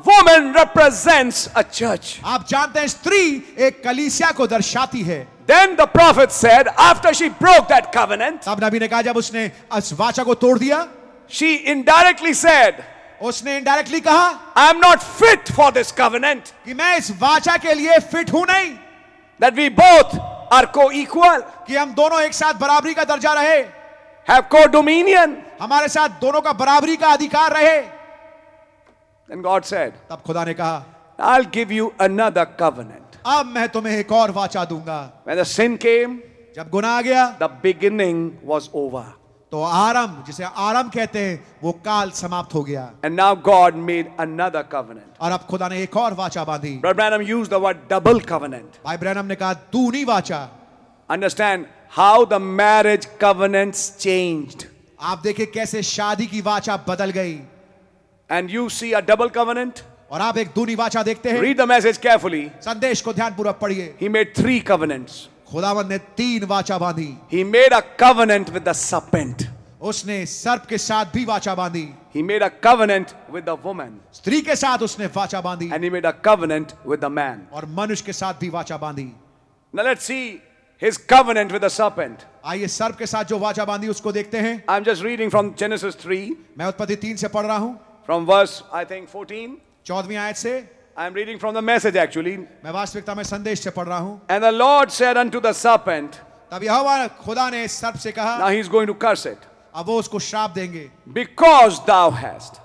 Speaker 14: woman represents a church.
Speaker 13: आप जानते हैं स्त्री एक कलीसिया को दर्शाती है
Speaker 14: Then the prophet said, after she broke that covenant,
Speaker 13: तब नबी ने कहा जब उसने इस वाचा को तोड़ दिया
Speaker 14: she indirectly said,
Speaker 13: उसने इनडायरेक्टली कहा
Speaker 14: I am not fit for this covenant,
Speaker 13: कि मैं इस वाचा के लिए फिट हूं नहीं
Speaker 14: that we both are co equal,
Speaker 13: कि हम दोनों एक साथ बराबरी का दर्जा रहे
Speaker 14: have co dominion.
Speaker 13: हमारे साथ दोनों का बराबरी का अधिकार रहे
Speaker 14: Then God said,
Speaker 13: तब खुदा ने कहा
Speaker 14: I'll give you another covenant.
Speaker 13: अब मैं तुम्हें एक और वाचा दूंगा
Speaker 14: When the sin came,
Speaker 13: जब गुना आ गया
Speaker 14: the beginning was over.
Speaker 13: तो आरंभ जिसे आरंभ कहते हैं वो काल समाप्त हो गया
Speaker 14: And now God made another covenant.
Speaker 13: और अब खुदा ने एक और वाचा बांधी
Speaker 14: Brother Branham used the word double covenant.
Speaker 13: भाई ब्रैनम ने कहा दूनी वाचा
Speaker 14: Understand how the marriage covenants changed.
Speaker 13: आप देखिए कैसे शादी की वाचा बदल गई
Speaker 14: And you see a double covenant?
Speaker 13: और आप एक दूनी वाचा देखते हैं
Speaker 14: Read the message carefully.
Speaker 13: संदेश को ध्यानपूर्वक पढ़िए
Speaker 14: He made three covenants.
Speaker 13: खुदावन ने तीन वाचा बांधी
Speaker 14: He made a covenant with the serpent.
Speaker 13: उसने सर्प के साथ भी वाचा बांधी
Speaker 14: He made a covenant with the woman.
Speaker 13: स्त्री के साथ उसने वाचा बांधी
Speaker 14: And he made a covenant with the man.
Speaker 13: और मनुष्य के साथ भी वाचा बांधी
Speaker 14: Now let's see his covenant with the serpent.
Speaker 13: आइए सर्प के साथ जो वाचा बांधी उसको देखते हैं
Speaker 14: I'm just reading from Genesis 3,
Speaker 13: मैं उत्पत्ति तीन से पढ़ रहा हूं
Speaker 14: from verse, I think, 14.
Speaker 13: चौदहवीं आयत से
Speaker 14: I'm reading from the message actually.
Speaker 13: मैं वास्तविकता में संदेश से पढ़ रहा हूं
Speaker 14: And the Lord said unto the serpent,
Speaker 13: तब यहोवा खुदा ने सर्प से कहा
Speaker 14: Now he's going to curse it.
Speaker 13: अब वो उसको श्राप देंगे
Speaker 14: Because thou hast.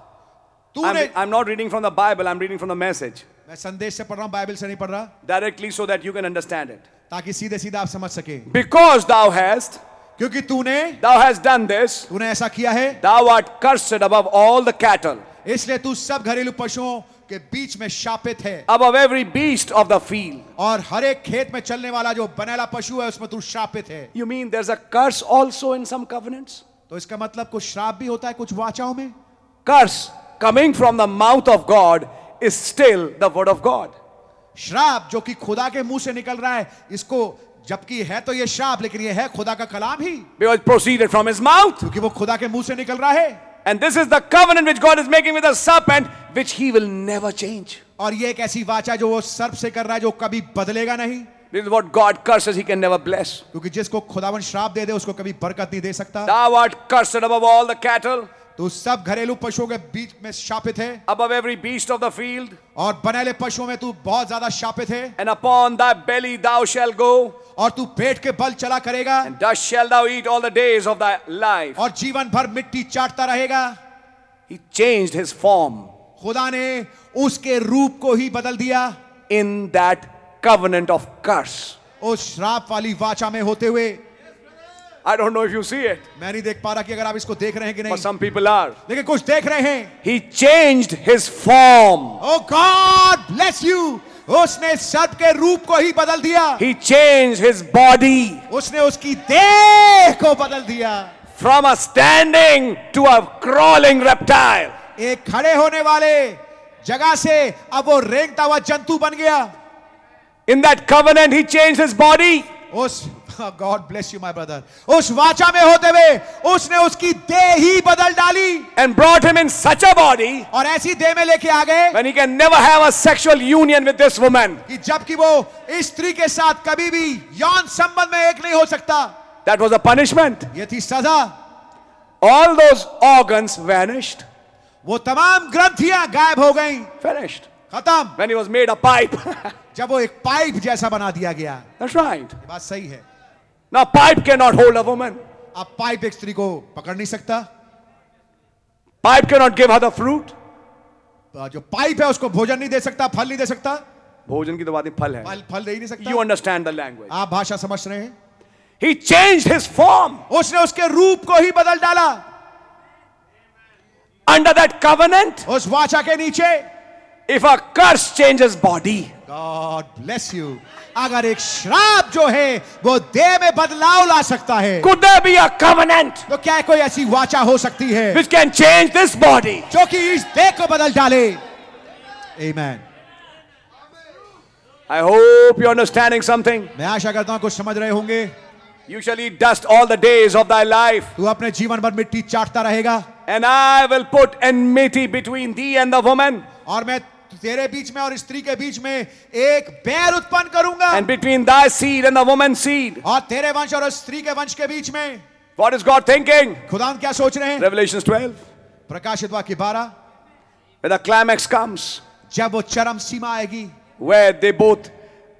Speaker 13: तूने
Speaker 14: I'm, I'm not reading from the Bible, I'm reading from the message
Speaker 13: मैं संदेश से पढ़ रहा हूं बाइबल से नहीं पढ़ रहा
Speaker 14: directly so that you can understand it.
Speaker 13: ताकि सीधे सीधा आप समझ सके
Speaker 14: Because thou hast,
Speaker 13: क्योंकि तूने
Speaker 14: thou hast done this,
Speaker 13: तूने ऐसा किया है
Speaker 14: thou art cursed above all the cattle,
Speaker 13: इसलिए तू सब घरेलू पशुओं के बीच में शापित है
Speaker 14: above every beast of the field.
Speaker 13: और हर एक खेत में चलने वाला जो बनेला पशु है उसमें तू शापित है
Speaker 14: You mean there's a curse also in some covenants?
Speaker 13: तो इसका मतलब कुछ श्राप भी होता है कुछ वाचाओं में
Speaker 14: Curse coming from the mouth of God is still the word of God.
Speaker 13: श्राप जो कि खुदा के मुंह से निकल रहा है इसको जबकि है तो ये श्राप लेकिन ये है खुदा का कलाम ही
Speaker 14: Because it proceeded from his mouth.
Speaker 13: क्योंकि वो खुदा के मुंह से निकल रहा है
Speaker 14: And this is the covenant which God is making with the serpent, which he will never change.
Speaker 13: और ये एक ऐसी वाचा जो वो सर्प से कर रहा है जो कभी बदलेगा नहीं
Speaker 14: This is what God curses, he can never bless.
Speaker 13: क्योंकि जिसको खुदावन श्राप दे दे उसको कभी बरकत नहीं दे सकता
Speaker 14: Thou art cursed above all the cattle,
Speaker 13: तो सब घरेलू पशुओं के बीच में शापित है
Speaker 14: above every beast of the field,
Speaker 13: और बनेले पशुओं में तू बहुत ज्यादा शापित है
Speaker 14: and upon thy belly thou shalt go,
Speaker 13: और तू पेट के बल चला करेगा
Speaker 14: and dust shalt thou eat all the days of thy life.
Speaker 13: और जीवन भर मिट्टी चाटता रहेगा
Speaker 14: He changed his form
Speaker 13: खुदा ने उसके रूप को ही बदल दिया
Speaker 14: in that covenant of curse.
Speaker 13: उस श्राप वाली वाचा में होते हुए
Speaker 14: I don't know if you see it,
Speaker 13: मैं नहीं देख पा रहा कि अगर आप इसको देख रहे हैं कि
Speaker 14: but
Speaker 13: नहीं
Speaker 14: some people are.
Speaker 13: लेकिन कुछ देख रहे हैं
Speaker 14: He changed his form,
Speaker 13: oh God bless you उसने सर्प के रूप को ही बदल दिया
Speaker 14: he changed his body
Speaker 13: उसने उसकी देह को बदल दिया
Speaker 14: from a standing to a crawling reptile.
Speaker 13: एक खड़े होने वाले जगह से अब वो रेंगता हुआ जंतु बन गया
Speaker 14: In that covenant, he changed his body
Speaker 13: उस God bless you my brother उस वाचा में होते हुए उसने उसकी देह ही बदल डाली
Speaker 14: and brought him in such a body
Speaker 13: और ऐसी देह में लेके आ गए
Speaker 14: when he can never have a sexual union with this woman.
Speaker 13: कि जबकि वो इस स्त्री के साथ कभी भी यौन संबंध में एक नहीं हो सकता
Speaker 14: That was a punishment.
Speaker 13: ये थी सजा
Speaker 14: All those organs vanished.
Speaker 13: वो तमाम ग्रंथियां गायब हो गईं
Speaker 14: Finished.
Speaker 13: खत्म
Speaker 14: When he was made a pipe.
Speaker 13: जब वो एक पाइप जैसा बना दिया गया ये
Speaker 14: That's right.
Speaker 13: बात सही है
Speaker 14: Now, pipe cannot hold a woman,
Speaker 13: अब पाइप एक स्त्री को पकड़ नहीं सकता
Speaker 14: pipe cannot give her the fruit.
Speaker 13: तो जो पाइप है उसको भोजन नहीं दे सकता फल नहीं दे सकता
Speaker 14: भोजन की तो बात ही फल है
Speaker 13: फल फल दे ही नहीं सकता
Speaker 14: You understand the language.
Speaker 13: आप भाषा समझ रहे हैं
Speaker 14: He changed his form.
Speaker 13: उसने उसके रूप को ही बदल डाला
Speaker 14: Under that covenant,
Speaker 13: उस वाचा के नीचे
Speaker 14: if a curse changes body,
Speaker 13: God bless you अगर एक श्राप जो है वो देह में बदलाव ला सकता है
Speaker 14: could there be a covenant
Speaker 13: तो क्या कोई ऐसी वाचा हो सकती है
Speaker 14: which can change this body?
Speaker 13: जो कि इस देह को बदल डाले Amen.
Speaker 14: I hope you're understanding something.
Speaker 13: मैं आशा करता हूं कुछ समझ रहे होंगे
Speaker 14: You shall eat dust all the days of thy life,
Speaker 13: तू अपने जीवन भर मिट्टी चाटता रहेगा
Speaker 14: and I will put enmity between thee and the woman,
Speaker 13: और मैं तेरे बीच में और स्त्री के बीच में एक बैर उत्पन्न करूंगा
Speaker 14: and between thy seed and the woman's seed.
Speaker 13: और तेरे वंश और उस स्त्री के वंश के बीच में
Speaker 14: What is God thinking?
Speaker 13: खुदा क्या सोच रहे हैं
Speaker 14: Revelations 12.
Speaker 13: प्रकाशित वाक्य बारह
Speaker 14: When the climax comes,
Speaker 13: जब वो चरम सीमा आएगी
Speaker 14: where they both,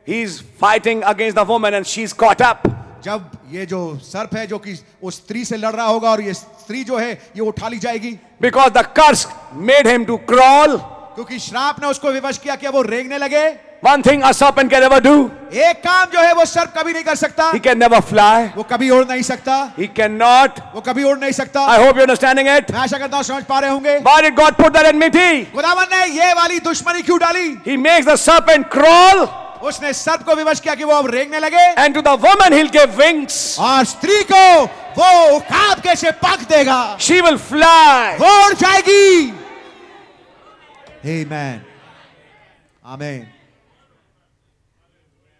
Speaker 14: he's fighting against the woman and she's caught up.
Speaker 13: जब ये जो सर्प है जो कि उस स्त्री से लड़ रहा होगा और ये स्त्री जो है ये उठा ली जाएगी
Speaker 14: Because the curse made him to crawl.
Speaker 13: क्योंकि श्राप ने उसको विवश किया कि अब वो रेंगने लगे
Speaker 14: One thing a serpent can never do,
Speaker 13: एक काम जो है वो सर्प कभी नहीं कर सकता
Speaker 14: he can never fly.
Speaker 13: वो कभी उड़ नहीं सकता
Speaker 14: He cannot.
Speaker 13: वो कभी उड़ नहीं सकता
Speaker 14: I hope you're understanding it.
Speaker 13: मैं आशा करता हूं समझ पा रहे होंगे
Speaker 14: Why did God put that enmity?
Speaker 13: खुदावन ने ये वाली दुश्मनी क्यों डाली
Speaker 14: He makes the serpent crawl,
Speaker 13: उसने सर्प को विवश किया कि वो अब रेंगने लगे
Speaker 14: and to the woman he'll give wings.
Speaker 13: और स्त्री को वो उखाब के से पक देगा
Speaker 14: She will fly.
Speaker 13: वो उड़ जाएगी आमेन आमेन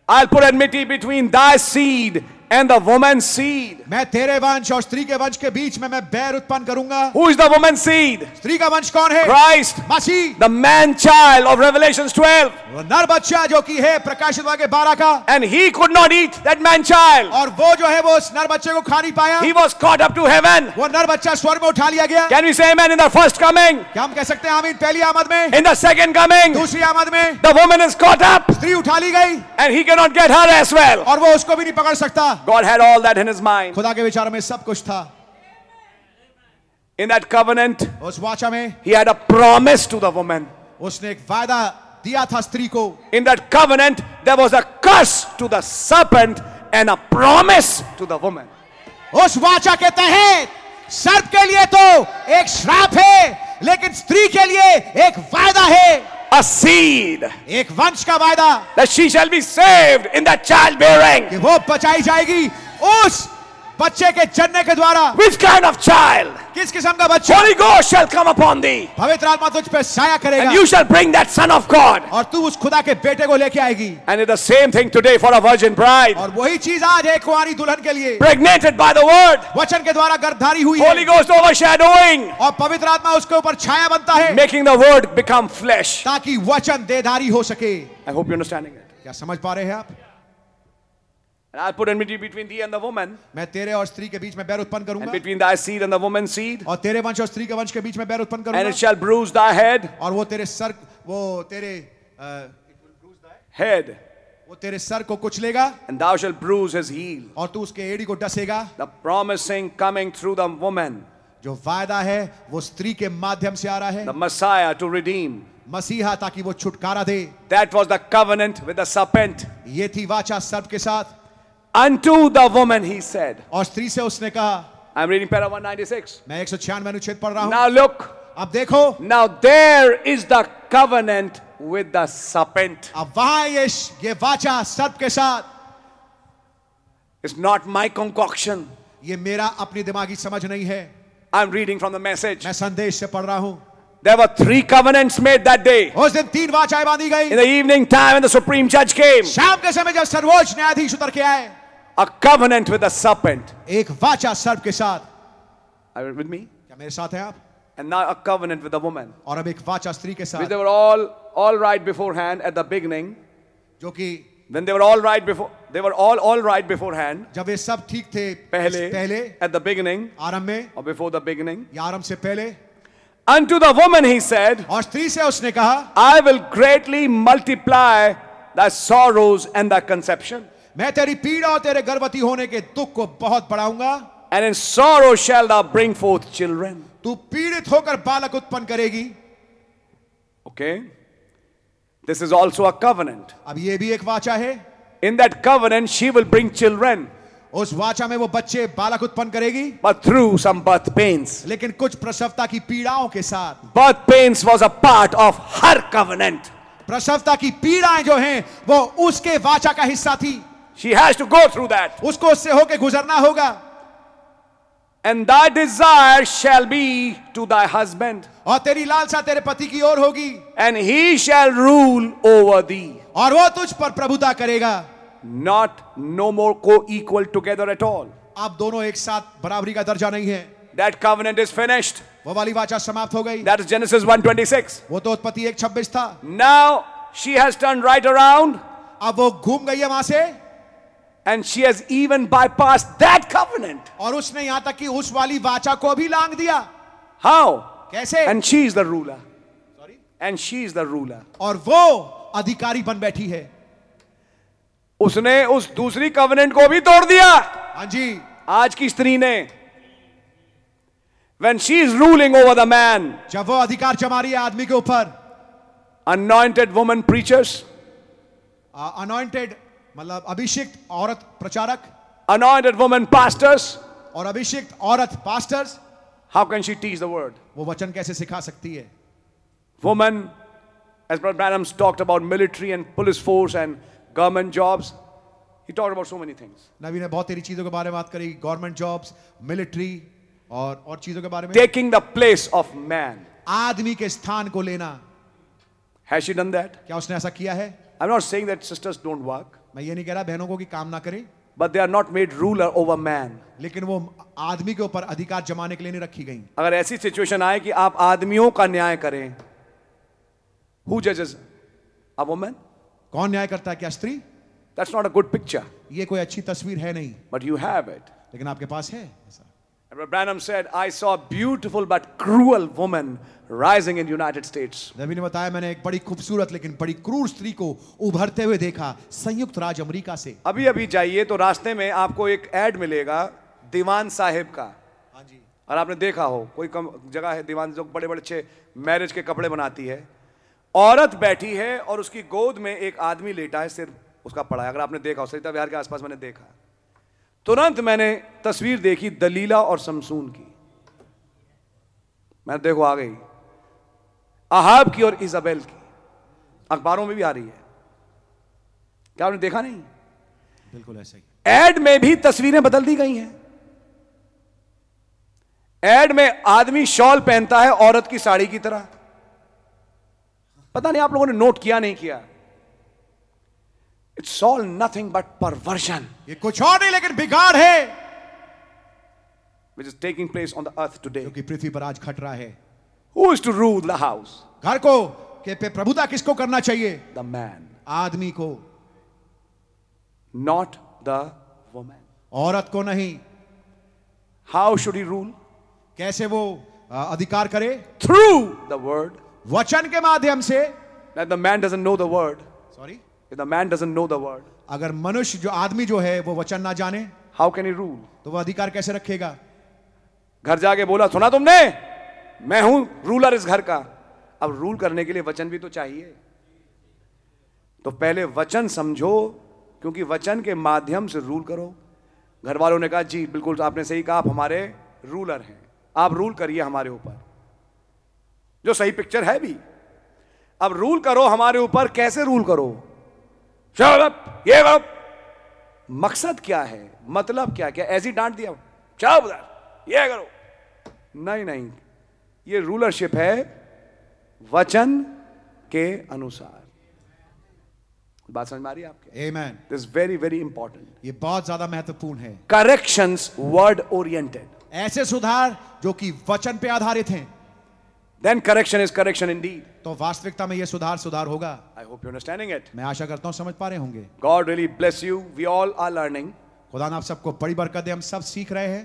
Speaker 14: I'll put enmity between thy seed and the woman's seed.
Speaker 13: मैं तेरे वंश और स्त्री के वंश के बीच में मैं बैर उत्पन्न करूंगा
Speaker 14: Who is the woman's seed?
Speaker 13: स्त्री का वंश कौन है
Speaker 14: Christ,
Speaker 13: मसीह
Speaker 14: the man child of Revelations 12.
Speaker 13: वो नर बच्चा जो कि है प्रकाशित वाक्य बारह का
Speaker 14: And he could not eat that man child.
Speaker 13: और वो जो है वो उस नर बच्चे को खा नहीं पाया
Speaker 14: He was caught up to heaven.
Speaker 13: वो नर बच्चा स्वर्ग में उठा लिया गया
Speaker 14: Can we say amen in the first coming?
Speaker 13: क्या हम कह सकते हैं आमीन पहली आमद में
Speaker 14: In the second coming,
Speaker 13: दूसरी आमद में
Speaker 14: the woman is caught up
Speaker 13: स्त्री उठा ली गई
Speaker 14: and he cannot get her as well.
Speaker 13: और वो उसको भी नहीं पकड़ सकता
Speaker 14: God had all that in his mind.
Speaker 13: खुदा के विचार में सब कुछ था
Speaker 14: In that covenant,
Speaker 13: उस वाचा में
Speaker 14: he had a promise to the woman.
Speaker 13: उसने एक वायदा दिया था स्त्री को
Speaker 14: In that covenant, there was a curse to the serpent and a promise to the woman.
Speaker 13: उस वाचा के तहत सर्प के लिए तो एक श्राप है लेकिन स्त्री के लिए एक वायदा है
Speaker 14: A seed
Speaker 13: एक वंश का वायदा
Speaker 14: that she shall be saved in that childbearing.
Speaker 13: कि वो बचाई जाएगी उस बच्चे के जन्म के द्वारा
Speaker 14: Which kind of child?
Speaker 13: किस किस्म का बच्चा
Speaker 14: Holy Ghost shall come upon thee,
Speaker 13: पवित्र आत्मा तुझ पे साया
Speaker 14: and
Speaker 13: करेगा
Speaker 14: you shall bring that Son of God.
Speaker 13: और तू उस खुदा के बेटे को लेके आएगी
Speaker 14: And it's the same thing today for a virgin bride,
Speaker 13: और वही चीज आज है कुआरी दुल्हन के लिए
Speaker 14: pregnated by the word,
Speaker 13: वचन के द्वारा गर्भधारी हुई
Speaker 14: Holy
Speaker 13: है
Speaker 14: Ghost overshadowing,
Speaker 13: और पवित्र आत्मा उसके ऊपर छाया बनता है
Speaker 14: making the word become flesh.
Speaker 13: ताकि वचन देधारी हो सके
Speaker 14: I hope you're understanding it.
Speaker 13: क्या समझ पा रहे हैं आप
Speaker 14: And I'll put enmity between thee and the woman,
Speaker 13: मैं तेरे और स्त्री के बीच में बैर उत्पन्न
Speaker 14: and
Speaker 13: करूंगा
Speaker 14: between thy seed and the woman's seed,
Speaker 13: और तेरे वंश और स्त्री के वंश के बीच में बैर उत्पन्न
Speaker 14: and it
Speaker 13: करूंगा
Speaker 14: shall bruise thy head,
Speaker 13: और वो तेरे सर वो तेरे अ,
Speaker 14: head,
Speaker 13: वो तेरे सर को कुचलेगा
Speaker 14: and thou shalt bruise his heel.
Speaker 13: और तू उसके एड़ी को डसेगा
Speaker 14: The promising coming through the woman,
Speaker 13: जो वायदा है वो स्त्री के माध्यम से आ रहा है
Speaker 14: the Messiah to redeem.
Speaker 13: मसीहा ताकि वो छुटकारा दे
Speaker 14: That was the covenant with the serpent.
Speaker 13: ये थी वाचा सर्प के साथ
Speaker 14: Unto the woman, he said.
Speaker 13: और स्त्री से उसने कहा
Speaker 14: I'm reading para 196.
Speaker 13: मैं एक सौ छियानवे अनुच्छेद पढ़ रहा हूं
Speaker 14: Now look,
Speaker 13: अब देखो
Speaker 14: now there is the covenant with the serpent.
Speaker 13: अब वहां ये ये वाचा सर्प के साथ
Speaker 14: It's not my concoction.
Speaker 13: ये मेरा अपनी दिमागी समझ नहीं है
Speaker 14: I'm reading from the message.
Speaker 13: मैं संदेश से पढ़ रहा हूं
Speaker 14: There were three covenants made that day.
Speaker 13: उस दिन तीन वाचाएं बांधी
Speaker 14: In
Speaker 13: गई
Speaker 14: the evening time, when the supreme judge came,
Speaker 13: शाम के समय जब सर्वोच्च न्यायाधीश उतर के आए
Speaker 14: a covenant with the serpent.
Speaker 13: एक वाचा सर्प के साथ
Speaker 14: Are you with me?
Speaker 13: क्या मेरे साथ हैं आप
Speaker 14: And now a covenant with the woman,
Speaker 13: और अब एक वाचा स्त्री के
Speaker 14: which
Speaker 13: साथ
Speaker 14: they were all all right beforehand at the beginning.
Speaker 13: जो कि
Speaker 14: When they were all right before, they were all all right beforehand.
Speaker 13: जब ये सब ठीक थे
Speaker 14: पहले,
Speaker 13: पहले
Speaker 14: at the beginning
Speaker 13: आरंभ में
Speaker 14: or before the beginning.
Speaker 13: या आरंभ से पहले
Speaker 14: Unto the woman he said,
Speaker 13: और स्त्री से उसने कहा
Speaker 14: I will greatly multiply thy sorrows and thy conception.
Speaker 13: मैं तेरी पीड़ा और तेरे गर्भवती होने के दुख को बहुत बढ़ाऊंगा
Speaker 14: And in sorrow shall thou bring forth children.
Speaker 13: तू पीड़ित होकर बालक उत्पन्न करेगी
Speaker 14: Okay? This is also a covenant.
Speaker 13: अब ये भी एक वाचा है
Speaker 14: In that covenant, she will bring children. उस वाचा में वो बच्चे बालक उत्पन्न करेगी
Speaker 5: but through some birth pains.
Speaker 14: लेकिन कुछ प्रसवता की पीड़ाओं के साथ
Speaker 5: Birth pains was a part of her covenant.
Speaker 14: प्रसवता की पीड़ाएं जो हैं वो उसके वाचा का हिस्सा थी
Speaker 5: She has to go through that.
Speaker 14: उसको उससे होके गुजरना होगा
Speaker 5: And thy desire shall be to thy husband,
Speaker 14: और तेरी लालसा तेरे पति की ओर होगी
Speaker 5: and he shall rule over thee.
Speaker 14: और वो तुझ पर प्रभुता करेगा
Speaker 5: Not no more co equal together at all.
Speaker 14: आप दोनों एक साथ बराबरी का दर्जा नहीं है
Speaker 5: That covenant is finished.
Speaker 14: वो वाली वाचा समाप्त हो गई
Speaker 5: That is Genesis 1:26.
Speaker 14: वो तो उत्पत्ति एक छब्बीस था
Speaker 5: Now she has turned right around
Speaker 14: अब वो घूम गई है वहां से
Speaker 5: and she has even bypassed that covenant.
Speaker 14: और उसने यहां तक कि उस वाली वाचा को भी लांग दिया
Speaker 5: How?
Speaker 14: कैसे
Speaker 5: And she is the ruler. And she is the ruler.
Speaker 14: और वो अधिकारी बन बैठी है
Speaker 5: उसने उस दूसरी कवनेंट को भी तोड़ दिया
Speaker 14: हाँ जी
Speaker 5: आज की स्त्री ने when she is ruling over the man
Speaker 14: जब वो अधिकार जमा रही है आदमी के ऊपर
Speaker 5: अनॉइंटेड वुमन प्रीचर्स
Speaker 14: अनॉइंटेड मतलब अभिषिक्त औरत प्रचारक
Speaker 5: अनॉइंटेड वुमन पास्टर्स
Speaker 14: और अभिषिक्त औरत pastors
Speaker 5: how can she teach the word
Speaker 14: वो वचन कैसे सिखा सकती है
Speaker 5: woman as madams talked about military and police force and government jobs he talked about so many things
Speaker 14: Naveen ने बहुत तेरी चीजों के बारे में बात करी गवर्नमेंट जॉब्स मिलिट्री और और चीजों के बारे में
Speaker 5: taking the place of man
Speaker 14: आदमी के स्थान को लेना
Speaker 5: हैज शी डन दैट
Speaker 14: क्या उसने ऐसा किया है
Speaker 5: I am not saying that sisters don't work
Speaker 14: मैं ये नहीं कह रहा बहनों को कि काम ना करें
Speaker 5: but they are not made ruler over man
Speaker 14: लेकिन वो आदमी के ऊपर अधिकार जमाने के लिए नहीं रखी गई
Speaker 5: अगर ऐसी सिचुएशन आए कि आप आदमियों का न्याय करें हु जजेस अ वुमन
Speaker 14: कौन न्याय करता है क्या स्त्री
Speaker 5: that's not a good picture
Speaker 14: ये कोई अच्छी तस्वीर है नहीं
Speaker 5: बट यू हैव इट
Speaker 14: लेकिन आपके पास है ऐसा
Speaker 5: And Branham said, I saw a beautiful but cruel woman rising in United States.
Speaker 14: नबी ने बताया मैंने एक बड़ी खूबसूरत लेकिन बड़ी क्रूर स्त्री को उभरते हुए देखा संयुक्त राज्य अमेरिका से
Speaker 5: अभी अभी जाइए तो रास्ते में आपको एक ऐड मिलेगा दीवान साहेब का
Speaker 14: हाँ जी
Speaker 5: और आपने देखा हो कोई कम जगह है दीवान जो बड़े बड़े अच्छे मैरिज के कपड़े बनाती है औरत बैठी है और उसकी गोद में एक आदमी लेटा है सिर उसका पड़ा है अगर आपने देखा हो सरिता विहार के आसपास मैंने देखा तुरंत मैंने तस्वीर देखी दलीला और शमसून की मैंने देखो आ गई अहाब की और इजाबेल की अखबारों में भी आ रही है क्या आपने देखा नहीं
Speaker 14: बिल्कुल ऐसा ही
Speaker 5: एड में भी तस्वीरें बदल दी गई हैं एड में आदमी शॉल पहनता है औरत की साड़ी की तरह पता नहीं आप लोगों ने नोट किया नहीं किया it's all nothing but perversion
Speaker 14: ये कुछ और नहीं लेकिन बिगाड़ है
Speaker 5: which is taking place on the earth today
Speaker 14: क्योंकि पृथ्वी पर आज खट रहा है
Speaker 5: who is to rule the house
Speaker 14: घर को के पे प्रभुता किसको करना चाहिए
Speaker 5: द मैन
Speaker 14: आदमी को
Speaker 5: नॉट द वुमेन
Speaker 14: औरत को नहीं
Speaker 5: हाउ शुड ही रूल
Speaker 14: कैसे वो आ, अधिकार करे
Speaker 5: थ्रू द वर्ड
Speaker 14: वचन के माध्यम से
Speaker 5: the man doesn't know the word
Speaker 14: sorry
Speaker 5: the man doesn't know the word
Speaker 14: अगर मनुष्य जो आदमी जो है वो वचन ना जाने
Speaker 5: हाउ कैन ही रूल
Speaker 14: तो वह अधिकार कैसे रखेगा
Speaker 5: घर जाके बोला सुना तुमने मैं हूं रूलर इस घर का अब रूल करने के लिए वचन भी तो चाहिए तो पहले वचन समझो क्योंकि वचन के माध्यम से रूल करो घर वालों ने कहा जी बिल्कुल आपने सही कहा आप हमारे रूलर हैं आप रूल करिए हमारे ऊपर जो सही पिक्चर है भी अब रूल करो हमारे ऊपर कैसे रूल करो Shut up, ये up. मकसद क्या है मतलब क्या क्या ऐसी डांट दिया चलो उधर ये करो नहीं नहीं ये रूलरशिप है वचन के अनुसार बात समझ में आ रही है आपके
Speaker 14: आमेन
Speaker 5: दिस वेरी वेरी इंपॉर्टेंट
Speaker 14: ये बहुत ज्यादा महत्वपूर्ण है
Speaker 5: करेक्शंस वर्ड ओरिएंटेड
Speaker 14: ऐसे सुधार जो कि वचन पे आधारित हैं
Speaker 5: then correction is correction indeed
Speaker 14: तो वास्तविकता में ये सुधार सुधार होगा
Speaker 5: i hope you understanding it
Speaker 14: मैं आशा करता हूँ समझ पा रहे होंगे
Speaker 5: god really bless you we all are learning
Speaker 14: खुदा ने आप सबको बड़ी बरकत दे हम सब सीख रहे हैं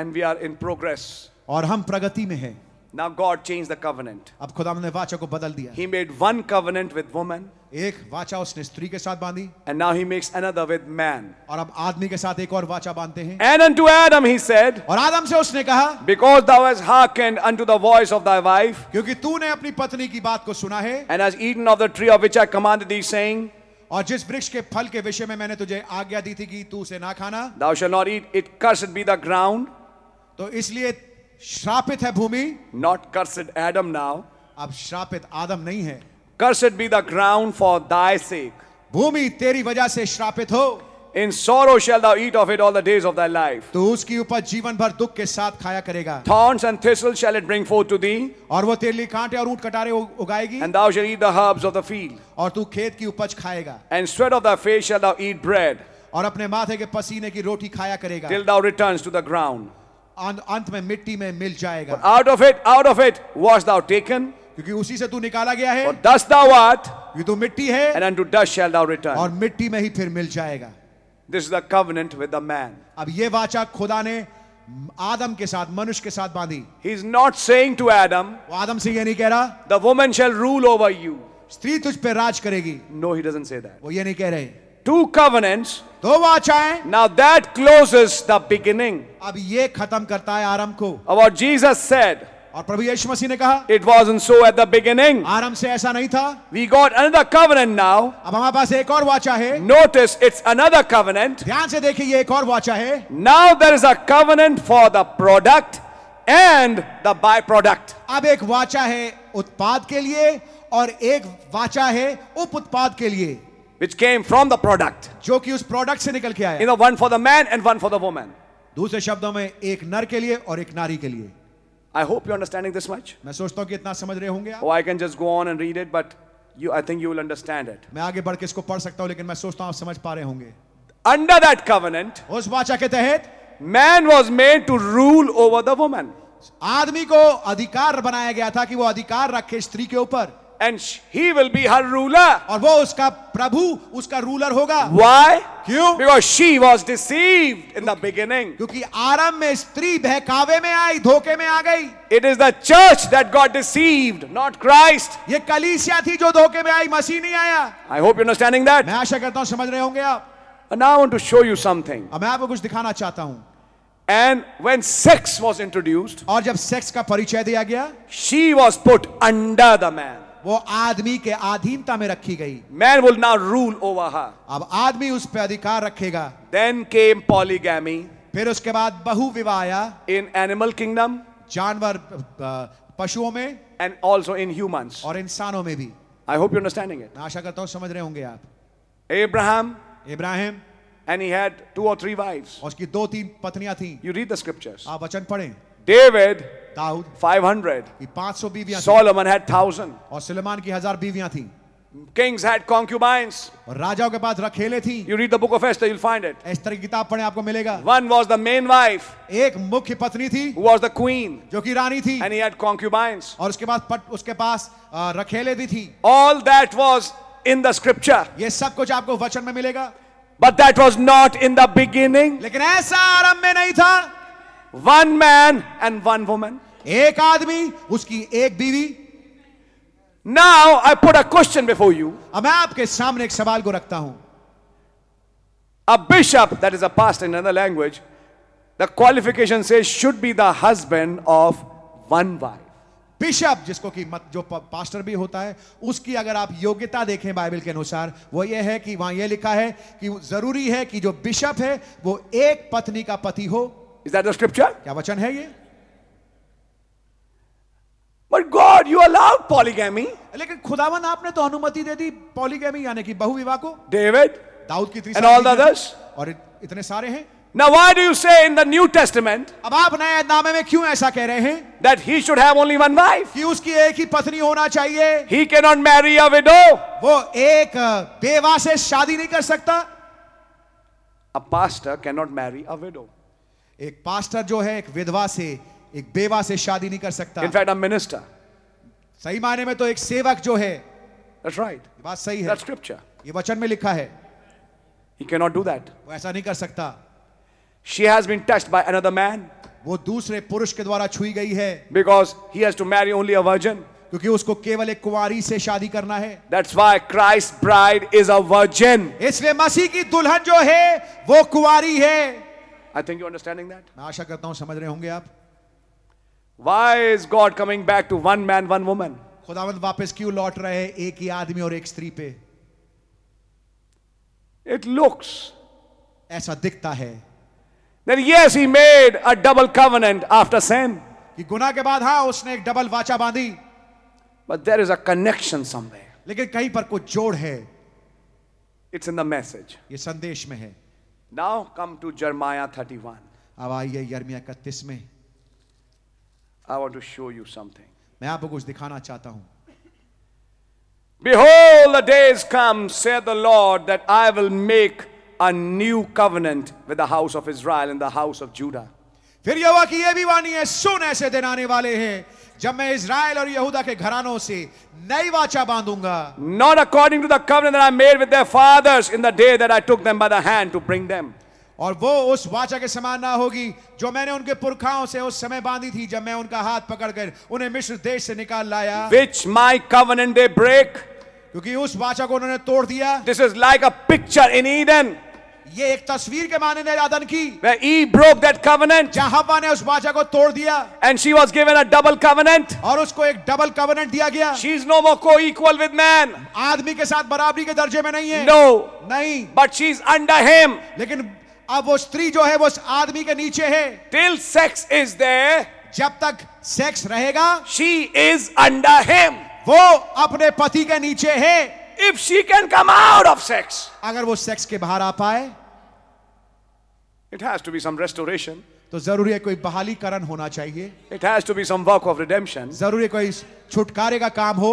Speaker 5: and we are in progress.
Speaker 14: और हम प्रगति में हैं
Speaker 5: Now God changed the covenant.
Speaker 14: अब खुदा ने वाचा को बदल दिया
Speaker 5: He made one covenant with woman,
Speaker 14: एक वाचा उसने स्त्री के साथ बांधी
Speaker 5: and now He makes another with man.
Speaker 14: और अब आदमी के साथ एक और वाचा बांधते हैं
Speaker 5: And unto Adam He said,
Speaker 14: और आदम से उसने कहा
Speaker 5: Because thou hast hearkened unto the voice of thy wife,
Speaker 14: क्योंकि तूने अपनी पत्नी की बात को सुना है
Speaker 5: and hast eaten of the tree of which I commanded thee, saying,
Speaker 14: और जिस वृक्ष के फल के विषय में मैंने तुझे आज्ञा दी थी कि तू उसे ना खाना
Speaker 13: Thou shalt not eat it, cursed be the ground,
Speaker 14: तो इसलिए श्रापित है भूमि
Speaker 13: not cursed Adam now.
Speaker 14: अब श्रापित आदम नहीं है
Speaker 13: Cursed be the ground for thy sake.
Speaker 14: भूमि तेरी वजह से श्रापित हो
Speaker 13: In sorrow shalt thou eat of it all the days of thy life.
Speaker 14: तो उसकी उपज जीवन भर दुख के साथ खाया करेगा
Speaker 13: Thorns and thistles shall it bring forth to thee,
Speaker 14: और वो तेरे लिए कांटे और ऊंट कटारे उ- उगाएगी
Speaker 13: and thou shalt eat the herbs of the field.
Speaker 14: और तू खेत की उपज खाएगा
Speaker 13: And sweat of thy face shalt thou eat bread,
Speaker 14: और अपने माथे के पसीने की रोटी खाया करेगा
Speaker 13: till thou returns to the ground.
Speaker 14: अंत अंत में मिट्टी में मिल
Speaker 13: But
Speaker 14: जाएगा
Speaker 13: out of it, out of it, wast thou taken.
Speaker 14: क्योंकि उसी से तू निकाला गया है
Speaker 13: For dust thou art,
Speaker 14: ये तू मिट्टी है
Speaker 13: and unto dust shalt thou return.
Speaker 14: और मिट्टी में ही फिर मिल जाएगा
Speaker 13: This is the covenant with the man.
Speaker 14: अब ये वाचा खुदा ने आदम के साथ मनुष्य के साथ बांधी
Speaker 13: He's not saying to Adam,
Speaker 14: वो आदम से ये नहीं कह रहा
Speaker 13: The woman shall rule over you.
Speaker 14: स्त्री तुझ पर राज करेगी
Speaker 13: No, he doesn't say that.
Speaker 14: वो ये नहीं कह रहे
Speaker 13: Two covenants.
Speaker 14: दो वाचाएं
Speaker 13: Now that closes the beginning.
Speaker 14: अब ये खत्म करता है आरंभ को
Speaker 13: Our Jesus said,
Speaker 14: और प्रभु यीशु मसीह ने कहा
Speaker 13: It wasn't so at the beginning.
Speaker 14: आरंभ से ऐसा नहीं था
Speaker 13: We got another covenant now.
Speaker 14: अब हमारे पास एक और वाचा है
Speaker 13: Notice it's another covenant.
Speaker 14: ध्यान से देखिए ये एक और वाचा है
Speaker 13: Now there is a covenant for the product and the byproduct.
Speaker 14: अब एक वाचा है उत्पाद के लिए और एक वाचा है उप उत्पाद के लिए
Speaker 13: which came from the product.
Speaker 14: जो कि उस प्रोडक्ट से निकल के
Speaker 13: You
Speaker 14: आया
Speaker 13: know, one for the man and one for the woman.
Speaker 14: दूसरे शब्दों में एक नर के लिए और एक नारी के लिए
Speaker 13: I hope you're understanding this much.
Speaker 14: मैं सोचता हूं कि इतना समझ रहे होंगे आप
Speaker 13: Oh, I can just go on and read it, but you, I think you will understand it.
Speaker 14: मैं आगे बढ़ के इसको पढ़ सकता हूं लेकिन मैं सोचता हूं आप समझ पा रहे होंगे
Speaker 13: Under that covenant,
Speaker 14: उस वाचा के तहत
Speaker 13: man was made to rule over the woman,
Speaker 14: आदमी को अधिकार बनाया गया था कि वो अधिकार रखे स्त्री के ऊपर
Speaker 13: and sh- he will be her ruler.
Speaker 14: और वो उसका प्रभु उसका रूलर होगा
Speaker 13: Why?
Speaker 14: क्यों
Speaker 13: Because she was deceived in the beginning.
Speaker 14: क्योंकि आरंभ में स्त्री बहकावे में आई धोखे में आ गई
Speaker 13: It is the church that got deceived, not Christ.
Speaker 14: ये कलीसिया थी जो धोखे में आई मसीह नहीं आया
Speaker 13: I hope you're understanding that.
Speaker 14: मैं आशा करता हूं समझ रहे होंगे आप
Speaker 13: And now I want to show you something.
Speaker 14: अब मैं आपको कुछ दिखाना चाहता हूं
Speaker 13: And when sex was introduced,
Speaker 14: और जब सेक्स का परिचय दिया गया
Speaker 13: she was put under the man.
Speaker 14: वो आदमी के अधीनता में रखी गई
Speaker 13: Man will now rule over her.
Speaker 14: अब आदमी उस पर अधिकार रखेगा
Speaker 13: Then came polygamy
Speaker 14: फिर उसके बाद बहु विवाह आया
Speaker 13: in animal kingdom
Speaker 14: जानवर अ, पशुओं में
Speaker 13: and also in humans.
Speaker 14: और इंसानों में भी मैं
Speaker 13: I hope you're understanding it.
Speaker 14: आशा करता हूं समझ रहे होंगे आप
Speaker 13: Abraham
Speaker 14: Ibrahim
Speaker 13: and he had two or three wives.
Speaker 14: और उसकी दो तीन पत्नियां थीं
Speaker 13: You read the scriptures.
Speaker 14: आप वचन पढ़ें
Speaker 13: David
Speaker 14: दाऊद
Speaker 13: 500,
Speaker 14: की 500 बीवियां थीं
Speaker 13: Solomon had 1000.
Speaker 14: और सुलेमान की हजार बीवियां थीं
Speaker 13: Kings had concubines.
Speaker 14: और राजाओं के पास रखेले थीं
Speaker 13: You read the book of Esther, you'll find it.
Speaker 14: इस तरह की किताब पढ़े आपको मिलेगा
Speaker 13: One was the main wife
Speaker 14: एक मुख्य पत्नी थी
Speaker 13: who was the queen
Speaker 14: जो कि रानी थी
Speaker 13: and he had concubines.
Speaker 14: और उसके बाद पट, उसके पास आ, रखेले भी थी
Speaker 13: All that was in the scripture,
Speaker 14: ये सब कुछ आपको वचन में मिलेगा
Speaker 13: but that was not in the beginning.
Speaker 14: लेकिन ऐसा आरंभ में नहीं था
Speaker 13: One man and one woman.
Speaker 14: एक आदमी उसकी एक बीवी
Speaker 13: Now I put a question before you.
Speaker 14: अब मैं आपके सामने एक सवाल को रखता हूं
Speaker 13: A bishop, that is a pastor in another language, the qualification says should be the husband of one wife.
Speaker 14: Bishop जिसको कि मत, जो प- पास्टर भी होता है उसकी अगर आप योग्यता देखें बाइबल के अनुसार वो ये है कि वहां ये लिखा है कि जरूरी है कि जो बिशप है वो एक पत्नी का पति हो
Speaker 13: Is that the scripture?
Speaker 14: क्या वचन है ये
Speaker 13: But God, you allowed polygamy.
Speaker 14: लेकिन खुदावन आपने तो अनुमति दे दी पॉलीगेमी यानी कि बहुविवाह को
Speaker 13: David.
Speaker 14: दाऊद की तीन
Speaker 13: And
Speaker 14: सारी
Speaker 13: all the
Speaker 14: बीवियां-
Speaker 13: others?
Speaker 14: और इत- इतने सारे हैं
Speaker 13: Now, why do you say in the New Testament
Speaker 14: अब आप नए नामे में क्यों ऐसा कह रहे हैं
Speaker 13: that he should have only one wife?
Speaker 14: कि उसकी एक ही पत्नी होना चाहिए
Speaker 13: He cannot marry a widow.
Speaker 14: वो एक अ, बेवा से शादी नहीं कर सकता
Speaker 13: A pastor cannot marry a widow.
Speaker 14: एक पास्टर जो है एक विधवा से एक बेवा से शादी नहीं कर सकता
Speaker 13: In fact, a minister.
Speaker 14: सही मायने में तो एक सेवक जो है ये
Speaker 13: That's right.
Speaker 14: बात सही है
Speaker 13: That's scripture.
Speaker 14: ये वचन में लिखा है
Speaker 13: He cannot do that.
Speaker 14: वो ऐसा नहीं कर सकता
Speaker 13: She has been touched by another man
Speaker 14: वो दूसरे पुरुष के द्वारा छुई गई है
Speaker 13: because he has to marry only a virgin.
Speaker 14: क्योंकि उसको केवल एक कुंवारी से शादी करना है
Speaker 13: That's why Christ's bride is a virgin.
Speaker 14: इसलिए मसीह की दुल्हन जो है वो कुंवारी है
Speaker 13: I think you're understanding that.
Speaker 14: मैं आशा करता हूं समझ रहे होंगे आप
Speaker 13: Why is God coming back to one man, one woman?
Speaker 14: खुदावंद वापस क्यों लौट रहे हैं एक ही आदमी और एक स्त्री पे
Speaker 5: It looks
Speaker 13: ऐसा दिखता है
Speaker 5: that yes, he made a double covenant after sin,
Speaker 13: कि गुनाह के बाद हाँ उसने एक डबल वाचा बांधी
Speaker 5: but there is a connection somewhere.
Speaker 13: लेकिन कहीं पर कुछ जोड़ है
Speaker 5: It's in the message.
Speaker 13: ये संदेश में है
Speaker 5: Now come to Jeremiah 31.
Speaker 13: अब आइए यर्मिया इकतीस में
Speaker 5: I want to show you something.
Speaker 13: मैं आपको कुछ दिखाना चाहता हूं
Speaker 5: Behold, the days come, saith the Lord, that I will make a new covenant with the house of Israel and the house of Judah.
Speaker 13: फिर यहोवा की यह भी वाणी है सुन ऐसे दिन आने वाले हैं जब मैं इज़राइल और यहूदा के घरानों से नई वाचा बांधूंगा
Speaker 5: Not according to the covenant that I made with their fathers in the day that I took them by the hand to bring them.
Speaker 13: और वो उस वाचा के समान ना होगी जो मैंने उनके पुरखाओं से उस समय बांधी थी जब मैं उनका हाथ पकड़कर उन्हें मिस्र देश से निकाल लाया
Speaker 5: Which my covenant they break.
Speaker 13: क्योंकि उस वाचा को उन्होंने तोड़ दिया
Speaker 5: This is like a picture in Eden
Speaker 13: ये एक तस्वीर के माने ने आदन की
Speaker 5: where Eve broke that covenant
Speaker 13: जहां हवा ने उस वाचा को तोड़ दिया
Speaker 5: and she was given a double covenant.
Speaker 13: और उसको एक डबल कवनेंट दिया गया
Speaker 5: She's no more co equal with man.
Speaker 13: आदमी के साथ बराबरी के दर्जे में नहीं है
Speaker 5: No,
Speaker 13: नहीं
Speaker 5: but she's under him.
Speaker 13: लेकिन अब वो स्त्री जो है वो उस आदमी के नीचे है
Speaker 5: Till sex is there,
Speaker 13: जब तक सेक्स रहेगा
Speaker 5: she is under him.
Speaker 13: वो अपने पति के नीचे है
Speaker 5: If she can come out of sex,
Speaker 13: अगर वो सेक्स के बाहर आ पाए
Speaker 5: it has to be some restoration,
Speaker 13: तो जरूरी है कोई बहालीकरण होना चाहिए
Speaker 5: it has to be some work of redemption.
Speaker 13: जरूरी है कोई छुटकारे का काम हो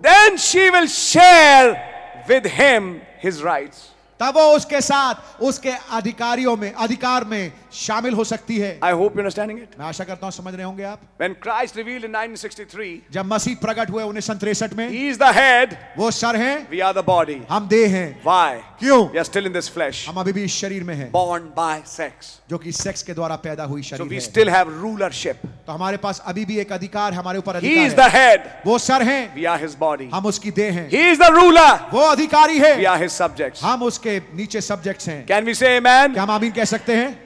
Speaker 5: Then she will share with him his rights.
Speaker 13: तब वो उसके साथ उसके अधिकारियों में अधिकार में शामिल हो सकती है
Speaker 5: I hope you're understanding it.
Speaker 13: मैं आशा करता हूं समझ रहे होंगे आप
Speaker 5: When Christ revealed in 1963,
Speaker 13: जब मसीह प्रकट हुए उन्नीस में
Speaker 5: He is the head,
Speaker 13: वो सर हैं
Speaker 5: we are the body.
Speaker 13: हम देह हैं
Speaker 5: Why?
Speaker 13: क्यों
Speaker 5: We are still in this flesh,
Speaker 13: हम अभी भी इस शरीर में हैं
Speaker 5: born by sex.
Speaker 13: जो कि सेक्स के द्वारा पैदा हुई
Speaker 5: So
Speaker 13: शरीर
Speaker 5: we
Speaker 13: है
Speaker 5: still have rulership.
Speaker 13: तो हमारे पास अभी भी एक अधिकार है, हमारे ऊपर
Speaker 5: He is
Speaker 13: अधिकार
Speaker 5: the
Speaker 13: है
Speaker 5: head,
Speaker 13: वो सर हैं
Speaker 5: we are His body.
Speaker 13: हम उसकी देह हैं
Speaker 5: He is the ruler,
Speaker 13: वो अधिकारी
Speaker 5: we
Speaker 13: है
Speaker 5: are His subjects.
Speaker 13: हम उसके नीचे सब्जेक्ट्स हैं
Speaker 5: Can we say amen?
Speaker 13: क्या हम आमीन कह सकते हैं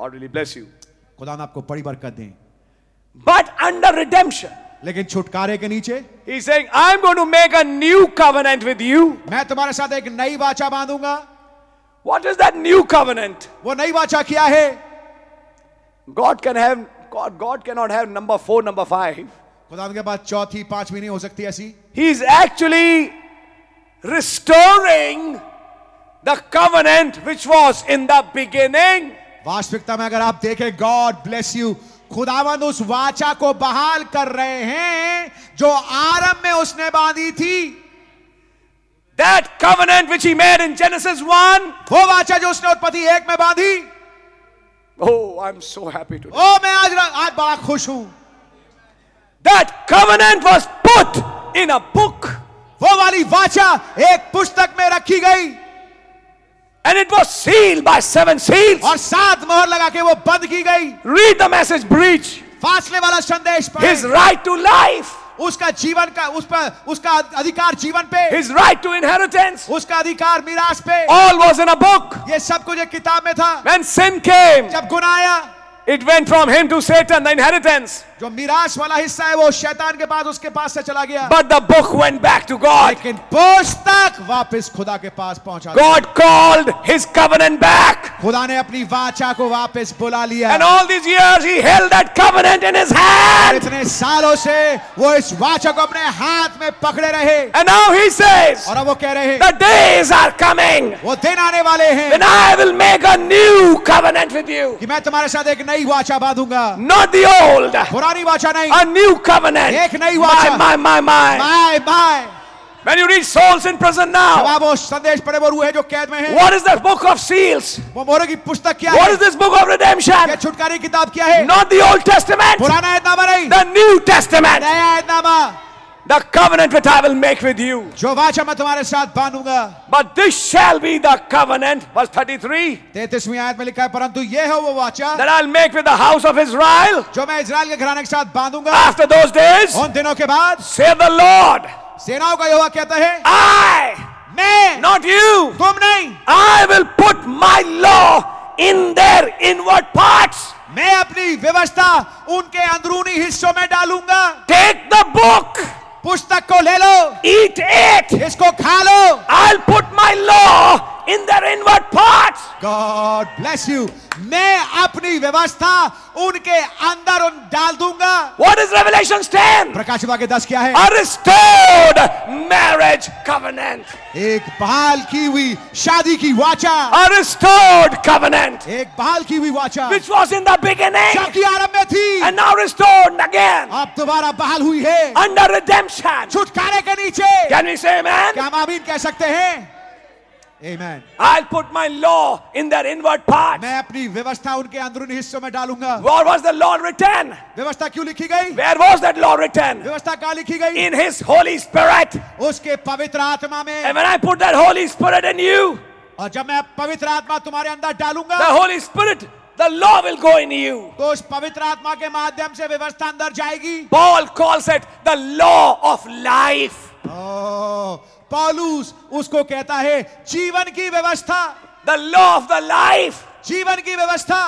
Speaker 5: God really bless you.
Speaker 13: खुदा ने आपको बड़ी बरकत दें
Speaker 5: But under redemption,
Speaker 13: लेकिन छुटकारे के नीचे
Speaker 5: He's saying, I'm going to make a new covenant with you.
Speaker 13: मैं तुम्हारे साथ एक नई वाचा बांधूंगा
Speaker 5: What is that new covenant?
Speaker 13: वो नई वाचा क्या है
Speaker 5: God can have God, God cannot have number four, number five.
Speaker 13: खुदा के बाद चौथी पांचवी नहीं हो सकती ऐसी
Speaker 5: He's actually restoring the covenant which was in the beginning.
Speaker 13: वास्तविकता में अगर आप देखें गॉड ब्लेस यू खुदावंद उस वाचा को बहाल कर रहे हैं जो आरंभ में उसने बांधी थी
Speaker 5: That covenant which he made in Genesis 1.
Speaker 13: वो वाचा जो उसने उत्पत्ति एक में बांधी
Speaker 5: Oh, I'm so happy today.
Speaker 13: ओ मैं आज आज बड़ा खुश हूं
Speaker 5: That covenant was put in a book
Speaker 13: वो वाली वाचा एक पुस्तक में रखी गई
Speaker 5: and it was sealed by seven seals.
Speaker 13: और सात मोहर लगा के वो बंद की गई
Speaker 5: Read the message, breach.
Speaker 13: फासले वाला संदेश
Speaker 5: His
Speaker 13: पर
Speaker 5: right to life,
Speaker 13: उसका जीवन का उस पर उसका अधिकार जीवन पे
Speaker 5: his right to inheritance,
Speaker 13: उसका अधिकार मिरास पे
Speaker 5: all was in a book.
Speaker 13: ये सब कुछ एक किताब में था
Speaker 5: When sin came,
Speaker 13: जब गुनाह आया
Speaker 5: it went from him to Satan, the inheritance.
Speaker 13: जो मिरास वाला हिस्सा है वो शैतान के पास उसके पास से चला गया
Speaker 5: But the book went back to God.
Speaker 13: लेकिन पुस्तक वापस खुदा के पास पहुंचा दी।
Speaker 5: God called his covenant back.
Speaker 13: खुदा ने अपनी वाचा को वापस बुला लिया
Speaker 5: And all these years he held that covenant in his
Speaker 13: और
Speaker 5: hand.
Speaker 13: इतने सालों से वो इस वाचा को अपने हाथ में पकड़े रहे
Speaker 5: And now he says,
Speaker 13: और अब वो कह रहे हैं
Speaker 5: The days are coming
Speaker 13: वो दिन आने वाले हैं
Speaker 5: when I will make a new covenant with you.
Speaker 13: कि मैं तुम्हारे साथ एक नई वाचा बांधूंगा
Speaker 5: Not the old,
Speaker 13: पुरानी वाचा नहीं
Speaker 5: a new covenant.
Speaker 13: एक नई
Speaker 5: My,
Speaker 13: वाचा।
Speaker 5: my, my, my.
Speaker 13: Bye bye
Speaker 5: When you read souls in prison
Speaker 13: अब
Speaker 5: now,
Speaker 13: आप वो संदेश पढ़े वो रूह है जो कैद में है
Speaker 5: what is the book of seals?
Speaker 13: वो मोहरों की पुस्तक क्या
Speaker 5: What
Speaker 13: है
Speaker 5: is this book of redemption?
Speaker 13: ये छुटकारी किताब क्या है
Speaker 5: Not the Old Testament,
Speaker 13: पुराना ऐतनामा नहीं
Speaker 5: the New Testament.
Speaker 13: नया ऐतनामा
Speaker 5: The covenant which I will make with you.
Speaker 13: जो वाचा मैं तुम्हारे साथ बांधूंगा
Speaker 5: But this shall be the covenant, verse 33,
Speaker 13: तैतीसवीं आयत में लिखा है परंतु ये है वो वाचा
Speaker 5: that I'll make with the house of Israel
Speaker 13: जो मैं इज़राइल के घराने के साथ बांधूंगा
Speaker 5: after those days.
Speaker 13: उन दिनों के बाद
Speaker 5: Say the Lord,
Speaker 13: सेनाओं का यहोवा कहता है
Speaker 5: I,
Speaker 13: मैं
Speaker 5: not you,
Speaker 13: तुम नहीं
Speaker 5: I will put my law in their inward parts.
Speaker 13: मैं अपनी व्यवस्था उनके अंदरूनी हिस्सों में डालूंगा
Speaker 5: Take the book,
Speaker 13: पुस्तक को ले लो
Speaker 5: eat it.
Speaker 13: इसको खा लो
Speaker 5: I'll put my law
Speaker 14: in their inward parts.
Speaker 13: God bless you मैं अपनी व्यवस्था उनके अंदर उन डाल दूंगा
Speaker 14: What is Revelation 10?
Speaker 13: प्रकाशवा के दस क्या है
Speaker 14: A restored marriage covenant.
Speaker 13: एक बहाल की हुई शादी की वाचा
Speaker 14: A restored covenant
Speaker 13: एक बहाल की हुई वाचा
Speaker 14: which was in the beginning
Speaker 13: जबकि आरंभ में थी
Speaker 14: and now restored again
Speaker 13: अब दोबारा बहाल हुई है
Speaker 14: under redemption.
Speaker 13: छुटकारे के नीचे
Speaker 14: Can we say
Speaker 13: क्या
Speaker 14: amen?
Speaker 13: हम आमीन कह सकते हैं आमीन
Speaker 14: I'll put my law in their inward parts.
Speaker 13: मैं अपनी व्यवस्था उनके अंदरूनी हिस्सों में डालूंगा
Speaker 14: Where was the law written?
Speaker 13: व्यवस्था क्यों लिखी गई
Speaker 14: Where was that law written?
Speaker 13: व्यवस्था कहाँ लिखी गई
Speaker 14: In His Holy Spirit.
Speaker 13: उसके पवित्र आत्मा में
Speaker 14: And when I put that Holy Spirit in you,
Speaker 13: और जब मैं पवित्र आत्मा तुम्हारे अंदर डालूंगा
Speaker 14: the Holy Spirit, the law will go in you.
Speaker 13: तो उस पवित्र आत्मा के माध्यम से व्यवस्था अंदर जाएगी
Speaker 14: Paul calls it the law of life.
Speaker 13: ओ, पौलुस उसको कहता है जीवन की व्यवस्था
Speaker 14: The law of the life.
Speaker 13: जीवन की व्यवस्था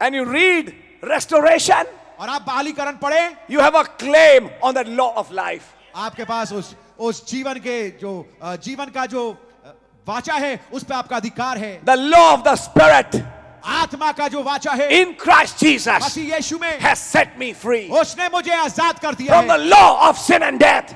Speaker 14: And you read restoration,
Speaker 13: और आप बहालीकरण पढ़े
Speaker 14: you have a claim on that law of life.
Speaker 13: आपके पास उस उस जीवन के जो अ, जीवन का जो अ, वाचा है उस पर आपका अधिकार है
Speaker 14: The law of the Spirit
Speaker 13: आत्मा का जो वाचा है
Speaker 14: in Christ Jesus
Speaker 13: मसीह यीशु में
Speaker 14: has set me free
Speaker 13: उसने मुझे आजाद कर दिया
Speaker 14: from the
Speaker 13: है
Speaker 14: law of sin and death.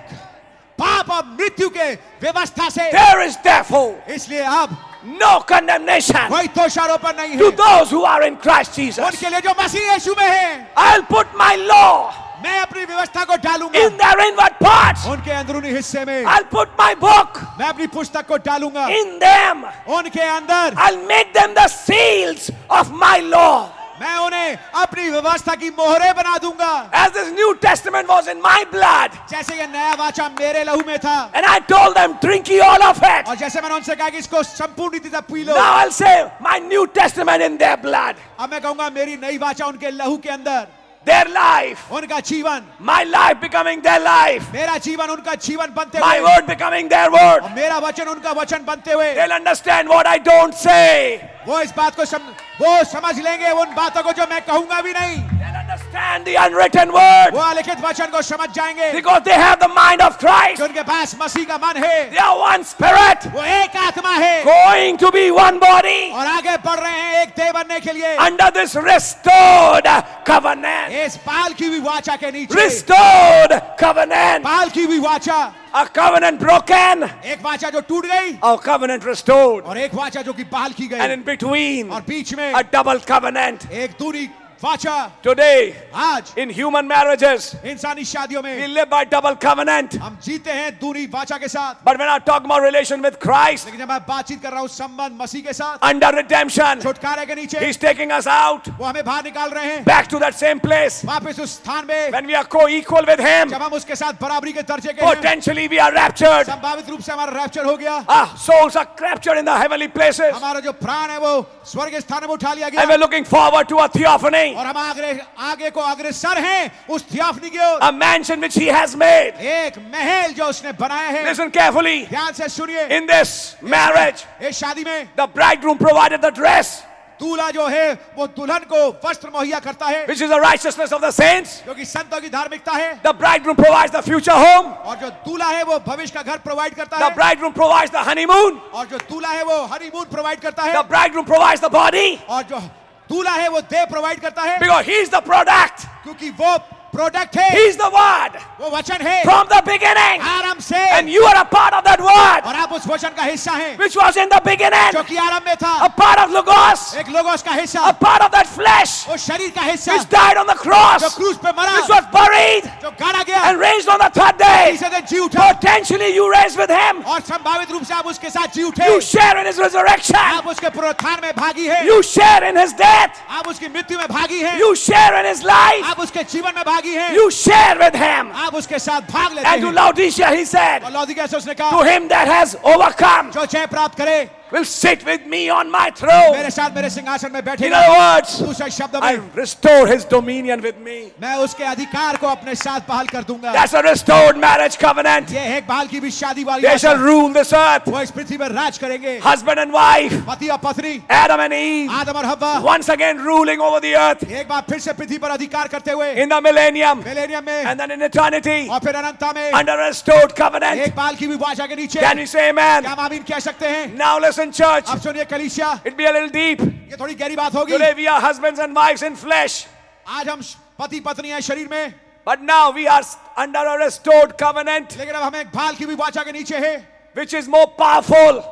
Speaker 13: पाप और मृत्यु के व्यवस्था से
Speaker 14: There is therefore
Speaker 13: इसलिए अब
Speaker 14: no condemnation
Speaker 13: कोई दोषारोपण नहीं
Speaker 14: to
Speaker 13: है
Speaker 14: those who are in Christ Jesus.
Speaker 13: उनके लिए जो मसीह यीशु में है
Speaker 14: I'll put my law
Speaker 13: मैं अपनी व्यवस्था को डालूंगा
Speaker 14: in their inward parts.
Speaker 13: उनके अंदरूनी हिस्से में
Speaker 14: I'll put my book
Speaker 13: मैं अपनी पुस्तक को डालूंगा
Speaker 14: in them.
Speaker 13: उनके अंदर
Speaker 14: I'll make them the seals of my law.
Speaker 13: मैं उन्हें अपनी व्यवस्था की मोहरे बना दूंगा
Speaker 14: As this New Testament was in my blood,
Speaker 13: जैसे ये नया वाचा मेरे लहू में था
Speaker 14: and I told them, drink ye all of it.
Speaker 13: और जैसे मैंने उनसे कहा कि इसको संपूर्ण रीति से पी लो
Speaker 14: Now I'll say, my New Testament in their blood,
Speaker 13: अब मैं कहूंगा मेरी नई वाचा उनके लहू के अंदर
Speaker 14: their life,
Speaker 13: उनका जीवन
Speaker 14: my life becoming their life,
Speaker 13: मेरा जीवन उनका जीवन बनते
Speaker 14: my
Speaker 13: हुए
Speaker 14: word becoming their word.
Speaker 13: और मेरा वचन उनका वचन बनते हुए
Speaker 14: They'll understand what I don't say.
Speaker 13: वो इस बात को सम, वो समझ लेंगे उन बातों को जो मैं कहूंगा भी नहीं
Speaker 14: They'll understand the unwritten word
Speaker 13: वो अलिखित वचन को समझ जाएंगे
Speaker 14: because they have the mind of Christ.
Speaker 13: कि उनके पास मसीह का मन है
Speaker 14: They are one spirit,
Speaker 13: वो एक आत्मा है
Speaker 14: going to be one body
Speaker 13: और आगे बढ़ रहे हैं एक देव बनने के लिए
Speaker 14: under this restored covenant.
Speaker 13: इस पाल की हुई वाचा के नीचे
Speaker 14: Restored covenant.
Speaker 13: पाल की हुई वाचा
Speaker 14: A covenant broken,
Speaker 13: एक वाचा जो टूट गई
Speaker 14: a covenant restored.
Speaker 13: और एक वाचा जो कि बहाल की
Speaker 14: And
Speaker 13: गई
Speaker 14: in between,
Speaker 13: और बीच में
Speaker 14: a double covenant.
Speaker 13: एक दूरी वाचा
Speaker 14: Today,
Speaker 13: आज
Speaker 14: in human marriages,
Speaker 13: इंसानी शादियों
Speaker 5: We
Speaker 13: में
Speaker 5: live by double covenant.
Speaker 13: हम जीते हैं दूरी वाचा के साथ
Speaker 5: But when I talk about relation with Christ
Speaker 13: लेकिन जब मैं बातचीत कर रहा हूँ संबंध मसीह के साथ
Speaker 5: under redemption,
Speaker 13: छुटकारे के नीचे
Speaker 5: He's taking us out
Speaker 13: वो हमें बाहर निकाल रहे हैं
Speaker 5: back to that same place.
Speaker 13: वापस उस स्थान में
Speaker 5: When we are co equal with Him,
Speaker 13: जब हम उसके साथ बराबरी के दर्जे के हैं,
Speaker 5: potentially we are raptured.
Speaker 13: संभावित रूप से हमारा रैप्चर हो गया
Speaker 5: Our souls are captured in the heavenly places.
Speaker 13: हमारा जो प्राण है वो स्वर्ग के स्थान में उठा लिया
Speaker 5: And we're
Speaker 13: गया
Speaker 5: looking forward to a theophany,
Speaker 13: और हम आगे आगे को अग्रसर हैं उस थियाफनी की ओर
Speaker 5: a mansion which He has made.
Speaker 13: एक महल जो उसने बनाया है
Speaker 5: Listen carefully.
Speaker 13: ध्यान से सुनिए
Speaker 5: In this marriage,
Speaker 13: इस शादी में
Speaker 5: the bridegroom provided the dress,
Speaker 13: दूल्हा जो है वो दुल्हन को वस्त्र मुहैया करता है
Speaker 5: which is the righteousness of the saints.
Speaker 13: जो कि संतों की धार्मिकता है
Speaker 5: The bridegroom provides the future home.
Speaker 13: और जो दूल्हा है वो भविष्य का घर प्रोवाइड करता
Speaker 5: The
Speaker 13: है
Speaker 5: bridegroom provides the honeymoon.
Speaker 13: और जो दूल्हा है वो हनीमून प्रोवाइड करता है
Speaker 5: The bridegroom provides the body
Speaker 13: और जो दूल्हा है वो देह प्रोवाइड करता है
Speaker 5: because he's the product.
Speaker 13: क्योंकि वो प्रोडक्ट है
Speaker 5: He's the word
Speaker 13: वो वचन है
Speaker 5: from the beginning.
Speaker 13: आराम से
Speaker 5: And you are a part of that word
Speaker 13: और आप उस वचन का हिस्सा हैं
Speaker 5: which was in the
Speaker 13: जो
Speaker 5: beginning,
Speaker 13: कि आराम में था
Speaker 5: a part of Logos,
Speaker 13: एक लोगों का हिस्सा
Speaker 5: a part of that flesh
Speaker 13: उस शरीर का हिस्सा
Speaker 5: which
Speaker 13: जो
Speaker 5: died on the cross, which
Speaker 13: क्रूज पे मरा
Speaker 5: was buried
Speaker 13: जो गाड़ा गया
Speaker 5: and raised on the third day.
Speaker 13: तीसरे दिन जी उठा
Speaker 5: Potentially, you raised with him.
Speaker 13: और संभावित रूप से आप उसके साथ जी उठे
Speaker 5: You share in his resurrection.
Speaker 13: आप उसके पुनरुत्थान में भागी है
Speaker 5: You share in his death.
Speaker 13: आप उसकी मृत्यु में भागी है
Speaker 5: You share in his life.
Speaker 13: आप उसके जीवन में भागी है
Speaker 5: You share with him.
Speaker 13: आप उसके साथ भाग
Speaker 5: And
Speaker 13: लेते
Speaker 5: to
Speaker 13: हैं
Speaker 5: Laodicea, he said,
Speaker 13: और लौदिका से उसने
Speaker 5: To
Speaker 13: कहा
Speaker 5: him that has overcome
Speaker 13: जो जय प्राप्त करे
Speaker 5: will sit with me on my throne.
Speaker 13: मेरे साथ मेरे सिंहासन में बैठे
Speaker 5: In other words,
Speaker 13: दूसरे शब्द
Speaker 5: I
Speaker 13: में
Speaker 5: restore his dominion with me.
Speaker 13: मैं उसके अधिकार को अपने साथ बहाल कर दूंगा
Speaker 5: That's a restored marriage covenant.
Speaker 13: ये एक बाल की भी शादी वाली
Speaker 5: They shall
Speaker 13: Asha.
Speaker 5: rule this earth.
Speaker 13: वो इस पृथ्वी पर राज करेंगे
Speaker 5: Husband and wife,
Speaker 13: पति और पत्नी
Speaker 5: Adam and Eve,
Speaker 13: आदम और हवा
Speaker 5: once again ruling over the earth
Speaker 13: एक बार फिर से पृथ्वी पर अधिकार करते हुए
Speaker 5: in the millennium
Speaker 13: मिलेनियम में
Speaker 5: and then in eternity
Speaker 13: और फिर अनंतता में
Speaker 5: under a restored
Speaker 13: एक
Speaker 5: covenant.
Speaker 13: बाल की भी वाचा के नीचे
Speaker 5: Can we say amen?
Speaker 13: क्या हम आमीन कह सकते हैं
Speaker 5: Now listen
Speaker 13: in church.
Speaker 12: आप सुनिए कलीसिया
Speaker 13: It'd be a little deep.
Speaker 12: ये थोड़ी गहरी बात होगी
Speaker 13: Today we are husbands and wives in flesh.
Speaker 12: आज हम पति पत्नी हैं शरीर में
Speaker 13: But now we are under a restored covenant
Speaker 12: लेकिन अब हम एक भाल की भी वाचा के नीचे है
Speaker 13: which is more powerful.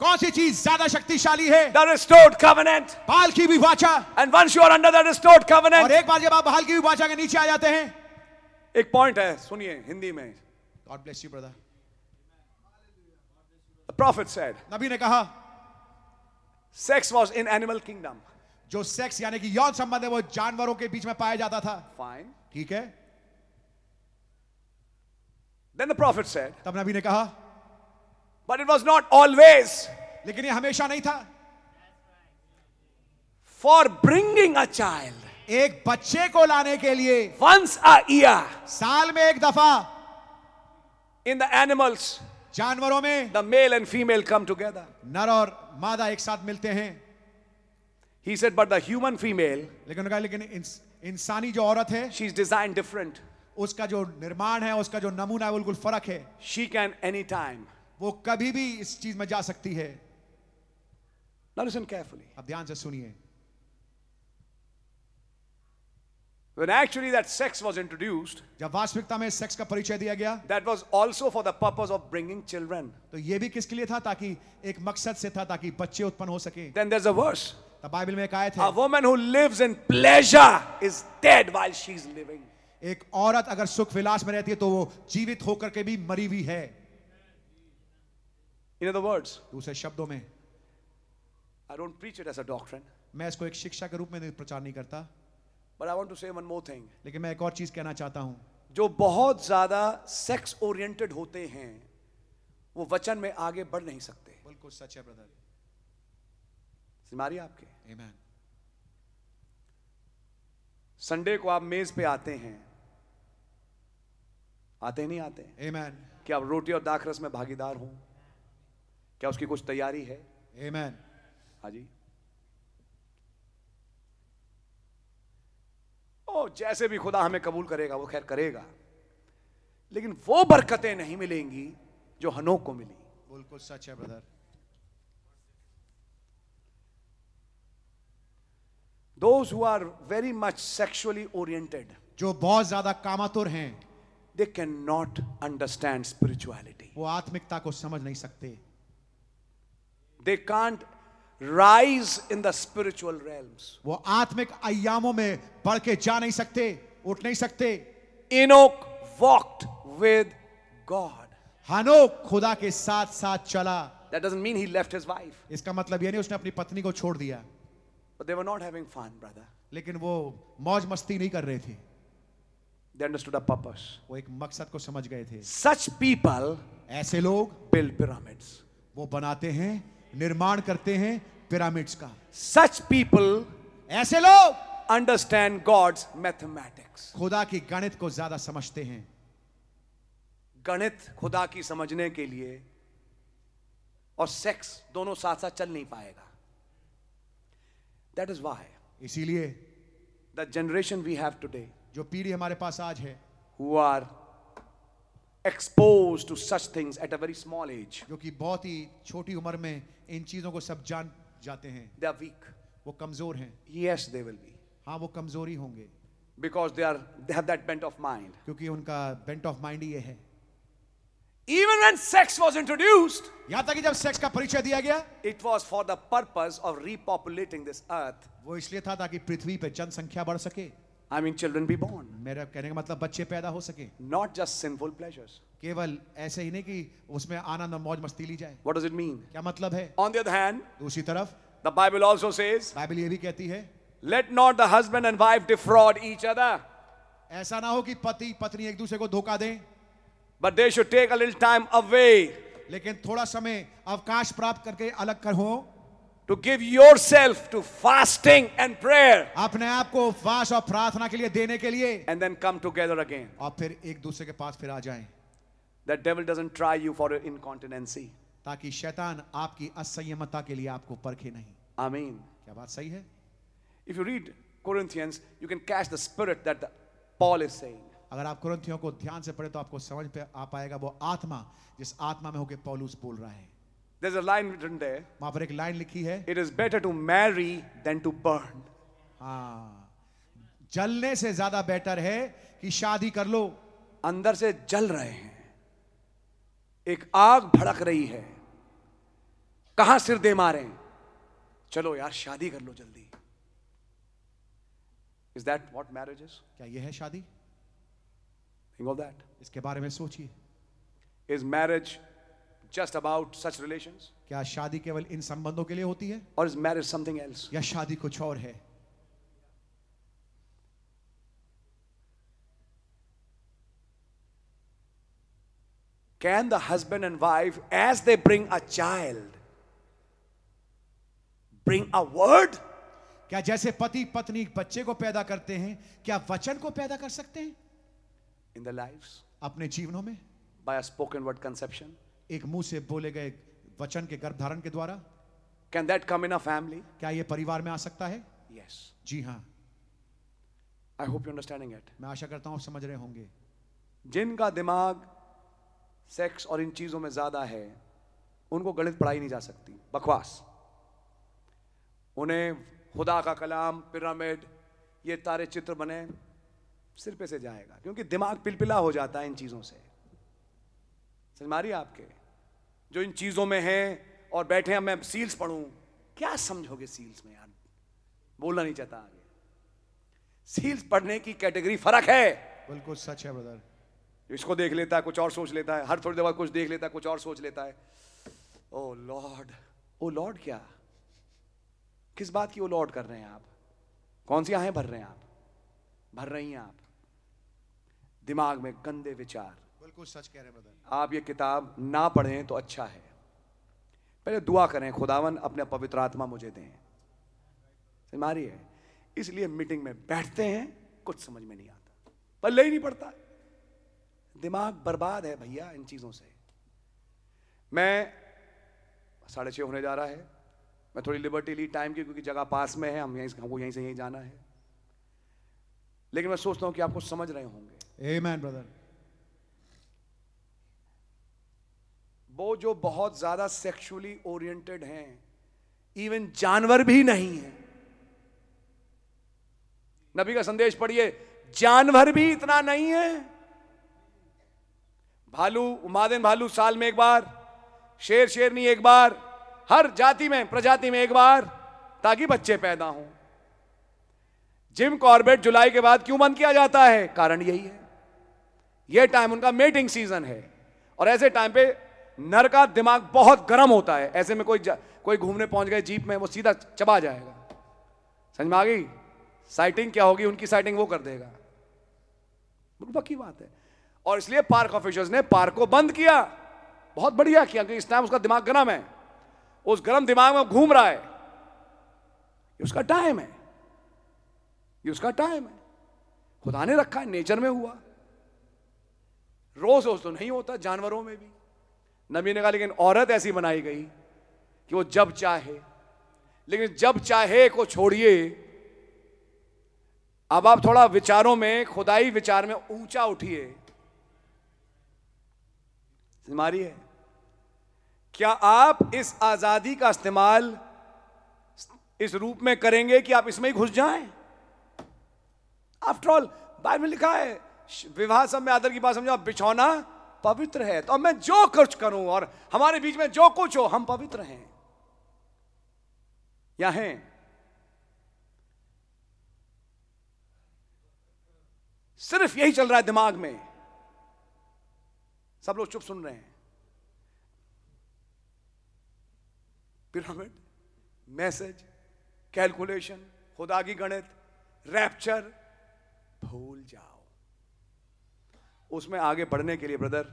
Speaker 12: कौन सी चीज ज्यादा शक्तिशाली है
Speaker 13: The restored covenant.
Speaker 12: भाल की भी वाचा
Speaker 13: And once you are under the restored
Speaker 12: और
Speaker 13: covenant,
Speaker 12: एक बार जब आप भाल की भी वाचा के नीचे आ जाते हैं
Speaker 5: एक पॉइंट है सुनिए हिंदी में
Speaker 12: God bless you brother
Speaker 5: The prophet said,
Speaker 12: नबी ने कहा
Speaker 5: sex was in animal kingdom.
Speaker 12: जो सेक्स यानी कि यौन संबंध है वो जानवरों के बीच में पाया जाता था
Speaker 5: Fine.
Speaker 12: ठीक है
Speaker 5: Then the prophet said,
Speaker 12: तब नबी ने कहा
Speaker 5: but it was not always.
Speaker 12: लेकिन ये हमेशा नहीं था
Speaker 13: for bringing a child
Speaker 12: एक बच्चे को लाने के लिए
Speaker 13: once a year
Speaker 12: साल में एक दफा
Speaker 5: In the animals,
Speaker 12: जानवरों में
Speaker 5: the male and female come together.
Speaker 12: नर और मादा एक साथ मिलते हैं
Speaker 5: He said, but the human female,
Speaker 12: लेकिन उन्होंने कहा लेकिन इंस- इंसानी जो औरत है
Speaker 5: she's designed different.
Speaker 12: उसका जो निर्माण है उसका जो नमूना है बिल्कुल फर्क है
Speaker 5: She can anytime.
Speaker 12: वो कभी भी इस चीज में जा सकती है
Speaker 5: Now listen carefully.
Speaker 12: अब ध्यान से सुनिए
Speaker 5: When actually that sex was introduced,
Speaker 12: जब वास्तविकता में सेक्स का परिचय दिया गया
Speaker 5: that was also for the purpose of bringing children.
Speaker 12: तो ये भी किसके लिए था ताकि एक मकसद से था ताकि बच्चे उत्पन्न हो सके
Speaker 5: Then there's a verse.
Speaker 12: तब बाइबल में एक आयत
Speaker 5: A
Speaker 12: है
Speaker 5: woman who lives in pleasure is dead while she's living.
Speaker 12: एक औरत अगर सुख विलास में रहती है तो वो जीवित होकर के भी मरी हुई है
Speaker 5: In other words,
Speaker 12: दूसरे शब्दों में
Speaker 5: I don't preach it as a doctrine,
Speaker 12: मैं इसको एक शिक्षा के रूप में नहीं प्रचार नहीं करता
Speaker 5: but I want to say one more thing.
Speaker 12: लेकिन मैं एक और चीज कहना चाहता हूं
Speaker 5: जो बहुत ज्यादा सेक्स ओरिएंटेड होते हैं वो वचन में आगे बढ़ नहीं सकते
Speaker 12: बिल्कुल सच है ब्रदर
Speaker 5: मारिए आपके
Speaker 12: आमेन
Speaker 5: संडे को आप मेज पे आते हैं आते ही नहीं आते हैं
Speaker 12: आमेन
Speaker 5: क्या आप रोटी और दाखरस में भागीदार हो क्या उसकी कुछ तैयारी है
Speaker 12: आमेन
Speaker 5: हाँ जी ओ जैसे भी खुदा हमें कबूल करेगा वो खैर करेगा लेकिन वो बरकतें नहीं मिलेंगी जो हनोक को मिली
Speaker 12: बिल्कुल सच है brother
Speaker 5: those who are very much sexually oriented
Speaker 12: जो बहुत ज्यादा कामातुर हैं
Speaker 5: they cannot understand spirituality
Speaker 12: वो आत्मिकता को समझ नहीं सकते
Speaker 5: they can't rise in the spiritual realms
Speaker 12: वो आत्मिक आयामों में बढ़ के जा नहीं सकते उठ नहीं सकते
Speaker 5: enoch walked with god
Speaker 12: हनोक खुदा के साथ साथ चला
Speaker 5: that doesn't mean he left his wife
Speaker 12: इसका मतलब ये नहीं उसने अपनी पत्नी को छोड़ दिया
Speaker 5: but they were not having fun brother
Speaker 12: लेकिन वो मौज मस्ती नहीं कर रहे थे
Speaker 5: they understood a purpose
Speaker 12: वो एक मकसद को समझ गए थे
Speaker 5: such people
Speaker 12: ऐसे लोग
Speaker 5: build pyramids
Speaker 12: वो बनाते हैं निर्माण करते हैं पिरामिड्स का
Speaker 5: such people
Speaker 12: ऐसे लोग
Speaker 5: understand god's mathematics
Speaker 12: खुदा की गणित को ज्यादा समझते हैं
Speaker 5: गणित खुदा की समझने के लिए और सेक्स दोनों साथ साथ चल नहीं पाएगा दैट इज वाई
Speaker 12: इसीलिए
Speaker 5: the generation we have today
Speaker 12: जो पीढ़ी हमारे पास आज है
Speaker 5: who are expose to such things at a very small age
Speaker 12: जो कि बहुत ही छोटी उम्र में इन चीजों को सब जान जाते हैं
Speaker 5: दे आर वीक
Speaker 12: वो कमजोर हैं
Speaker 5: यस दे विल बी
Speaker 12: हाँ वो कमजोरी होंगे
Speaker 5: because they are they have that bent of mind
Speaker 12: क्योंकि उनका बेंट ऑफ माइंड ये है
Speaker 5: even when sex was introduced
Speaker 12: यहाँ तक कि जब सेक्स का परिचय दिया गया
Speaker 5: it was for the purpose of repopulating this earth
Speaker 12: वो इसलिए था ताकि पृथ्वी पर जनसंख्या बढ़ सके
Speaker 5: i mean children be born
Speaker 12: मेरा कहने का मतलब बच्चे पैदा हो सके
Speaker 5: not just sinful pleasures
Speaker 12: केवल ऐसे ही नहीं कि उसमें आनंद और मौज मस्ती ली जाए
Speaker 5: what does it mean
Speaker 12: क्या मतलब है
Speaker 5: on the other hand
Speaker 12: दूसरी तरफ
Speaker 5: the bible also says
Speaker 12: Bible ये भी कहती है
Speaker 5: Let not the husband and wife defraud each other,
Speaker 12: ऐसा ना हो कि पति पत्नी एक दूसरे को धोखा दें
Speaker 5: but they should take a little time away
Speaker 12: लेकिन थोड़ा समय अवकाश प्राप्त करके अलग कर हो
Speaker 5: to give yourself to fasting and prayer
Speaker 12: अपने आप को उपवास और प्रार्थना के लिए देने के लिए
Speaker 5: and then come together again.
Speaker 12: और फिर एक दूसरे के पास फिर आ जाएं
Speaker 5: The devil doesn't try you for your incontinency.
Speaker 12: ताकि शैतान आपकी असंयमता के लिए आपको परखे नहीं
Speaker 5: Amen.
Speaker 12: क्या बात सही है
Speaker 5: If you read Corinthians, you can catch the spirit that the- Paul is saying.
Speaker 12: अगर आप कुरंथियों को ध्यान से पढ़े तो आपको समझ पे आ पाएगा वो आत्मा जिस आत्मा में होके पौलुस बोल रहा है
Speaker 5: There's a line written there.
Speaker 13: वहां पर एक लाइन लिखी है
Speaker 5: It is better to marry than to burn.
Speaker 12: Ah.
Speaker 13: हाँ जलने से ज्यादा बेटर है कि शादी कर लो
Speaker 5: अंदर से जल रहे हैं एक आग भड़क रही है कहां सिर दे मारे चलो यार शादी कर लो जल्दी is that what marriage is
Speaker 13: क्या यह है शादी
Speaker 5: थिंक ऑफ दैट
Speaker 13: इसके बारे में सोचिए
Speaker 5: is marriage just about such relation
Speaker 13: क्या शादी केवल इन संबंधों के लिए होती है
Speaker 5: और इज मैरिज समथिंग एल्स
Speaker 13: या शादी कुछ और है
Speaker 5: Can the husband and wife, as they bring a child, bring a word?
Speaker 13: क्या जैसे पति पत्नी बच्चे को पैदा करते हैं क्या वचन को पैदा कर सकते हैं
Speaker 5: in their lives
Speaker 13: अपने जीवनों में
Speaker 5: by a spoken word conception?
Speaker 13: एक मुंह से बोले गए वचन के गर्भधारण के द्वारा
Speaker 5: Can that come in a family?
Speaker 13: क्या यह परिवार में आ सकता है
Speaker 5: Yes.
Speaker 13: जी हाँ
Speaker 5: I hope you're understanding it.
Speaker 13: मैं आशा करता हूं आप समझ रहे होंगे
Speaker 5: जिनका दिमाग सेक्स और इन चीजों में ज्यादा है उनको गणित पढ़ाई नहीं जा सकती बकवास उन्हें खुदा का कलाम पिरामिड ये तारे चित्र बने सिर पे से जाएगा क्योंकि दिमाग पिलपिला हो जाता है इन चीजों से समझ मारिए आपके जो इन चीजों में हैं और बैठे हैं मैं सील्स पढ़ूं क्या समझोगे सील्स में यार बोलना नहीं चाहता आगे सील्स पढ़ने की कैटेगरी फर्क है
Speaker 13: बिल्कुल सच है ब्रदर
Speaker 5: इसको देख लेता है कुछ और सोच लेता है हर थोड़ी देर बाद कुछ देख लेता है कुछ और सोच लेता है ओ लॉर्ड ओ लॉर्ड क्या किस बात की ओ लॉर्ड कर रहे हैं आप कौन सी आहें भर रहे हैं आप भर रही हैं आप दिमाग में गंदे विचार
Speaker 13: बिल्कुल सच कह रहे हैं ब्रदर
Speaker 5: आप ये किताब ना पढ़ें तो अच्छा है पहले दुआ करें खुदावन अपने पवित्र आत्मा मुझे दें समझ मारी है इसलिए मीटिंग में बैठते हैं कुछ समझ में नहीं आता पल्ले ही नहीं पड़ता दिमाग बर्बाद है भैया इन चीज़ों से मैं साढ़े छः होने जा रहा है मैं थोड़ी लिबर्टी ली टाइम की क्योंकि जगह पास में है हम यहीं हमको यहीं से यहीं जाना है लेकिन मैं सोचता हूँ कि आपको समझ रहे होंगे
Speaker 13: Amen, brother.
Speaker 5: वो जो बहुत ज्यादा सेक्सुअली ओरिएंटेड हैं इवन जानवर भी नहीं है नबी का संदेश पढ़िए जानवर भी इतना नहीं है भालू उमादन भालू साल में एक बार शेर शेरनी एक बार हर जाति में प्रजाति में एक बार ताकि बच्चे पैदा हों जिम कॉर्बेट जुलाई के बाद क्यों बंद किया जाता है कारण यही है यह टाइम उनका मेटिंग सीजन है और ऐसे टाइम पे नर का दिमाग बहुत गर्म होता है ऐसे में कोई जा- कोई घूमने पहुंच गए जीप में वो सीधा चबा जाएगा समझ में आ गई साइटिंग क्या होगी उनकी साइटिंग वो कर देगा बिल्कुल पक्की बात है और इसलिए पार्क ऑफिसर्स ने पार्क को बंद किया बहुत बढ़िया किया क्योंकि इस टाइम उसका दिमाग गर्म है उस गर्म दिमाग में वो घूम रहा है ये उसका टाइम है ये उसका टाइम है खुदा ने रखा है नेचर में हुआ रोज रोज तो नहीं होता जानवरों में भी नबी ने कहा लेकिन औरत ऐसी बनाई गई कि वो जब चाहे लेकिन जब चाहे को छोड़िए अब आप थोड़ा विचारों में खुदाई विचार में ऊंचा उठिए समझ में आ रही है क्या आप इस आजादी का इस्तेमाल इस रूप में करेंगे कि आप इसमें ही घुस जाएं आफ्टर ऑल बाइबल में लिखा है श- विवाह सब में आदर की बात समझो बिछौना पवित्र है तो अब मैं जो कुछ करूं और हमारे बीच में जो कुछ हो हम पवित्र हैं या हैं सिर्फ यही चल रहा है दिमाग में सब लोग चुप सुन रहे हैं पिरामिड मैसेज कैलकुलेशन खुदा की गणित रैप्चर भूल जाओ उसमें आगे बढ़ने के लिए ब्रदर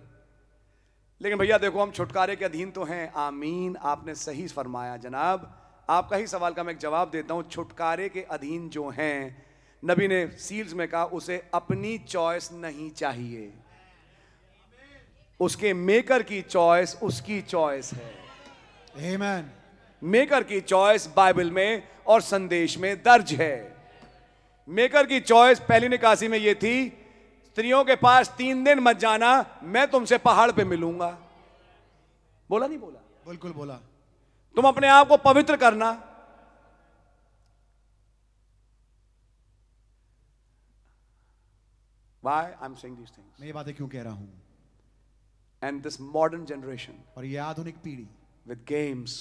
Speaker 5: लेकिन भैया देखो हम छुटकारे के अधीन तो हैं आमीन आपने सही फरमाया जनाब आपका ही सवाल का मैं एक जवाब देता हूं छुटकारे के अधीन जो हैं नबी ने सील्स में कहा उसे अपनी चॉइस नहीं चाहिए उसके मेकर की चॉइस उसकी चॉइस है
Speaker 13: Amen.
Speaker 5: मेकर की चॉइस बाइबल में और संदेश में दर्ज है मेकर की चॉइस पहली निकासी में यह थी स्त्रियों के पास तीन दिन मत जाना मैं तुमसे पहाड़ पे मिलूंगा बोला नहीं बोला
Speaker 15: बिल्कुल बोला
Speaker 5: तुम अपने आप को पवित्र करना why I am saying these things
Speaker 12: मैं ये बातें क्यों कह रहा हूं
Speaker 5: एंड दिस मॉडर्न जनरेशन
Speaker 12: और ये आधुनिक पीढ़ी
Speaker 5: विद गेम्स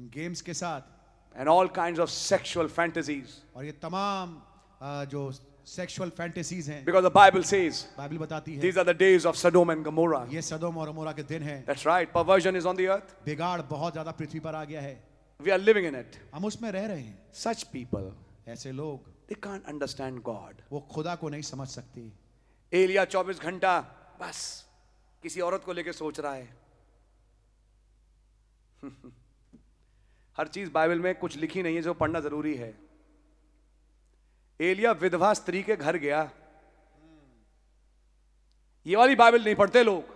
Speaker 12: इन गेम्स के साथ
Speaker 5: and all kind of sexual fantasies
Speaker 12: और ये तमाम अ, जो सेक्सुअल फैंटेसीज हैं
Speaker 5: because the Bible says
Speaker 12: Bible बताती है
Speaker 5: these are the days of Sodom and Gomorrah
Speaker 12: ये सदोम और अमोरा के दिन हैं
Speaker 5: that's right perversion is on the earth
Speaker 12: बिगाड़ बहुत ज्यादा पृथ्वी पर आ गया है
Speaker 5: we are living in it
Speaker 12: हम उसमें रह रहे हैं
Speaker 5: सच पीपल
Speaker 12: ऐसे लोग
Speaker 5: दे कांट अंडरस्टैंड गॉड
Speaker 12: वो खुदा को नहीं समझ सकते
Speaker 5: एलिया 24 घंटा बस किसी औरत को लेकर सोच रहा है हर चीज बाइबल में कुछ लिखी नहीं है जो पढ़ना जरूरी है एलिया विधवा स्त्री के घर गया ये वाली बाइबल नहीं पढ़ते लोग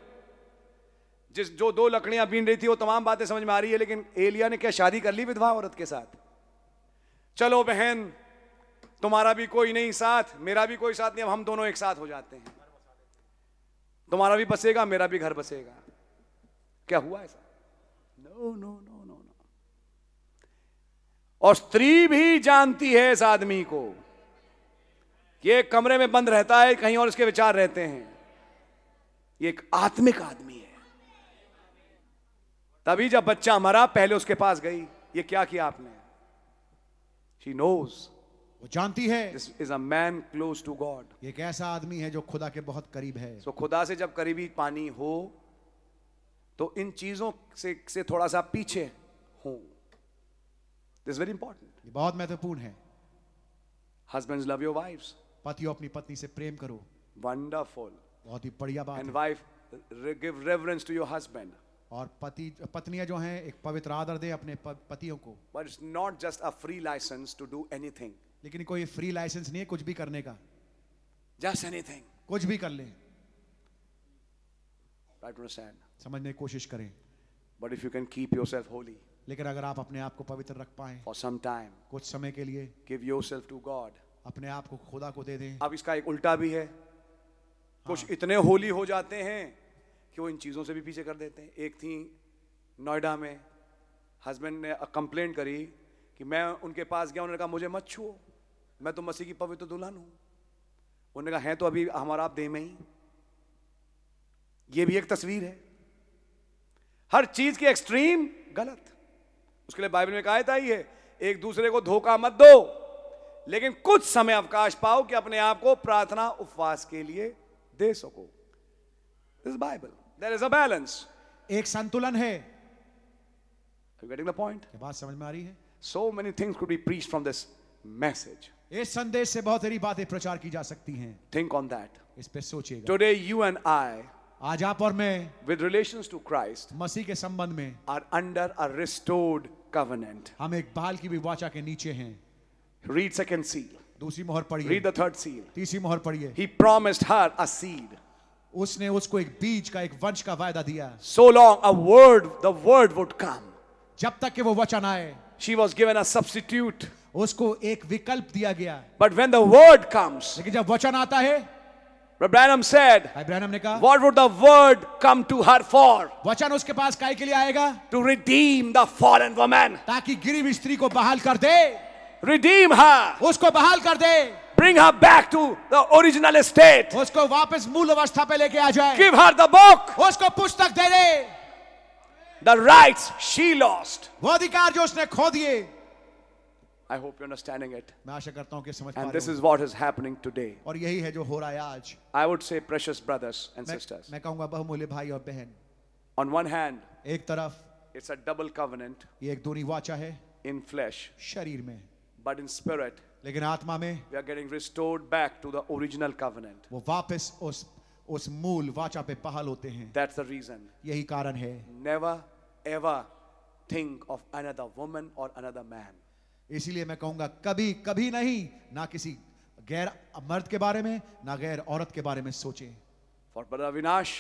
Speaker 5: जिस जो दो लकड़ियां बीन रही थी वो तमाम बातें समझ में आ रही है लेकिन एलिया ने क्या शादी कर ली विधवा औरत के साथ चलो बहन तुम्हारा भी कोई नहीं साथ मेरा भी कोई साथ नहीं अब हम दोनों एक साथ हो जाते हैं तुम्हारा भी बसेगा मेरा भी घर बसेगा क्या हुआ ऐसा no no no no no और स्त्री भी जानती है इस आदमी को कि ये कमरे में बंद रहता है कहीं और इसके विचार रहते हैं ये एक आत्मिक आदमी है तभी जब बच्चा मरा पहले उसके पास गई ये क्या किया आपने शी नोज
Speaker 12: वो जानती है
Speaker 5: this is a man close to God
Speaker 12: ये एक ऐसा आदमी है जो खुदा के बहुत करीब है
Speaker 5: सो खुदा से जब करीबी पानी हो तो इन चीजों से से थोड़ा सा पीछे हो दिस वेरी इंपॉर्टेंट
Speaker 12: ये बहुत महत्वपूर्ण है
Speaker 5: husband love your wives wonderful
Speaker 12: बहुत ही बढ़िया बात
Speaker 5: एंड
Speaker 12: है
Speaker 5: wife give reference to your husband
Speaker 12: और पति पत्नियां जो हैं एक पवित्र आदर दें अपने प- पतियों को
Speaker 5: but it's not just a free licence to do anything
Speaker 12: लेकिन कोई फ्री लाइसेंस नहीं है कुछ भी करने का
Speaker 5: जस्ट एनीथिंग
Speaker 12: कुछ भी कर लें
Speaker 5: राइट अंडरस्टैंड
Speaker 12: समझने की कोशिश करें
Speaker 5: but if you can keep yourself holy
Speaker 12: लेकिन अगर आप अपने आप को पवित्र रख पाए
Speaker 5: फॉर सम टाइम
Speaker 12: कुछ समय के लिए
Speaker 5: गिव योरसेल्फ टू गॉड
Speaker 12: अपने आप को खुदा को दे दें
Speaker 5: अब इसका एक उल्टा भी है कुछ इतने होली हो जाते हैं कि वो इन चीज़ों से भी पीछे कर देते हैं एक थी नोएडा में हस्बैंड ने कंप्लेंट करी कि मैं उनके पास गया उन्होंने कहा मुझे मत छुओ मैं तो मसीह की पवित्र दुल्हन हूँ उन्होंने कहा है तो अभी हमारा आप देह में ही ये भी एक तस्वीर है हर चीज़ की एक्सट्रीम गलत उसके लिए बाइबल में कहा था ही है एक दूसरे को धोखा मत दो लेकिन कुछ समय अवकाश पाओ कि अपने आप को प्रार्थना उपवास के लिए दे सको this Bible there is a balance
Speaker 12: एक संतुलन है क्या
Speaker 5: यू गेटिंग द पॉइंट
Speaker 12: बात समझ में आ रही है
Speaker 5: so many things could be preach from this message
Speaker 12: इस संदेश से बहुत सारी बातें प्रचार की जा सकती हैं
Speaker 5: थिंक ऑन दैट
Speaker 12: इस पे सोचिएगा
Speaker 5: टुडे यू एंड आई
Speaker 12: आज आप और मैं
Speaker 5: विद रिलेशन टू क्राइस्ट
Speaker 12: मसीह के संबंध में
Speaker 5: are under a restored covenant
Speaker 12: हम एक बाल की भी वाचा के नीचे हैं
Speaker 5: रीड सेकेंड सील
Speaker 12: दूसरी मोहर पढ़िए
Speaker 5: रीड द थर्ड सील
Speaker 12: तीसरी मोहर पढ़िए
Speaker 5: he promised her a seed
Speaker 12: उसने उसको एक बीज का एक वंश का वायदा दिया
Speaker 5: so long a word the word would come
Speaker 12: जब तक कि वो वचन आए
Speaker 5: she was given a substitute
Speaker 12: उसको एक विकल्प दिया गया
Speaker 5: but when the word comes
Speaker 12: लेकिन जब वचन आता है
Speaker 5: ब्रैनम सेड
Speaker 12: इब्राहिम ने कहा
Speaker 5: What would the word come to her for?
Speaker 12: वचन उसके पास काय के लिए आएगा
Speaker 5: To redeem the fallen woman.
Speaker 12: ताकि गिरी हुई स्त्री को बहाल कर दे
Speaker 5: Redeem her.
Speaker 12: उसको बहाल कर दे
Speaker 5: Bring her back to the original estate.
Speaker 12: उसको वापस मूल अवस्था पे लेके आ जाए
Speaker 5: Give her the book,
Speaker 12: उसको पुस्तक दे दे
Speaker 5: the rights she lost.
Speaker 12: वो अधिकार जो उसने खो दिए
Speaker 5: I hope you're understanding it.
Speaker 12: मैं आशा करता हूँ कि समझ पा
Speaker 5: And
Speaker 12: रहे
Speaker 5: this
Speaker 12: हो।
Speaker 5: is what is happening today.
Speaker 12: और यही है जो हो रहा है आज
Speaker 5: I would say, precious brothers and
Speaker 12: मैं,
Speaker 5: sisters.
Speaker 12: मैं कहूंगा बहुमूल्य भाई और बहन
Speaker 5: On one hand,
Speaker 12: एक तरफ
Speaker 5: it's a double covenant
Speaker 12: ये एक दूनी वाचा है
Speaker 5: in flesh,
Speaker 12: शरीर में
Speaker 5: but in spirit,
Speaker 12: लेकिन आत्मा में
Speaker 5: we are getting restored back to the original covenant.
Speaker 12: वो वापस उस उस मूल वाचा पे बहाल होते हैं
Speaker 5: That's the reason.
Speaker 12: यही कारण है
Speaker 5: Never, ever think of another woman or another man.
Speaker 12: इसीलिए मैं कहूंगा कभी कभी नहीं ना किसी गैर मर्द के बारे में ना गैर औरत के बारे में सोचें
Speaker 5: For Brother Vinash,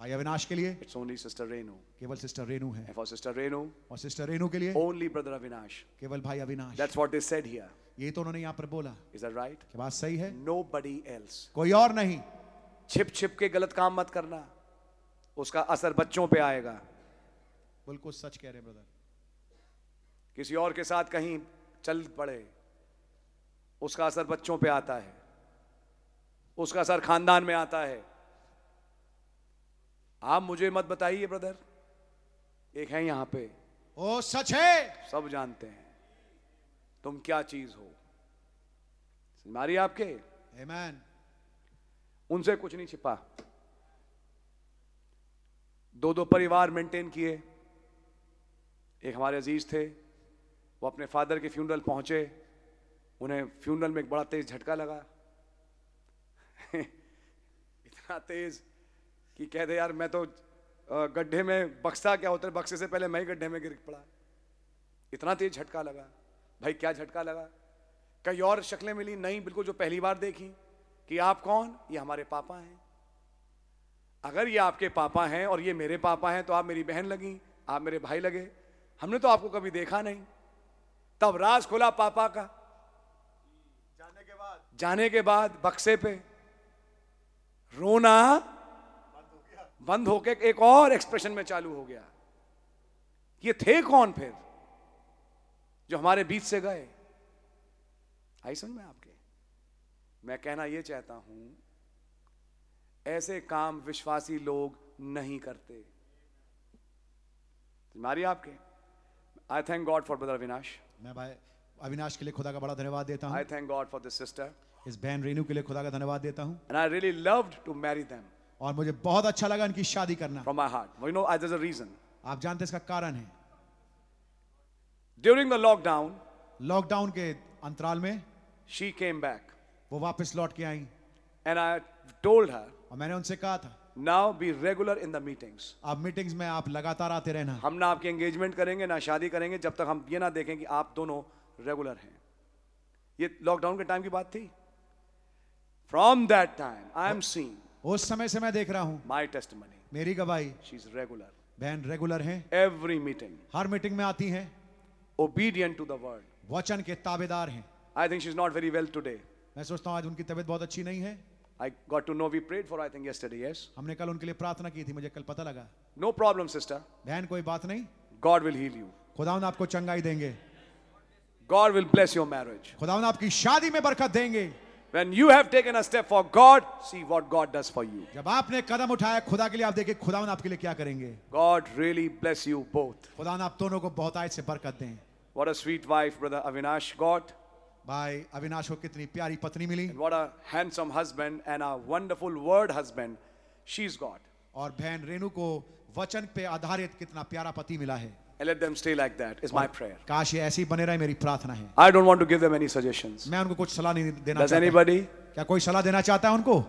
Speaker 12: भाई अविनाश के लिए
Speaker 5: it's only Sister Renu.
Speaker 12: केवल सिस्टर रेनू है
Speaker 5: And for Sister Renu,
Speaker 12: और सिस्टर रेनू के लिए
Speaker 5: only Brother Avinash.
Speaker 12: केवल भाई Avinash
Speaker 5: That's what they said here.
Speaker 12: ये तो उन्होंने यहाँ पर बोला
Speaker 5: Is that right?
Speaker 12: कि बात सही है
Speaker 5: Nobody else.
Speaker 12: कोई और नहीं
Speaker 5: छिप छिप के गलत काम मत करना उसका असर बच्चों पे आएगा
Speaker 12: बिल्कुल सच कह रहे हैं ब्रदर
Speaker 5: किसी और के साथ कहीं चल पड़े उसका असर बच्चों पे आता है उसका असर खानदान में आता है आप मुझे मत बताइए ब्रदर एक है यहां पे
Speaker 12: ओ सच है
Speaker 5: सब जानते हैं तुम क्या चीज हो समझ में आ रही है आपके
Speaker 12: Amen.
Speaker 5: उनसे कुछ नहीं छिपा दो दो परिवार मेंटेन किए एक हमारे अजीज थे वो अपने फादर के फ्यूनरल पहुंचे उन्हें फ्यूनरल में एक बड़ा तेज झटका लगा इतना तेज कि कह दे यार मैं तो अ, गड्ढे में बक्सा क्या होता है बक्से से पहले मैं ही गड्ढे में गिर पड़ा इतना तेज झटका लगा भाई क्या झटका लगा कई और शक्लें मिली नहीं बिल्कुल जो पहली बार देखी कि आप कौन ये हमारे पापा हैं अगर ये आपके पापा हैं और ये मेरे पापा हैं तो आप मेरी बहन लगी आप मेरे भाई लगे हमने तो आपको कभी देखा नहीं तब राज खुला पापा का जाने के बाद जाने के बाद बक्से पे रोना बंद होके एक और एक्सप्रेशन में चालू हो गया ये थे कौन फिर जो हमारे बीच से गए आई समझ में आपके मैं कहना यह चाहता हूं ऐसे काम विश्वासी लोग नहीं करते मारिए आपके I thank God for brother Avinash
Speaker 12: मैं भाई अविनाश के लिए खुदा का बड़ा धन्यवाद देता
Speaker 5: आई
Speaker 12: हूँ
Speaker 5: thank God for this sister
Speaker 12: इस बहन रेनू के लिए खुदा का धन्यवाद देता हूँ
Speaker 5: and I really loved to marry them
Speaker 12: और मुझे बहुत अच्छा लगा इनकी शादी करना
Speaker 5: from my heart you know I a reason
Speaker 12: आप जानते हैं इसका कारण है
Speaker 5: ड्यूरिंग द लॉकडाउन
Speaker 12: लॉकडाउन के अंतराल में
Speaker 5: शी केम बैक
Speaker 12: वो वापस लौट के आई
Speaker 5: एंड आई टोल्ड हर
Speaker 12: और मैंने उनसे कहा था
Speaker 5: now be regular in the meetings
Speaker 12: आप मीटिंग्स में आप लगातार आते रहना
Speaker 5: हम ना आपकी एंगेजमेंट करेंगे ना शादी करेंगे जब तक हम ये ना देखें कि आप दोनों रेगुलर हैं ये लॉकडाउन के टाइम की बात थी from that time I am seen
Speaker 12: उस समय से मैं देख रहा हूँ
Speaker 5: माई टेस्ट मनी
Speaker 12: मेरी गवाही
Speaker 5: शी इज रेगुलर
Speaker 12: बहन रेगुलर हैं
Speaker 5: एवरी मीटिंग
Speaker 12: हर मीटिंग में आती हैं
Speaker 5: ओबीडियंट टू द वर्ड
Speaker 12: वचन के ताबेदार हैं
Speaker 5: I think she is not very well today
Speaker 12: मैं सोचता हूँ आज उनकी तबीयत बहुत अच्छी नहीं है
Speaker 5: I got to know we prayed for I think yesterday yes
Speaker 12: हमने कल उनके लिए प्रार्थना की थी मुझे कल पता लगा
Speaker 5: नो प्रॉब्लम सिस्टर
Speaker 12: बहन कोई बात नहीं
Speaker 5: गॉड विल हील यू
Speaker 12: खुदावन आपको चंगाई देंगे
Speaker 5: God will bless your marriage
Speaker 12: खुदावन आपकी शादी में बरकत देंगे
Speaker 5: When you have taken a step for God, see what God does for you.
Speaker 12: जब आपने कदम उठाया खुदा के लिए आप देखिए खुदावन आपके लिए क्या करेंगे
Speaker 5: God really bless you both.
Speaker 12: खुदावन आप दोनों को बहुत आयत से बरकत दें
Speaker 5: What a sweet wife, Brother Avinash got,
Speaker 12: भाई अविनाश को कितनी प्यारी पत्नी मिली
Speaker 5: and what a handsome husband and a wonderful word husband she's got.
Speaker 12: और बहन रेणु को वचन पे आधारित कितना प्यारा पति मिला है
Speaker 5: And let them stay like that, is my prayer.
Speaker 12: काश ये ऐसे ही बने रहे मेरी प्रार्थना है
Speaker 5: I don't want to give them any suggestions.
Speaker 12: मैं उनको कुछ सलाह नहीं देना
Speaker 5: Does
Speaker 12: चाहता
Speaker 5: anybody?
Speaker 12: क्या कोई सलाह देना चाहता है उनको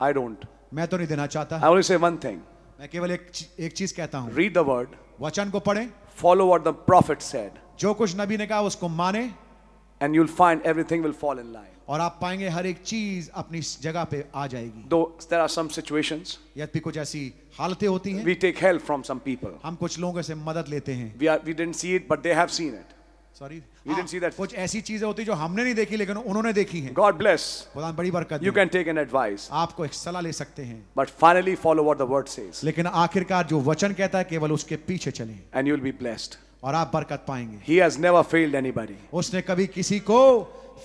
Speaker 5: I don't.
Speaker 12: मैं तो नहीं देना
Speaker 5: I
Speaker 12: चाहता
Speaker 5: only say one thing
Speaker 12: मैं केवल एक ची- एक चीज कहता हूँ
Speaker 5: read the word,
Speaker 12: वचन को पढ़ें
Speaker 5: follow what the prophet said,
Speaker 12: जो कुछ नबी ने कहा उसको माने
Speaker 5: and you'll find everything will fall in line.
Speaker 12: और आप पाएंगे हर एक चीज अपनी जगह पे आ जाएगी
Speaker 5: Though there are some situations,
Speaker 12: यद्यपि कुछ ऐसी हालतें होती हैं
Speaker 5: we take help from some people.
Speaker 12: हम कुछ लोगों से मदद लेते हैं
Speaker 5: We, are, we didn't see it, but they have seen it.
Speaker 12: Sorry
Speaker 5: We didn't see that.
Speaker 12: कुछ ऐसी चीजें होती जो हमने नहीं देखी लेकिन उन्होंने देखी है
Speaker 5: God bless.
Speaker 12: खुदा बड़ी बरकत
Speaker 5: You
Speaker 12: they.
Speaker 5: can take an advice,
Speaker 12: आपको एक सलाह ले सकते हैं
Speaker 5: but finally follow what the word says,
Speaker 12: लेकिन आखिरकार जो वचन कहता है केवल उसके पीछे चलें
Speaker 5: and you'll be blessed.
Speaker 12: और आप बरकत पाएंगे
Speaker 5: He has never failed anybody.
Speaker 12: उसने कभी किसी को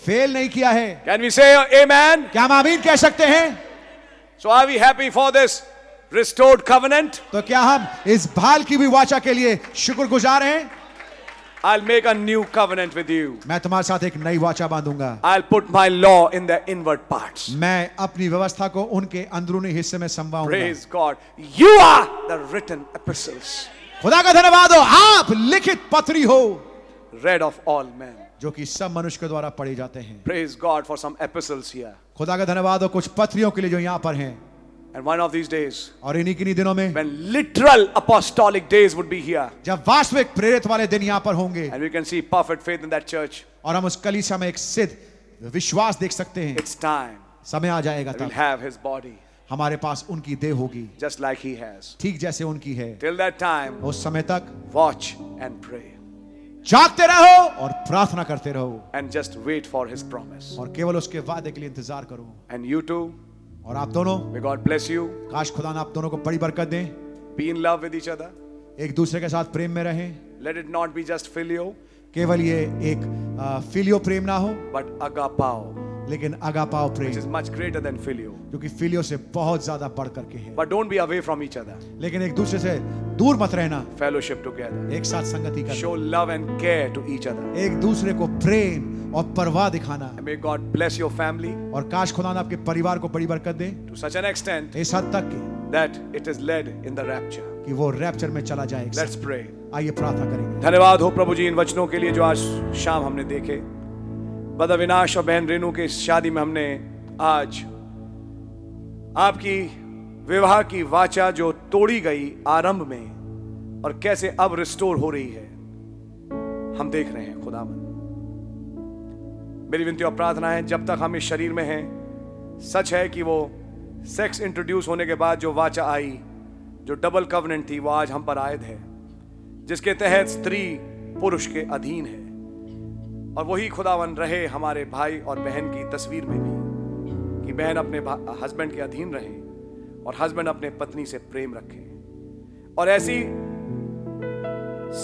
Speaker 12: फेल नहीं किया है
Speaker 5: Can we say amen?
Speaker 12: क्या हम आमीन कह सकते हैं
Speaker 5: So are we happy for this restored covenant?
Speaker 12: तो क्या हम इस भाल की भी वाचा के लिए शुक्रगुजार हैं
Speaker 5: I'll make a new covenant with you.
Speaker 12: मैं तुम्हारे साथ एक नई वाचा बांधूंगा
Speaker 5: I'll put my law in the inward parts.
Speaker 12: मैं अपनी व्यवस्था को उनके अंदरूनी हिस्से में संभाऊंगा
Speaker 5: Praise God. You are the written epistles,
Speaker 12: खुदा का धन्यवाद हो आप लिखित पत्री हो
Speaker 5: read of all men.
Speaker 12: जो कि सब मनुष्य के द्वारा पढ़े जाते हैं
Speaker 5: Praise God for some epistles here.
Speaker 12: खुदा का धन्यवाद हो कुछ पत्रियों के लिए जो यहाँ पर हैं
Speaker 5: And one of these days,
Speaker 12: और इन्हीं किन्हीं दिनों में
Speaker 5: when literal apostolic days would be here,
Speaker 12: जब वास्तविक प्रेरित वाले दिन यहाँ पर होंगे
Speaker 5: and we can see perfect faith in that church,
Speaker 12: और हम उस कलीसिया में एक सिद्ध विश्वास देख सकते हैं
Speaker 5: it's time.
Speaker 12: समय आ जाएगा
Speaker 5: I will
Speaker 12: तब
Speaker 5: have his body
Speaker 12: हमारे पास उनकी देह होगी
Speaker 5: just like he has.
Speaker 12: ठीक जैसे उनकी है
Speaker 5: Till that time,
Speaker 12: उस समय तक
Speaker 5: watch and pray
Speaker 12: जागते रहो और प्रार्थना करते रहो
Speaker 5: and just wait for his promise.
Speaker 12: और केवल उसके वादे के लिए इंतजार करो
Speaker 5: And you too,
Speaker 12: और आप दोनों
Speaker 5: may God bless you.
Speaker 12: काश खुदा ने आप दोनों को बड़ी बरकत दें
Speaker 5: Be in love with each other.
Speaker 1: एक दूसरे के साथ प्रेम में रहें
Speaker 2: Let it not be just filial,
Speaker 1: केवल ये एक आ, फिलियो प्रेम ना हो
Speaker 2: but agapao,
Speaker 1: लेकिन अगापाव
Speaker 2: which is
Speaker 1: Prem
Speaker 2: much greater than filial.
Speaker 1: जो कि फिलियो से बहुत ज्यादा बढ़ करके है
Speaker 2: But don't be away from each other.
Speaker 1: लेकिन एक दूसरे से दूर मत रहना
Speaker 2: Fellowship together.
Speaker 1: एक साथ संगति
Speaker 2: Show
Speaker 1: करना
Speaker 2: love and care to each other.
Speaker 1: एक दूसरे को प्रेम और परवाह दिखाना
Speaker 2: And may God bless your family
Speaker 1: और काश खुदा ने आपके परिवार को बड़ी बरकत दे
Speaker 2: to such an extent
Speaker 1: इस हद तक कि-
Speaker 2: that it is led in the rapture.
Speaker 1: कि वो रैप्चर में चला जाए एक
Speaker 2: Let's
Speaker 1: साथ।
Speaker 2: pray.
Speaker 1: आइए प्रार्थना करेंगे
Speaker 2: धन्यवाद हो प्रभु जी इन वचनों के लिए जो आज शाम हमने देखे बद अविनाश और बहन रेणु के इस शादी में हमने आज आपकी विवाह की वाचा जो तोड़ी गई आरंभ में और कैसे अब रिस्टोर हो रही है हम देख रहे हैं खुदावन मेरी विनती और प्रार्थना है जब तक हम इस शरीर में हैं सच है कि वो सेक्स इंट्रोड्यूस होने के बाद जो वाचा आई जो डबल कवनेंट थी वो आज हम पर आयद है जिसके तहत स्त्री पुरुष के अधीन है और वही खुदावन रहे हमारे भाई और बहन की तस्वीर में भी कि बहन अपने हस्बैंड के अधीन रहे और हस्बैंड अपने पत्नी से प्रेम रखे और ऐसी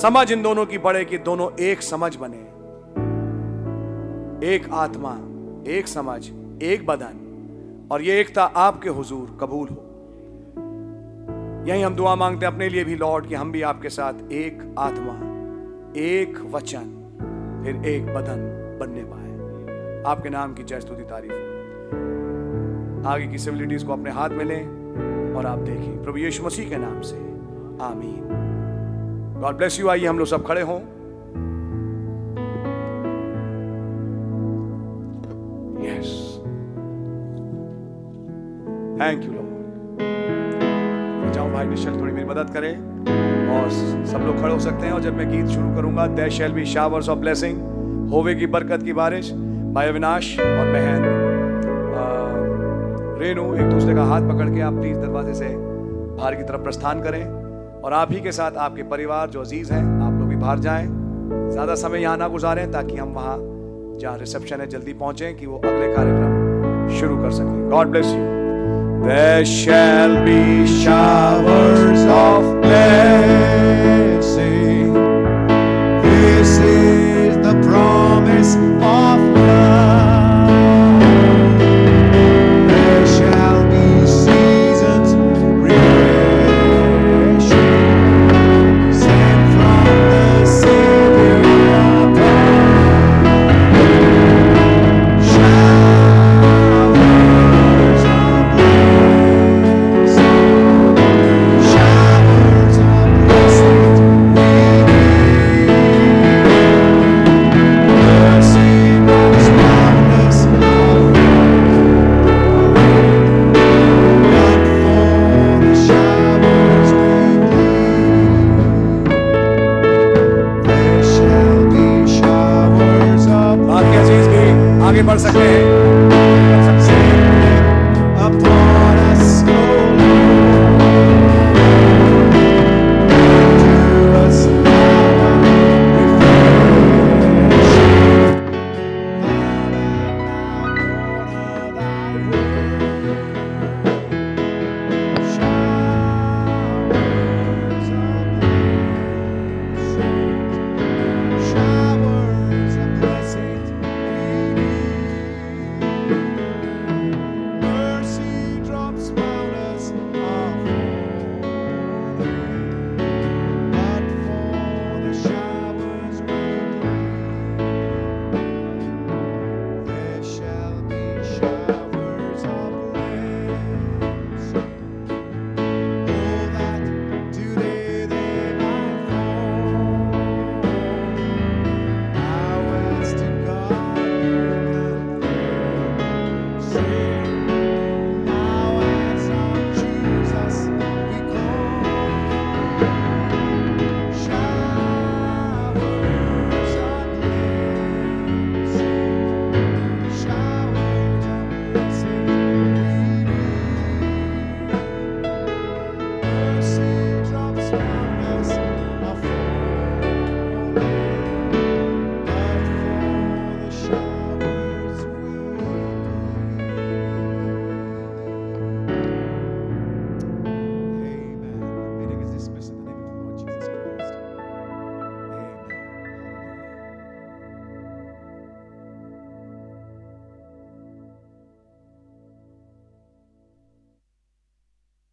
Speaker 2: समझ इन दोनों की बढ़े कि दोनों एक समझ बने एक आत्मा एक समझ एक बदन और ये एकता आपके हुजूर कबूल हो यही हम दुआ मांगते हैं अपने लिए भी लॉर्ड कि हम भी आपके साथ एक आत्मा एक वचन फिर एक बदन बनने पाए आपके नाम की जय स्तुति तारीफ हो। आगे की सिविलिटीज को अपने हाथ में लें और आप देखें प्रभु यीशु मसीह के नाम से आमीन गॉड ब्लेस यू आइए हम लोग सब खड़े हों यस थैंक यू लॉर्ड जाऊं भाई निश्चल थोड़ी मेरी मदद करें और सब लोग खड़े हो सकते हैं और जब मैं गीत शुरू करूंगा there shall be showers of blessing होवे की बरकत की बारिश भाई अविनाश और बहन अ, रेणु एक दूसरे का हाथ पकड़ के आप प्लीज दरवाजे से बाहर की तरफ प्रस्थान करें और आप ही के साथ आपके परिवार जो अजीज हैं आप लोग भी बाहर जाएं ज़्यादा समय यहाँ ना गुजारें ताकि हम वहाँ जहाँ रिसेप्शन है जल्दी पहुँचें कि वो अगले कार्यक्रम शुरू कर सकें God bless you There shall be showers of blessing.
Speaker 1: This is the promise of love. There shall be seasons refreshing, sent from the Savior above. Showers of blessing, showers of blessings we need.
Speaker 2: बात कैसी इसकी आगे बढ़ सकते हैं